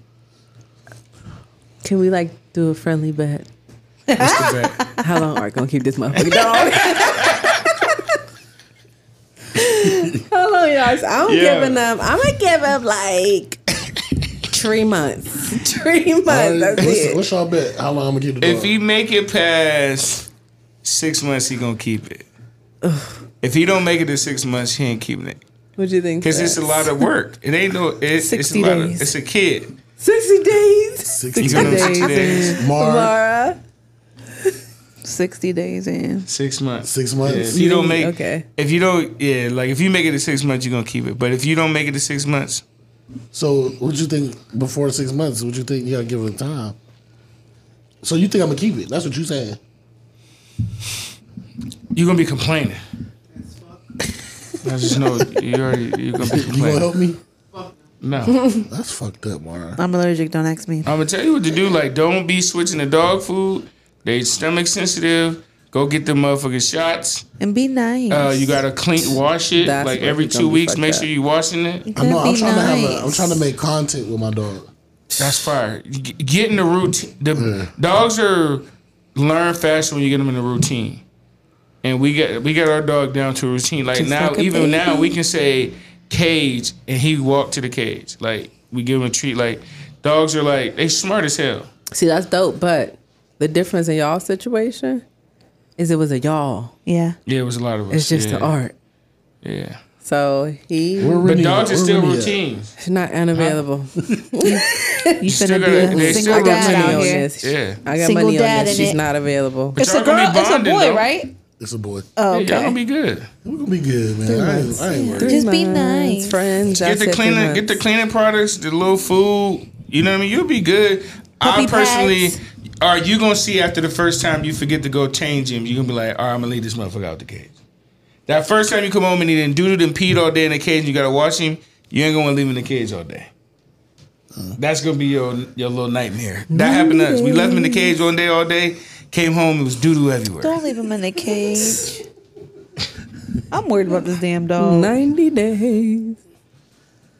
Speaker 5: Can we like do a friendly bet?
Speaker 2: What's the bet?
Speaker 5: How long are we gonna keep this motherfucker dog? How long, y'all? I'm
Speaker 2: Yeah.
Speaker 5: giving up. I'm gonna give up like three months. Three months.
Speaker 4: All right,
Speaker 5: that's
Speaker 4: what's,
Speaker 5: it.
Speaker 4: what's y'all bet? How long I'm gonna keep the dog?
Speaker 2: If he make it past six months, he gonna keep it. If he don't make it to six months, he ain't keeping it
Speaker 5: What do you think?
Speaker 2: because it's a lot of work. It ain't no. It, it's a
Speaker 6: 60
Speaker 2: lot of,
Speaker 6: days.
Speaker 2: It's a kid.
Speaker 5: sixty days.
Speaker 4: Sixty
Speaker 2: He's on
Speaker 5: days.
Speaker 2: sixty days,
Speaker 4: Mar,
Speaker 5: Laura.
Speaker 6: 60 days in.
Speaker 2: six months.
Speaker 4: Six months.
Speaker 2: Yeah, if you don't make,
Speaker 5: Okay.
Speaker 2: if you don't, yeah, like if you make it to six months, you're gonna keep it. But if you don't make it to six months,
Speaker 4: So, what you think before six months? What you think you gotta give it time? So you think I'm gonna keep it? That's what you saying?
Speaker 2: you're gonna be complaining. I just know you already, you're gonna be
Speaker 4: You gonna
Speaker 2: complaining.
Speaker 4: help me?
Speaker 2: No,
Speaker 4: That's fucked up, Mar.
Speaker 6: I'm allergic. Don't ask me.
Speaker 2: I'm gonna tell you what to do. Like, don't be switching to dog food. They stomach sensitive. Go get the motherfucking shots.
Speaker 6: And be nice.
Speaker 2: Uh, you gotta clean, wash it
Speaker 5: That's
Speaker 2: like
Speaker 5: where
Speaker 2: every
Speaker 5: you're gonna
Speaker 2: two
Speaker 5: be
Speaker 2: weeks.
Speaker 5: fucked
Speaker 2: Make
Speaker 5: up.
Speaker 2: sure you washing it.
Speaker 4: I know. I'm
Speaker 6: Be
Speaker 4: trying to have.
Speaker 6: nice.
Speaker 4: A, I'm trying to make content with my dog.
Speaker 2: That's fire. G- Get in the routine. The dogs are learn faster when you get them in the routine. And we got we got our dog down to a routine. Like
Speaker 6: Just
Speaker 2: now,
Speaker 6: like a
Speaker 2: even
Speaker 6: baby.
Speaker 2: now, we can say cage, and he walk to the cage. Like we give him a treat. Like dogs are like they smart as hell.
Speaker 5: See, that's dope. But the difference in y'all situation is it was a y'all.
Speaker 6: Yeah.
Speaker 2: Yeah, it was a lot of us.
Speaker 5: It's just
Speaker 2: yeah.
Speaker 5: the art.
Speaker 2: Yeah,
Speaker 5: So he
Speaker 4: Where
Speaker 2: but
Speaker 4: Renee
Speaker 2: dogs
Speaker 4: at?
Speaker 2: are
Speaker 4: Where
Speaker 2: still
Speaker 4: Renee at?
Speaker 2: routine.
Speaker 5: is not unavailable.
Speaker 6: You
Speaker 2: still
Speaker 6: finna
Speaker 2: gotta-
Speaker 6: be
Speaker 2: they
Speaker 6: a
Speaker 2: still
Speaker 6: single
Speaker 5: I got
Speaker 6: dad
Speaker 2: remember
Speaker 5: money
Speaker 6: out
Speaker 5: on
Speaker 6: here.
Speaker 5: this.
Speaker 2: Yeah.
Speaker 5: I got
Speaker 6: Single
Speaker 5: money on
Speaker 6: dad
Speaker 5: this.
Speaker 6: in
Speaker 5: She's
Speaker 6: it.
Speaker 5: not available.
Speaker 2: But
Speaker 6: It's a
Speaker 2: y'all gonna
Speaker 6: girl.
Speaker 2: be
Speaker 6: It's a
Speaker 2: bonding,
Speaker 6: boy,
Speaker 2: though.
Speaker 6: right?
Speaker 4: It's a boy.
Speaker 6: Oh,
Speaker 2: Yeah, y'all gonna
Speaker 6: okay.
Speaker 2: be good.
Speaker 4: We're gonna be good, man. I ain't, I ain't worried.
Speaker 6: Just be
Speaker 5: Months,
Speaker 6: nice.
Speaker 5: friends. I
Speaker 2: get the
Speaker 5: said three
Speaker 2: cleaning, get the
Speaker 5: months.
Speaker 2: cleaning products, the little food. You know what I mean? You'll be good. I
Speaker 6: Puppy
Speaker 2: personally,
Speaker 6: pads.
Speaker 2: are you gonna see after the first time you forget to go change him? You gonna be like, all right, I'm gonna leave this motherfucker out the cage. That first time you come home and he done doodled and peed all day in the cage, and you gotta watch him. You ain't gonna leave him in the cage all day. That's gonna be your your little nightmare. That happened to us. We left him in the cage one day all day. Came home, it was doo doo everywhere.
Speaker 6: Don't leave him in the cage. I'm worried about this damn dog.
Speaker 5: ninety days.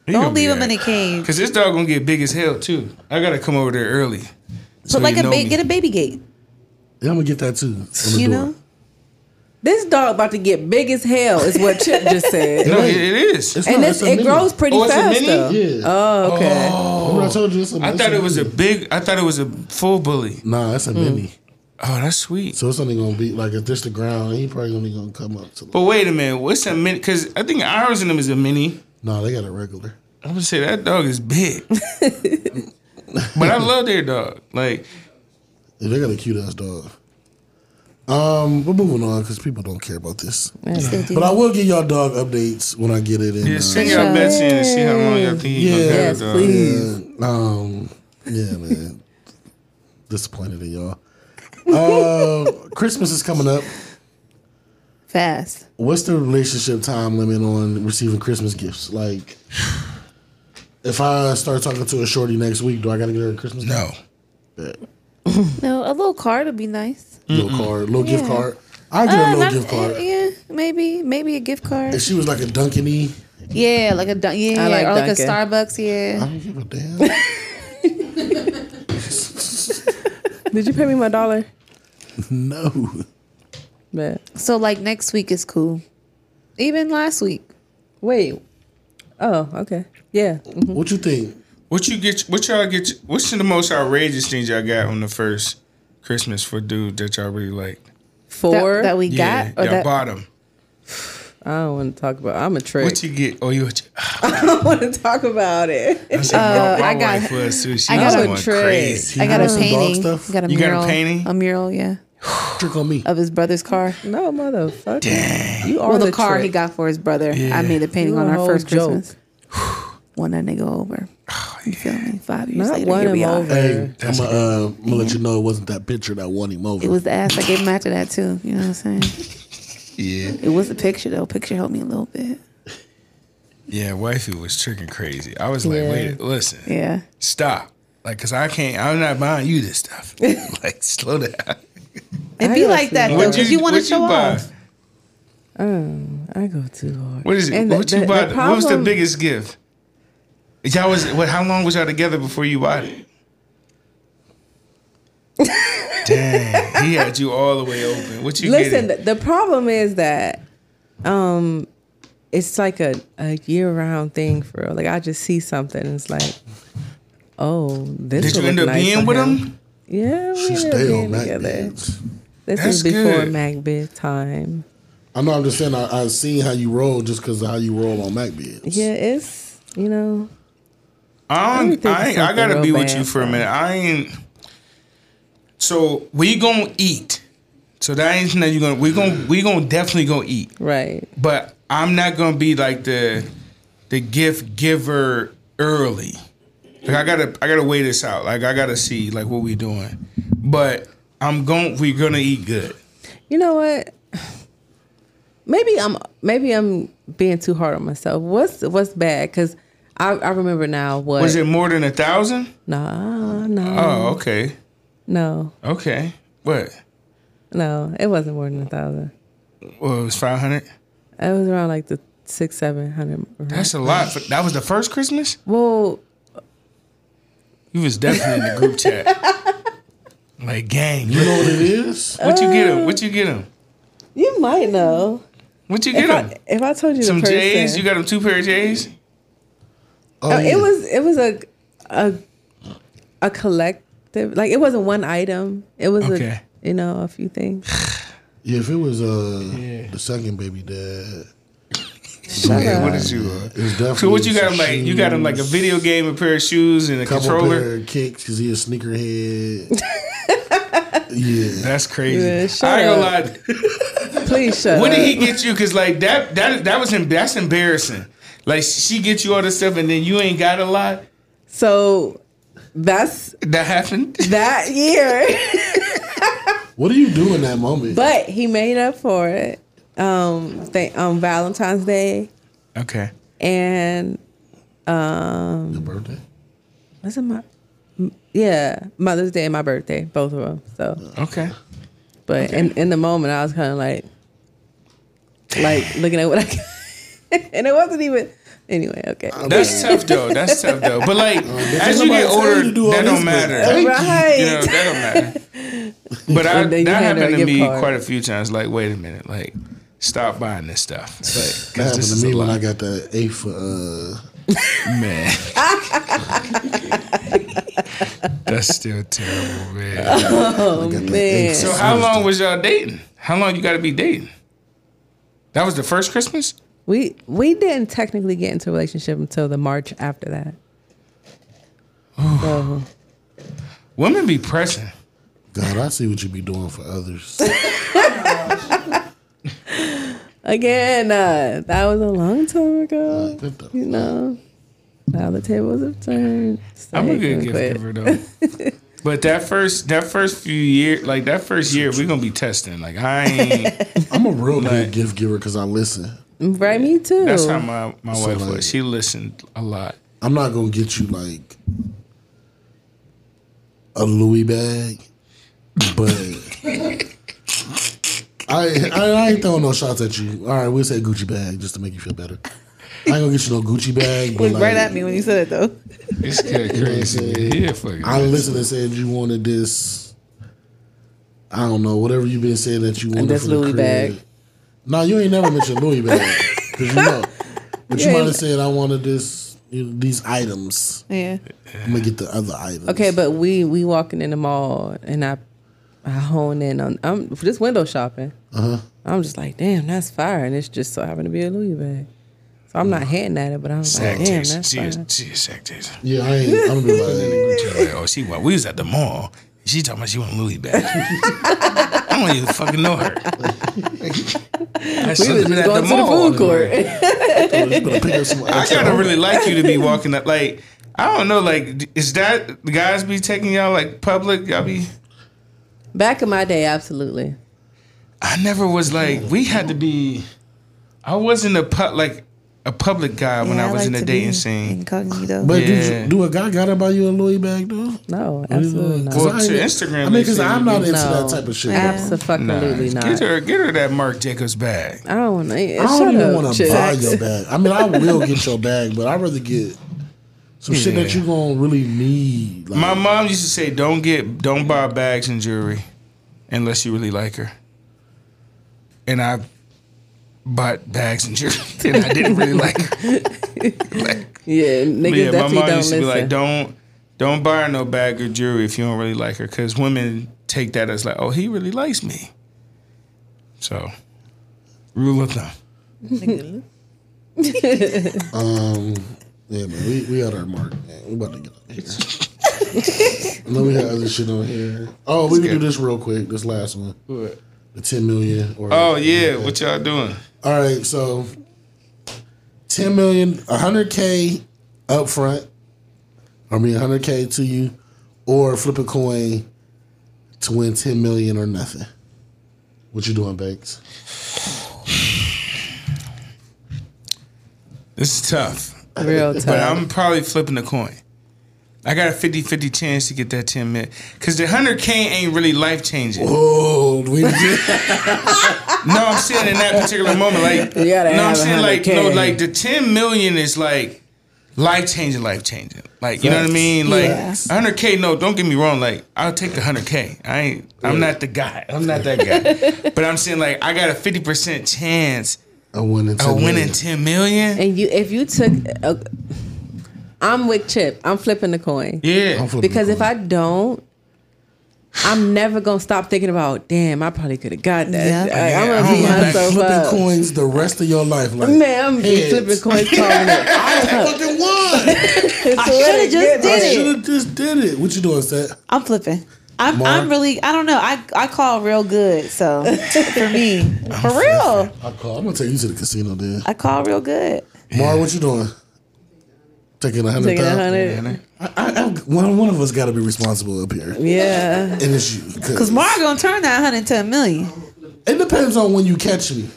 Speaker 6: Don't leave him in a cage.
Speaker 2: Cause this dog gonna get big as hell too. I gotta come over there early.
Speaker 6: Put like a ba-
Speaker 2: big.
Speaker 6: get a baby gate.
Speaker 4: Yeah, I'm gonna get that too. on the
Speaker 6: You
Speaker 4: door.
Speaker 6: know.
Speaker 5: This dog about to get big as hell is what Chip just said.
Speaker 2: No, it, it is.
Speaker 4: It's
Speaker 5: and
Speaker 4: not-
Speaker 5: this
Speaker 4: it's a
Speaker 5: it
Speaker 4: mini.
Speaker 5: grows pretty
Speaker 2: Oh, it's a
Speaker 5: fast
Speaker 2: mini?
Speaker 5: though.
Speaker 4: Yeah.
Speaker 5: Oh, okay.
Speaker 4: Remember I told you it's a,
Speaker 2: I
Speaker 4: it's
Speaker 2: thought it was a
Speaker 4: mini.
Speaker 2: big. I thought it was a full bully.
Speaker 4: Nah, that's a mini.
Speaker 2: Oh, that's sweet.
Speaker 4: So it's only gonna be like if this the ground, he probably only gonna come up to.
Speaker 2: But wait a minute. What's a mini? Because I think ours in them is a mini.
Speaker 4: nah, they got a regular.
Speaker 2: I'm gonna say that dog is big. but I love their dog. Like
Speaker 4: Yeah, they got a cute ass dog. Um, we're moving on because people don't care about this. But I will give y'all dog updates when I get it. In,
Speaker 2: yeah,
Speaker 4: uh,
Speaker 2: send y'all bets in and see how long y'all think you gonna have
Speaker 4: Yes,
Speaker 2: the dog.
Speaker 5: please.
Speaker 4: Yeah, um, yeah, man. Disappointed in y'all. Uh, Christmas is coming up.
Speaker 6: Fast.
Speaker 4: What's the relationship time limit on receiving Christmas gifts? Like, if I start talking to a shorty next week, do I gotta get her a Christmas gift?
Speaker 2: No.
Speaker 4: Yeah.
Speaker 6: No, a little card would be nice.
Speaker 4: Little card, little gift
Speaker 6: Yeah.
Speaker 4: card. I get
Speaker 6: Uh,
Speaker 4: her a
Speaker 6: not-
Speaker 4: little gift card.
Speaker 6: Yeah, maybe, maybe a gift card.
Speaker 4: If she was like a Dunkany,
Speaker 6: Yeah, like a Dun- yeah,
Speaker 5: I like
Speaker 6: or like a
Speaker 5: Dunkin'.
Speaker 6: Starbucks.
Speaker 4: I
Speaker 6: Yeah,
Speaker 4: don't give a damn.
Speaker 5: Did you pay me my dollar?
Speaker 4: no.
Speaker 5: But
Speaker 6: so like next week is cool. Even last week,
Speaker 5: wait. Oh, okay. Yeah.
Speaker 4: What you think?
Speaker 2: What you get? What y'all get? What's the most outrageous things y'all got on the first Christmas for dude that y'all really liked?
Speaker 6: that,
Speaker 5: Four.
Speaker 6: that we
Speaker 2: yeah,
Speaker 6: got or
Speaker 2: y'all
Speaker 6: that
Speaker 2: bought 'em.
Speaker 5: I don't want to talk about. I'm a trick.
Speaker 2: What you get? Oh, you. What you
Speaker 5: I don't want to talk about it.
Speaker 2: I said,
Speaker 5: Uh,
Speaker 2: my- my
Speaker 6: I got-
Speaker 2: wife was too. She
Speaker 6: I got
Speaker 2: was
Speaker 6: a
Speaker 2: going
Speaker 5: trick.
Speaker 2: crazy.
Speaker 6: I got
Speaker 4: You
Speaker 6: a
Speaker 4: got some dog
Speaker 6: painting.
Speaker 4: stuff?
Speaker 6: I got a
Speaker 2: You got a
Speaker 6: mural.
Speaker 2: painting?
Speaker 6: A mural, yeah,
Speaker 4: Trick on me.
Speaker 6: of his brother's car.
Speaker 5: No, motherfucker. You are
Speaker 6: Well, the,
Speaker 5: the
Speaker 6: car
Speaker 5: trick.
Speaker 6: he got for his brother.
Speaker 2: Yeah.
Speaker 6: I made a painting
Speaker 5: You
Speaker 6: on
Speaker 5: a
Speaker 6: our
Speaker 5: whole
Speaker 6: first
Speaker 5: joke.
Speaker 6: Christmas. Won that nigga over. You feel me? Five years
Speaker 5: Not
Speaker 6: later,
Speaker 5: won
Speaker 6: here we
Speaker 5: him
Speaker 6: are.
Speaker 5: over.
Speaker 4: Hey, I'm gonna uh, I'm gonna let you know it wasn't that picture that won him over.
Speaker 6: It was the ass I gave him after that too. You know what I'm saying?
Speaker 2: Yeah.
Speaker 6: It was the picture though. Picture helped me a little bit.
Speaker 2: Yeah, wifey was tricking crazy. I was like,
Speaker 5: Yeah.
Speaker 2: wait, listen,
Speaker 6: Yeah.
Speaker 2: stop. Like, cause I can't, I'm not buying you this stuff. like, slow down.
Speaker 6: It'd
Speaker 5: I
Speaker 6: be
Speaker 5: got
Speaker 6: like that
Speaker 5: some-
Speaker 6: though, because you, want to
Speaker 2: what'd you
Speaker 6: show
Speaker 2: buy?
Speaker 6: off.
Speaker 5: Oh, I go too hard.
Speaker 2: What is it?
Speaker 5: And the-
Speaker 2: what
Speaker 5: the-
Speaker 2: you bought?
Speaker 5: the
Speaker 2: what was the
Speaker 5: problem-
Speaker 2: biggest gift? Y'all was, what, how long was y'all together before you bought it? Dang, he had you all the way open. What you
Speaker 5: Listen, th-
Speaker 2: getting?
Speaker 5: the problem is that um it's like a, a year round thing for real. Like I just see something and it's like, oh, this
Speaker 2: Did
Speaker 5: would
Speaker 2: you end
Speaker 5: look
Speaker 2: up
Speaker 5: nice
Speaker 2: being
Speaker 5: on
Speaker 2: with him?
Speaker 5: Yeah, we ended
Speaker 4: She
Speaker 5: up
Speaker 4: stayed
Speaker 5: being
Speaker 4: on that
Speaker 5: together.
Speaker 4: bitch.
Speaker 5: This
Speaker 2: That's
Speaker 5: is before
Speaker 2: good.
Speaker 5: Magbid time.
Speaker 4: I know. I'm just saying. I, I seen how you roll just because of how you roll on Mac bids.
Speaker 5: Yeah, it's you know
Speaker 2: I
Speaker 5: I'm
Speaker 2: don't,
Speaker 5: thinking
Speaker 2: I, ain't, I
Speaker 5: something
Speaker 2: gotta
Speaker 5: real
Speaker 2: be with
Speaker 5: bad,
Speaker 2: you for a
Speaker 5: so.
Speaker 2: minute. I ain't. So we gonna eat. So that ain't nothing you gonna. We gonna we gonna definitely gonna eat.
Speaker 5: right.
Speaker 2: But I'm not gonna be like the the gift giver early. Like I gotta I gotta weigh this out. Like I gotta see like what we doing. But I'm going. We're gonna eat good.
Speaker 5: You know what? Maybe I'm maybe I'm being too hard on myself. What's what's bad? Because I, I remember now what
Speaker 2: Was it more than a thousand?
Speaker 5: nah no
Speaker 2: Oh, okay,
Speaker 5: no
Speaker 2: okay. What?
Speaker 5: no it wasn't more than a thousand.
Speaker 2: Well, it was five hundred.
Speaker 5: It was around like the six seven hundred.
Speaker 2: That's a lot. For, that was the first Christmas.
Speaker 5: well
Speaker 2: You was definitely in the group chat. Like, gang,
Speaker 4: You
Speaker 2: look,
Speaker 4: know what it is?
Speaker 2: what you get him? What you get him?
Speaker 5: you might know
Speaker 2: What you get
Speaker 5: if
Speaker 2: him?
Speaker 5: I, if I told you
Speaker 2: Some
Speaker 5: the person,
Speaker 2: J's? You got him two pair of J's?
Speaker 4: Oh,
Speaker 5: Uh,
Speaker 4: yeah.
Speaker 5: it was it was a a a collective like it wasn't one item. It was
Speaker 2: Okay.
Speaker 5: a you know a few things.
Speaker 4: Yeah, if it was uh
Speaker 2: Yeah.
Speaker 4: the second baby dad,
Speaker 2: Yeah, what is you? uh,
Speaker 4: it was definitely.
Speaker 2: So what you got him like? You got him like a
Speaker 4: shoes,
Speaker 2: video game, a pair of shoes, and a
Speaker 4: couple
Speaker 2: controller.
Speaker 4: pair of kicks because he a sneakerhead. yeah,
Speaker 2: That's crazy.
Speaker 5: Yeah,
Speaker 2: I
Speaker 5: shut
Speaker 2: ain't gonna lie.
Speaker 5: Please shut
Speaker 2: What
Speaker 5: up.
Speaker 2: did he get you? Cause like that, that, that was him. That's embarrassing. Like she get you all this stuff, and then you ain't got a lot.
Speaker 5: so that's
Speaker 2: That happened.
Speaker 5: that year.
Speaker 4: what do you do in that moment?
Speaker 5: but he made up for it. Um, th- on Valentine's Day
Speaker 2: Okay.
Speaker 5: and
Speaker 4: Your birthday.
Speaker 5: was it my yeah Mother's Day and my birthday, both of them. So,
Speaker 2: Okay.
Speaker 5: but in in the moment, I was kind of like, like looking at what I got, and it wasn't even anyway. Okay,
Speaker 2: That's tough though. That's tough though. But like
Speaker 4: Um,
Speaker 2: as you
Speaker 4: nobody
Speaker 2: get
Speaker 4: tell
Speaker 2: older,
Speaker 4: you to do all
Speaker 2: that
Speaker 4: this,
Speaker 2: don't
Speaker 4: but-
Speaker 2: matter.
Speaker 4: Thank you.
Speaker 5: right.
Speaker 2: You know, that don't matter. But I,
Speaker 5: And then you
Speaker 2: that
Speaker 5: hand her
Speaker 2: happened
Speaker 5: a
Speaker 2: to
Speaker 5: gift
Speaker 2: me
Speaker 5: card.
Speaker 2: quite a few times. Like, wait a minute, like, stop buying this stuff. Like, 'cause
Speaker 4: That happened
Speaker 2: this
Speaker 4: to
Speaker 2: is
Speaker 4: me
Speaker 2: a
Speaker 4: when I
Speaker 2: lot.
Speaker 4: got the A for uh,
Speaker 2: man. That's still terrible, man.
Speaker 5: Oh
Speaker 4: got the
Speaker 5: man,
Speaker 4: eggs.
Speaker 2: So how long was y'all dating? How long you got to be dating? That was the first Christmas.
Speaker 5: we we didn't technically get into a relationship until the March after that. so
Speaker 2: Women be pressing.
Speaker 4: God. I see what you be doing for others.
Speaker 5: again, uh, that was a long time ago.
Speaker 4: Good though.
Speaker 5: You know, now the tables have turned. It's
Speaker 2: I'm a
Speaker 5: like,
Speaker 2: good
Speaker 5: I'm
Speaker 2: gift
Speaker 5: quit.
Speaker 2: giver though. But that first that first few year, like that first year, we're gonna be testing. Like I ain't
Speaker 4: I'm a real
Speaker 2: Like-
Speaker 4: good gift giver because I listen.
Speaker 5: Right, me too.
Speaker 2: that's how my, my
Speaker 4: So,
Speaker 2: wife
Speaker 4: like-
Speaker 2: was. She listened a lot.
Speaker 4: I'm not gonna get you like a Louis bag, but I, I I ain't throwing no shots at you. All right, we'll say Gucci bag just to make you feel better. I ain't gonna get you no Gucci bag, but
Speaker 6: Look
Speaker 4: like,
Speaker 6: right at me when you said it though.
Speaker 2: It's kind of crazy. man. Yeah, fucking.
Speaker 4: I listened and said you wanted this. I don't know whatever you've been saying that you wanted
Speaker 5: this
Speaker 4: for the
Speaker 5: Louis
Speaker 4: crib.
Speaker 5: bag.
Speaker 4: No, you ain't never mentioned Louis bag because you know. But you
Speaker 5: Yeah.
Speaker 4: might have said I wanted this you know, these items.
Speaker 6: Yeah.
Speaker 4: I'm gonna get the other items.
Speaker 5: Okay, but we we walking in the mall and I I hone in on I'm just window shopping.
Speaker 4: Uh-huh.
Speaker 5: I'm just like, damn, that's fire, and it's just so happened to be a Louis bag. So I'm not hitting at it, but I'm like,
Speaker 2: Sack
Speaker 5: damn,
Speaker 2: teaser.
Speaker 5: that's
Speaker 2: She
Speaker 5: fire.
Speaker 2: is, she is sack teaser.
Speaker 4: Yeah, I ain't. I'm gonna be like,
Speaker 2: She was like, oh, she went. We was at the mall. She talking about she want Louis back. I don't even fucking know her.
Speaker 5: We was just going to the food court.
Speaker 4: I'm gonna pick up some.
Speaker 2: I
Speaker 4: Extra.
Speaker 2: gotta really like you to be walking up. Like I don't know. Like is that the guys be taking y'all like public? Y'all be.
Speaker 5: Back in my day, absolutely.
Speaker 2: I never was like we had to be. I wasn't a pub like a public guy when
Speaker 6: Yeah,
Speaker 2: I was
Speaker 6: like
Speaker 2: in the
Speaker 6: to be
Speaker 2: dating scene.
Speaker 6: Incognito.
Speaker 4: But
Speaker 2: Yeah.
Speaker 4: did you, do a guy gotta buy you a Louis bag though?
Speaker 5: No, absolutely not.
Speaker 4: Cause
Speaker 2: Well,
Speaker 4: I ain't-
Speaker 2: to Instagram,
Speaker 4: I
Speaker 2: they
Speaker 4: mean, because
Speaker 2: say
Speaker 4: I'm
Speaker 2: you
Speaker 4: not
Speaker 2: do.
Speaker 4: into
Speaker 5: No.
Speaker 4: that type of shit.
Speaker 6: Yeah.
Speaker 2: Nah,
Speaker 5: Absolutely
Speaker 2: Get
Speaker 5: not.
Speaker 2: her, get her that Marc Jacobs bag.
Speaker 5: I don't know.
Speaker 4: I don't
Speaker 5: Shut
Speaker 4: even
Speaker 5: up,
Speaker 4: want to buy
Speaker 5: chicks.
Speaker 4: your bag. I mean, I will get your bag, but I'd rather get some shit that
Speaker 2: Yeah.
Speaker 4: you gonna really need. Like,
Speaker 2: My mom used to say, "Don't get, don't buy bags and jewelry, unless you really like her." And I bought bags and jewelry, and I didn't really like her.
Speaker 5: Yeah, niggas
Speaker 2: But yeah, my
Speaker 5: definitely
Speaker 2: mom
Speaker 5: don't
Speaker 2: used to
Speaker 5: listen.
Speaker 2: be like, "Don't, don't buy her no bag or jewelry if you don't really like her," because women take that as like, "Oh, he really likes me." So, Rule of thumb.
Speaker 4: Um, yeah, man, we, we at our mark, man. We about to get out of here. no, we had other shit on here. Oh, we can do
Speaker 2: good.
Speaker 4: this real quick. This last one, the ten million. Or,
Speaker 2: Oh yeah, what y'all doing?
Speaker 4: All right, so ten million, hundred k up front. I mean, hundred k to you, or flip a coin to win ten million or nothing. What you doing, Bakes?
Speaker 2: This is tough,
Speaker 5: Real tough.
Speaker 2: but I'm probably flipping the coin. I got a 50-50 chance to get that 10 million. Cause the 100K ain't really life changing. No,
Speaker 4: Oh, we
Speaker 2: I'm saying in that particular moment, like
Speaker 5: You gotta
Speaker 2: no,
Speaker 5: have
Speaker 2: I'm
Speaker 5: a
Speaker 2: saying like
Speaker 5: 100K.
Speaker 2: no, like the 10 million is like life changing, life changing. Like you know what I mean? Like
Speaker 6: Yeah.
Speaker 2: 100K. No, don't get me wrong. Like I'll take the 100K. I ain't. I'm not the guy. I'm not that guy. but I'm saying like I got a 50% chance
Speaker 4: a win in ten
Speaker 2: of winning
Speaker 4: million.
Speaker 2: 10 million.
Speaker 5: and you, if you took, uh, I'm with Chip. I'm flipping the coin
Speaker 2: Yeah.
Speaker 4: I'm flipping
Speaker 5: because
Speaker 4: the
Speaker 5: if
Speaker 4: coin.
Speaker 5: I don't. I'm never gonna stop thinking about. Damn, I probably could have got that.
Speaker 6: Yeah.
Speaker 5: Like, I'm
Speaker 2: Yeah,
Speaker 5: gonna
Speaker 2: I
Speaker 5: beat
Speaker 2: don't like
Speaker 5: myself
Speaker 4: flipping
Speaker 5: up.
Speaker 4: coins the rest of your life. Like,
Speaker 5: Man, I'm
Speaker 4: heads.
Speaker 5: flipping coins. calling it.
Speaker 4: I fucking won.
Speaker 5: I
Speaker 6: shoulda just did
Speaker 4: I
Speaker 6: it.
Speaker 4: should have just did it. What you doing, Seth?
Speaker 6: I'm flipping. I'm,
Speaker 4: Mark?
Speaker 6: I'm really. I don't know. I I call real good. So for me, for real,
Speaker 4: I call. I'm gonna take you to the casino, then.
Speaker 6: I call real good.
Speaker 4: Mar, what you doing? Taking a hundred
Speaker 5: Taking a
Speaker 4: thousand.
Speaker 5: hundred.
Speaker 4: I, I, I, one, one of us got to be responsible up here, and
Speaker 5: Yeah.
Speaker 4: it's you.
Speaker 6: Cause Mar gonna turn that hundred to a million.
Speaker 4: it depends on when you catch me.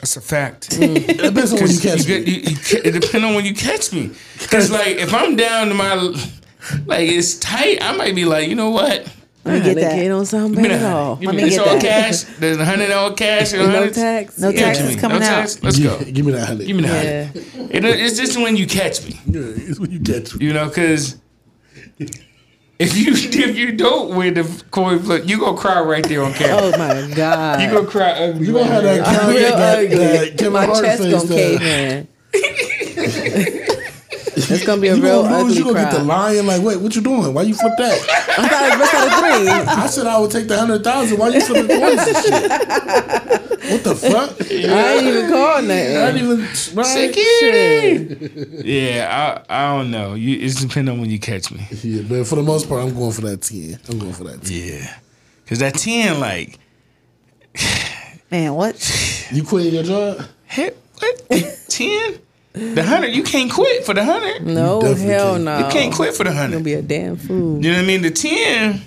Speaker 2: That's a fact.
Speaker 4: It depends on when you
Speaker 2: Cause
Speaker 4: catch
Speaker 2: you
Speaker 4: me.
Speaker 2: get- you- you ca- it depends on when you catch me. Because, like, if I'm down to my, like, it's tight, I might be like, you know what?
Speaker 6: Let me get that.
Speaker 5: on something
Speaker 2: Give me
Speaker 5: at
Speaker 2: that.
Speaker 5: all.
Speaker 2: Give
Speaker 6: Oh, Let
Speaker 2: me-
Speaker 6: me
Speaker 2: It's
Speaker 6: get
Speaker 2: all
Speaker 6: that.
Speaker 2: cash. There's a hundred all cash. and
Speaker 5: No
Speaker 2: hundreds.
Speaker 5: tax.
Speaker 6: No
Speaker 2: Yeah,
Speaker 6: tax
Speaker 2: give
Speaker 6: is
Speaker 2: me-
Speaker 6: coming
Speaker 2: no
Speaker 6: out.
Speaker 2: tax. Let's
Speaker 4: Gi-
Speaker 2: go.
Speaker 4: Give me that hundred.
Speaker 2: Give me that.
Speaker 5: Yeah.
Speaker 2: It, it's just when you catch me,
Speaker 4: Yeah, it's when you catch me.
Speaker 2: you know, because if you if you don't win the coin flip, you gonna cry right there on camera.
Speaker 5: Oh my god.
Speaker 2: You gonna cry ugly.
Speaker 4: You don't have that.
Speaker 5: I'm real
Speaker 4: that, that
Speaker 5: ugly.
Speaker 4: Kevin
Speaker 5: My
Speaker 4: Hart
Speaker 5: chest
Speaker 4: face
Speaker 5: gonna
Speaker 4: that-
Speaker 5: cave in. it's gonna be a
Speaker 4: You
Speaker 5: real
Speaker 4: gonna lose?
Speaker 5: ugly
Speaker 4: You gonna get the
Speaker 5: cry.
Speaker 4: lion? Like, wait, what you doing? Why you flip that?
Speaker 5: I thought it was out of three.
Speaker 4: I said I would take the hundred thousand. Why you flipping coins and shit? What the fuck?
Speaker 5: I ain't even call
Speaker 4: I
Speaker 5: nothing.
Speaker 4: didn't even right.
Speaker 2: Security.
Speaker 6: Oh,
Speaker 2: Yeah, I I don't know. You, it's depending on when you catch me.
Speaker 4: Yeah, but for the most part, I'm going for that ten. I'm going for that ten.
Speaker 2: Yeah. Cause that ten, like,
Speaker 6: Man, what?
Speaker 4: You quitting your job?
Speaker 2: hey, what? Ten? The hundred, you can't quit for the hundred.
Speaker 5: No,
Speaker 4: You definitely
Speaker 5: hell
Speaker 4: can't.
Speaker 5: no.
Speaker 2: You can't quit for the
Speaker 5: Gonna
Speaker 2: hundred.
Speaker 5: be a damn fool.
Speaker 2: You know what I mean? The ten,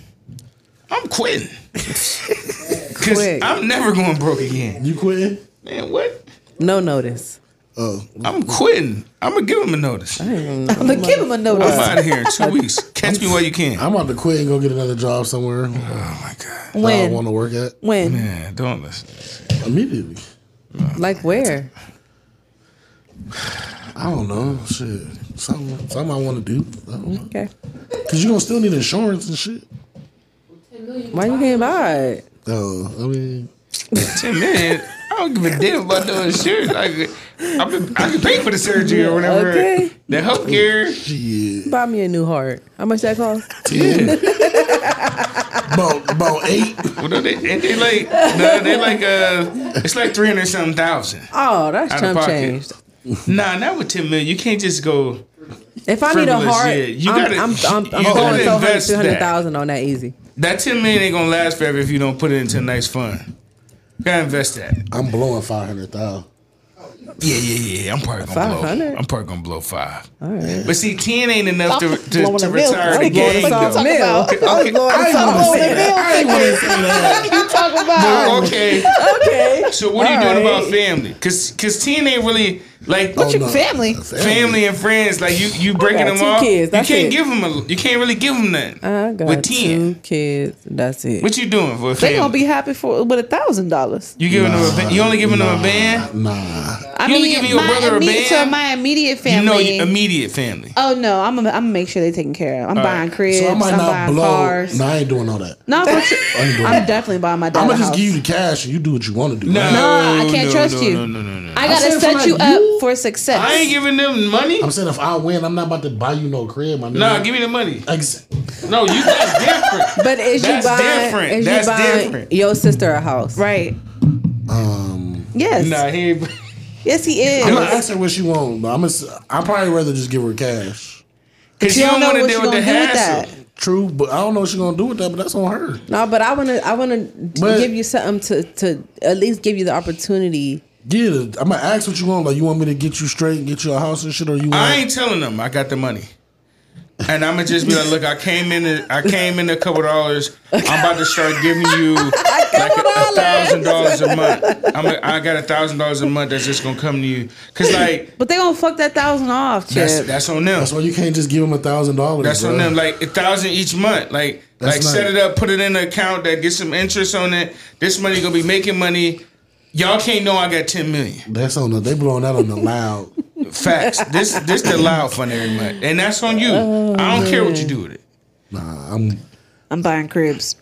Speaker 2: I'm quitting. Cause
Speaker 5: Quick.
Speaker 2: I'm never going broke again.
Speaker 4: You quitting?
Speaker 2: Man, what?
Speaker 5: No notice.
Speaker 4: Oh,
Speaker 2: I'm quitting. I'm gonna give him a notice. I'm
Speaker 6: I'm gonna give him a notice.
Speaker 2: out of here in two weeks. Catch me while you can.
Speaker 4: I'm about to quit and go get another job somewhere that
Speaker 2: oh my god.
Speaker 4: I want
Speaker 6: When?
Speaker 4: to work at
Speaker 6: When?
Speaker 2: Yeah, don't listen.
Speaker 4: immediately.
Speaker 5: Like where?
Speaker 4: I don't know. Shit, something, something I want to do. I don't know.
Speaker 5: Okay.
Speaker 4: Cause you gonna still need insurance and shit.
Speaker 5: Why you getting by?
Speaker 4: Oh, I mean,
Speaker 2: Ten million. I don't give a damn about no insurance. I could, I could, I could pay for the surgery or whatever.
Speaker 5: Okay.
Speaker 2: The healthcare.
Speaker 4: shit.
Speaker 5: Buy me a new heart. How much that cost?
Speaker 4: about about eight.
Speaker 2: Well, no, they, and they like no, they like uh, it's like three hundred something thousand.
Speaker 5: Oh, that's
Speaker 2: Out of
Speaker 5: chump
Speaker 2: pocket.
Speaker 5: change.
Speaker 2: Nah, not with ten million. You can't just go.
Speaker 5: If I need a
Speaker 2: Frivolous,
Speaker 5: heart,
Speaker 2: yeah. You
Speaker 5: I'm,
Speaker 2: gotta-
Speaker 5: I'm, I'm, I'm,
Speaker 2: you gotta
Speaker 5: throwing
Speaker 2: invest that.
Speaker 5: 200000 on that easy.
Speaker 2: That ten million ain't gonna last forever if you don't put it into a nice fund. Gotta invest that.
Speaker 4: I'm blowing five hundred thousand.
Speaker 2: Yeah, yeah, yeah. I'm probably gonna blow.
Speaker 5: 500?
Speaker 2: I'm probably gonna blow five.
Speaker 5: All right.
Speaker 2: But see, ten ain't enough to, to,
Speaker 6: blowing
Speaker 2: to
Speaker 6: a million.
Speaker 2: retire the
Speaker 6: I'm blowing
Speaker 2: game.
Speaker 6: a
Speaker 2: though.
Speaker 6: thousand.
Speaker 5: Mills.
Speaker 2: Okay, okay.
Speaker 5: I ain't
Speaker 4: gonna
Speaker 5: gonna
Speaker 4: say
Speaker 5: say
Speaker 4: that. I ain't gonna say that.
Speaker 6: You talk about?
Speaker 2: Well, okay.
Speaker 5: Okay.
Speaker 2: So what are you
Speaker 5: All
Speaker 2: doing
Speaker 5: right.
Speaker 2: about family? Cause cause teen ain't really like
Speaker 6: What's your
Speaker 4: no.
Speaker 6: family?
Speaker 2: family and friends. Like you you breaking
Speaker 5: got
Speaker 2: them
Speaker 5: two
Speaker 2: off.
Speaker 5: kids,
Speaker 2: You
Speaker 5: that's
Speaker 2: can't
Speaker 5: it.
Speaker 2: give them a. You can't really give them nothing.
Speaker 5: I got
Speaker 2: with
Speaker 5: two
Speaker 2: ten,
Speaker 5: kids. That's it.
Speaker 2: what you doing for a
Speaker 6: They
Speaker 2: family?
Speaker 6: gonna be happy for with a thousand dollars.
Speaker 2: you giving them a. ba- You only giving them a band.
Speaker 4: Nah,
Speaker 6: I
Speaker 2: You only
Speaker 6: mean,
Speaker 2: giving your
Speaker 6: my
Speaker 2: brother a
Speaker 6: immediate,
Speaker 2: band?
Speaker 6: so my immediate
Speaker 2: You know
Speaker 6: family.
Speaker 2: your immediate family.
Speaker 6: oh no, I'm gonna I'm gonna make sure they're taken care of. I'm buying
Speaker 2: right.
Speaker 6: cribs.
Speaker 4: so I
Speaker 6: I
Speaker 4: might
Speaker 6: am
Speaker 4: not
Speaker 6: buying
Speaker 4: blow.
Speaker 6: cars.
Speaker 4: Nah, I ain't doing all that.
Speaker 6: No, for sure. I'm definitely buying my dad
Speaker 4: I'm
Speaker 6: a
Speaker 4: gonna just
Speaker 6: house.
Speaker 4: give you the cash and you do what you want to do. right?
Speaker 6: Nah, I can't
Speaker 2: no,
Speaker 6: trust
Speaker 2: no,
Speaker 6: you.
Speaker 2: No, no, no, no.
Speaker 4: said
Speaker 6: I gotta
Speaker 4: for
Speaker 6: set
Speaker 4: like
Speaker 6: you
Speaker 4: you?
Speaker 6: up for success.
Speaker 2: I ain't giving them money.
Speaker 4: I'm saying if I win, I'm not about to buy you no crib. My nigga.
Speaker 2: Nah, give me the money.
Speaker 4: Ex-
Speaker 2: No, you that's different.
Speaker 5: but is you
Speaker 2: That's
Speaker 5: buying?
Speaker 2: different.
Speaker 5: Is
Speaker 2: That's
Speaker 5: you buying
Speaker 2: different.
Speaker 5: your sister a house?
Speaker 6: right.
Speaker 4: Um,
Speaker 6: Yes.
Speaker 2: Nah, he ain't.
Speaker 6: Yes, he
Speaker 4: I'm gonna
Speaker 6: is.
Speaker 4: ask her what she wants. But I'm gonna. I probably rather just give her cash.
Speaker 2: Because
Speaker 6: She
Speaker 2: you don't
Speaker 6: don't know
Speaker 2: want to
Speaker 6: what
Speaker 2: deal
Speaker 6: she
Speaker 2: with the
Speaker 6: gonna do with
Speaker 2: hassle.
Speaker 6: that.
Speaker 4: True, but I don't know what she's gonna do with that. But that's on her.
Speaker 5: No, but I want to. I want to
Speaker 4: But-
Speaker 5: give you something to to at least give you the opportunity.
Speaker 4: Yeah, I'm gonna ask what you want. Like, you want me to get you straight and get you a house and shit, or you want?
Speaker 2: I ain't telling them I got the money. And I'ma just be like, look, I came in I came in a couple dollars. I'm about to start giving you like a- a thousand dollars a month. I'm a, I got a thousand dollars a month that's just gonna come to you. Cause like
Speaker 6: But they gonna fuck that thousand off, Chip.
Speaker 2: that's that's on them.
Speaker 4: that's why you can't just give him a thousand dollars.
Speaker 2: That's on
Speaker 4: bruh.
Speaker 2: them. Like a thousand each month. Like
Speaker 4: That's
Speaker 2: like
Speaker 4: not-
Speaker 2: set it up, put it in an account that gets some interest on it. This money gonna be making money. Y'all can't know I got ten million.
Speaker 4: That's on the. They blowing that on the loud.
Speaker 2: Facts. this this the loud fund every month. And that's on you. I don't care what you do with it.
Speaker 4: Nah, I'm.
Speaker 6: I'm buying cribs.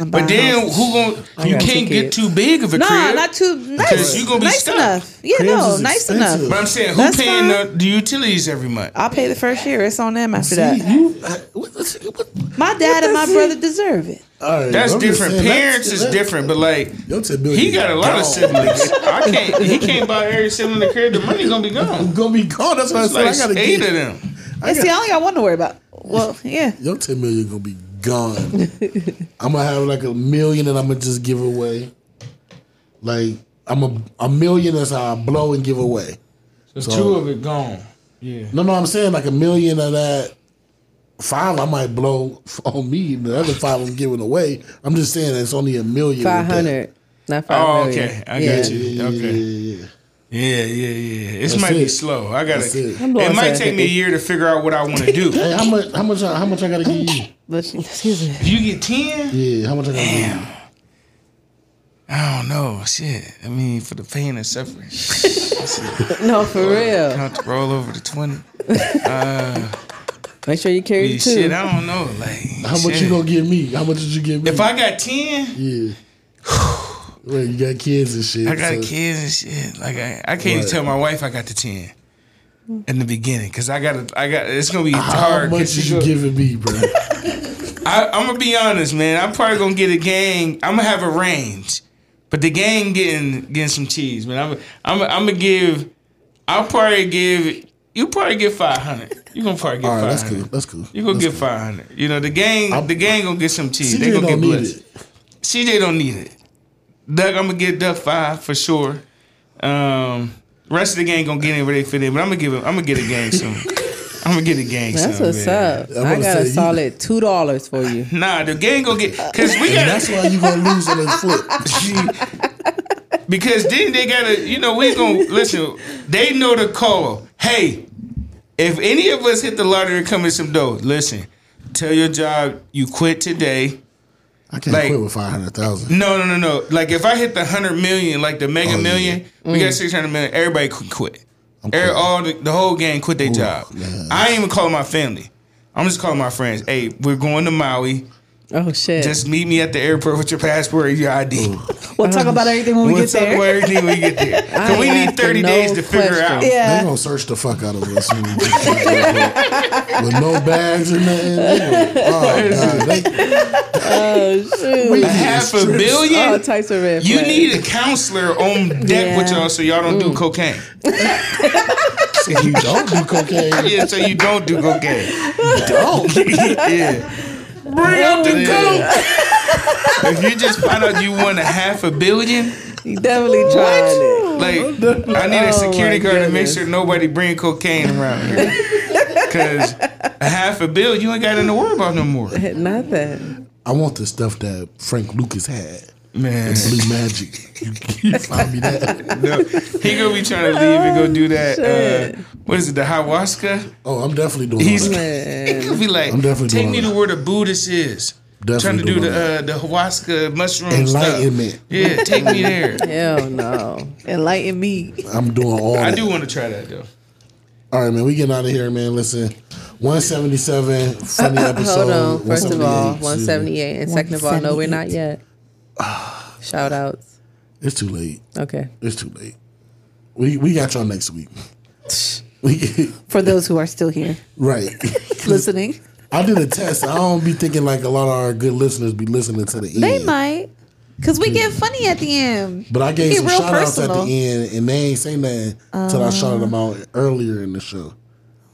Speaker 6: I'm
Speaker 2: But
Speaker 6: buying
Speaker 2: then
Speaker 6: houses.
Speaker 2: who gon' you
Speaker 5: got two
Speaker 2: can't get
Speaker 5: kids.
Speaker 2: too big of a
Speaker 6: Nah,
Speaker 2: crib.
Speaker 6: not too nice.
Speaker 2: you gonna be
Speaker 6: nice
Speaker 2: stuck.
Speaker 6: enough. Yeah,
Speaker 4: Cribs
Speaker 6: no,
Speaker 4: is
Speaker 6: nice
Speaker 4: expensive.
Speaker 6: enough.
Speaker 2: but I'm saying who
Speaker 6: That's
Speaker 2: paying
Speaker 6: fine.
Speaker 2: the, the utilities every month?
Speaker 6: I'll pay the first year. It's on them after
Speaker 4: See,
Speaker 6: that.
Speaker 4: you, uh, what, what, what,
Speaker 6: My dad and my brother deserve it.
Speaker 4: all right,
Speaker 2: That's
Speaker 4: I'm just
Speaker 2: different.
Speaker 4: saying, that's-
Speaker 2: Parents is
Speaker 4: that-
Speaker 2: different, but like
Speaker 4: Your $10 million
Speaker 2: he got a lot of
Speaker 4: gone.
Speaker 2: siblings. I can't. He can't buy every sibling a crib. The money gonna be gone.
Speaker 4: Gonna be gone. That's why I
Speaker 2: It's
Speaker 4: said
Speaker 2: like
Speaker 4: I gotta
Speaker 2: eight
Speaker 4: get
Speaker 2: of them.
Speaker 4: I
Speaker 6: And see, I only got one to worry about. Well, yeah.
Speaker 4: Your ten million gonna be gone. I'm gonna have like a million, and I'm gonna just give away. Like I'm a a million is how I blow and give away.
Speaker 2: There's
Speaker 4: So- two
Speaker 2: of it gone. Yeah.
Speaker 4: No, no, I'm saying like a million of that. Five I might blow on me. and The other five I'm giving away. I'm just saying it's only a million. with that.
Speaker 5: Five hundred, not five
Speaker 2: Oh,
Speaker 5: million.
Speaker 2: okay. I
Speaker 5: Yeah.
Speaker 2: got you.
Speaker 4: Yeah, yeah,
Speaker 2: Okay.
Speaker 4: yeah, yeah.
Speaker 2: Yeah, yeah, yeah. This
Speaker 4: That's
Speaker 2: might be
Speaker 4: it.
Speaker 2: slow. I gotta.
Speaker 4: That's it.
Speaker 2: It,
Speaker 5: blowing
Speaker 2: might
Speaker 5: to
Speaker 2: take me a
Speaker 5: 50.
Speaker 2: year to figure out what I want to do.
Speaker 4: Hey, how much? How much? I- How much I gotta give you?
Speaker 5: Excuse me.
Speaker 2: You get ten.
Speaker 4: Yeah, how much I gotta give you?
Speaker 2: I don't know. Shit. I mean, for the pain and suffering.
Speaker 5: No, for real.
Speaker 2: Count the roll over to twenty.
Speaker 5: Make sure you carry
Speaker 2: Yeah,
Speaker 5: the two.
Speaker 2: Shit, I don't know. Like,
Speaker 4: How much
Speaker 2: shit.
Speaker 4: you gonna give me? How much did you give me?
Speaker 2: If I got ten,
Speaker 4: yeah. Wait, you got kids and shit.
Speaker 2: I got
Speaker 4: so-
Speaker 2: kids and shit. Like, I, I can't even
Speaker 4: Right.
Speaker 2: tell my wife I got the ten in the beginning because I got to I got. It's gonna be
Speaker 4: How
Speaker 2: hard.
Speaker 4: much
Speaker 2: 'cause
Speaker 4: is
Speaker 2: she
Speaker 4: you
Speaker 2: go-
Speaker 4: giving me, bro?
Speaker 2: I, I'm gonna be honest, man. I'm probably gonna get a gang. I'm gonna have a range, but the gang getting getting some cheese, man. I'm I'm I'm gonna give. I'll probably give. You probably get five hundred. You gonna probably get
Speaker 4: All right,
Speaker 2: five
Speaker 4: that's cool.
Speaker 2: hundred.
Speaker 4: That's cool.
Speaker 2: You gonna
Speaker 4: that's
Speaker 2: get five hundred. You know the gang.
Speaker 4: I'm-
Speaker 2: the gang gonna get some cheese.
Speaker 4: cool.
Speaker 2: they
Speaker 4: CJ
Speaker 2: gonna get
Speaker 4: don't need
Speaker 2: blessed.
Speaker 4: it.
Speaker 2: CJ don't need it. Doug, I'm gonna get Doug five for sure. Um, rest of the gang gonna get in where they fit in, but I'm gonna give him. I'm gonna get a gang soon. I'm gonna get a gang soon.
Speaker 5: That's what's
Speaker 2: man.
Speaker 5: up.
Speaker 4: I'm
Speaker 5: I
Speaker 4: gonna
Speaker 5: got
Speaker 4: say
Speaker 5: a
Speaker 4: you-
Speaker 5: solid two dollars for you.
Speaker 2: Nah, the gang gonna get because we
Speaker 4: And
Speaker 2: got
Speaker 4: that's why you gonna lose on the foot.
Speaker 2: because then they gotta you know we gonna listen. They know the call. Hey, if any of us hit the lottery and come in some dough, listen. Tell your job you quit today.
Speaker 4: I can't
Speaker 2: Like-
Speaker 4: quit with five hundred thousand.
Speaker 2: No, no, no, no. Like if I hit the hundred million, like the mega
Speaker 4: Oh, yeah.
Speaker 2: million, we got six hundred million. Everybody could quit.
Speaker 4: I'm
Speaker 2: Every,
Speaker 4: quitting.
Speaker 2: all the, the whole gang quit their job.
Speaker 4: man.
Speaker 2: I ain't even calling my family. I'm just calling my friends. Hey, we're going to Maui.
Speaker 5: Oh shit.
Speaker 2: Just meet me at the airport with your passport and your ID.
Speaker 6: We'll talk about everything when we
Speaker 2: we'll
Speaker 6: get
Speaker 2: talk
Speaker 6: there.
Speaker 2: about everything when we get there. 'Cause
Speaker 5: I
Speaker 2: we
Speaker 5: ain't
Speaker 2: need
Speaker 5: asking
Speaker 2: 30
Speaker 5: no
Speaker 2: days to figure
Speaker 5: questions.
Speaker 2: out.
Speaker 4: They
Speaker 6: Yeah.
Speaker 4: gonna search the fuck out of us when we get to the airport. with no bags or nothing. They gonna- oh god, they,
Speaker 5: oh shoot.
Speaker 2: A half a
Speaker 4: Strips.
Speaker 2: billion.
Speaker 5: All types of red
Speaker 2: You
Speaker 5: flags.
Speaker 2: need a counselor on deck with
Speaker 5: Oh, Yeah.
Speaker 2: y'all so y'all don't do cocaine.
Speaker 4: you don't do cocaine.
Speaker 2: Yeah, so you don't do cocaine.
Speaker 4: Don't.
Speaker 2: yeah. Bring out the coke. if you just find out you won a half a billion,
Speaker 5: You definitely trying it.
Speaker 2: like I need a security
Speaker 5: my
Speaker 2: guard to make
Speaker 5: goodness.
Speaker 2: sure nobody bring cocaine around here. Cause a half a bill you ain't got nothing to worry about no more.
Speaker 5: Nothing.
Speaker 4: I want the stuff that Frank Lucas had.
Speaker 2: Man.
Speaker 4: Blue Magic. You, you find me that.
Speaker 2: No, he gonna be trying to leave and go do that.
Speaker 5: Shit.
Speaker 2: Uh, what is it, the ayahuasca?
Speaker 4: Oh, I'm definitely doing
Speaker 2: He's
Speaker 4: all that.
Speaker 2: he
Speaker 5: Man.
Speaker 2: gonna be like,
Speaker 4: I'm definitely
Speaker 2: take
Speaker 4: doing
Speaker 2: me
Speaker 4: all
Speaker 2: to
Speaker 4: that.
Speaker 2: where the Buddhist is.
Speaker 4: Definitely
Speaker 2: trying to do the
Speaker 4: doing
Speaker 2: uh, the ayahuasca mushroom
Speaker 4: Enlightenment.
Speaker 2: stuff. Yeah, take me there.
Speaker 5: Hell no.
Speaker 6: Enlighten me.
Speaker 4: I'm doing all
Speaker 2: I
Speaker 4: that.
Speaker 2: do want to try that though.
Speaker 4: All right, man, we getting out of here, man. Listen, 177, funny episode.
Speaker 5: Hold on. First of all,
Speaker 4: 178,
Speaker 5: one seventy eight, and second of all, no, we're not yet. Shout outs.
Speaker 4: excuse me. It's too late.
Speaker 5: Okay.
Speaker 4: It's too late. We we got y'all next week. We
Speaker 6: For those who are still here
Speaker 4: right.
Speaker 6: listening,
Speaker 4: I did a test. I don't be thinking like a lot of our good listeners be listening to the end.
Speaker 6: they might. Cause we get funny at the end.
Speaker 4: But I
Speaker 6: We
Speaker 4: gave
Speaker 6: get
Speaker 4: some
Speaker 6: real
Speaker 4: shout outs at the
Speaker 6: personal. Uh-huh.
Speaker 4: end, and they ain't say nothing until I shouted them out earlier in the show.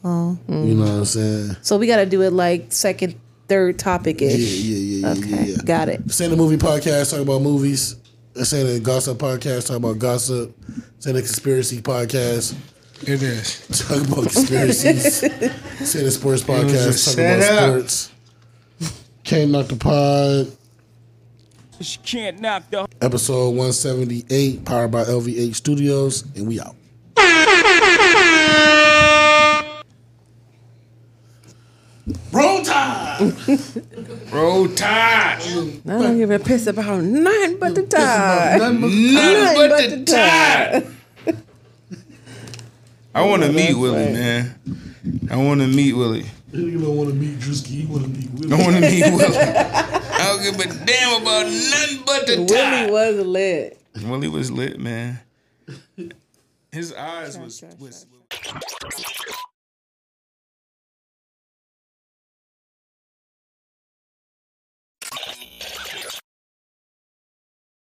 Speaker 4: You know what I'm saying?
Speaker 6: Oh. So we gotta do it like second, third topic
Speaker 4: Yeah,
Speaker 6: ish.
Speaker 4: yeah, yeah, yeah,
Speaker 6: Okay,
Speaker 4: yeah, yeah.
Speaker 6: got it.
Speaker 4: Say the movie podcast, talk about movies. Say the gossip podcast, talk about gossip. Say the conspiracy podcast,
Speaker 2: It is.
Speaker 4: talk about conspiracies. Say the sports podcast, talk about
Speaker 2: setup.
Speaker 4: sports. Can't knock the pod.
Speaker 1: She can't knock the
Speaker 4: Episode 178, powered by LVH Studios, and we out. Roll time.
Speaker 2: Roll Tide.
Speaker 5: I don't give a piss about nothing but the time.
Speaker 2: Nothing but,
Speaker 5: but
Speaker 2: the
Speaker 5: the
Speaker 2: tide. I want to meet Willie, man. I want to meet Willie.
Speaker 4: You don't want to meet Drisky. You want to meet
Speaker 2: I
Speaker 4: Willie.
Speaker 2: want to meet Willie. I don't give a damn about nothing but the
Speaker 5: Willie
Speaker 2: tide.
Speaker 5: was lit.
Speaker 2: Willie was lit, man. His eyes was. was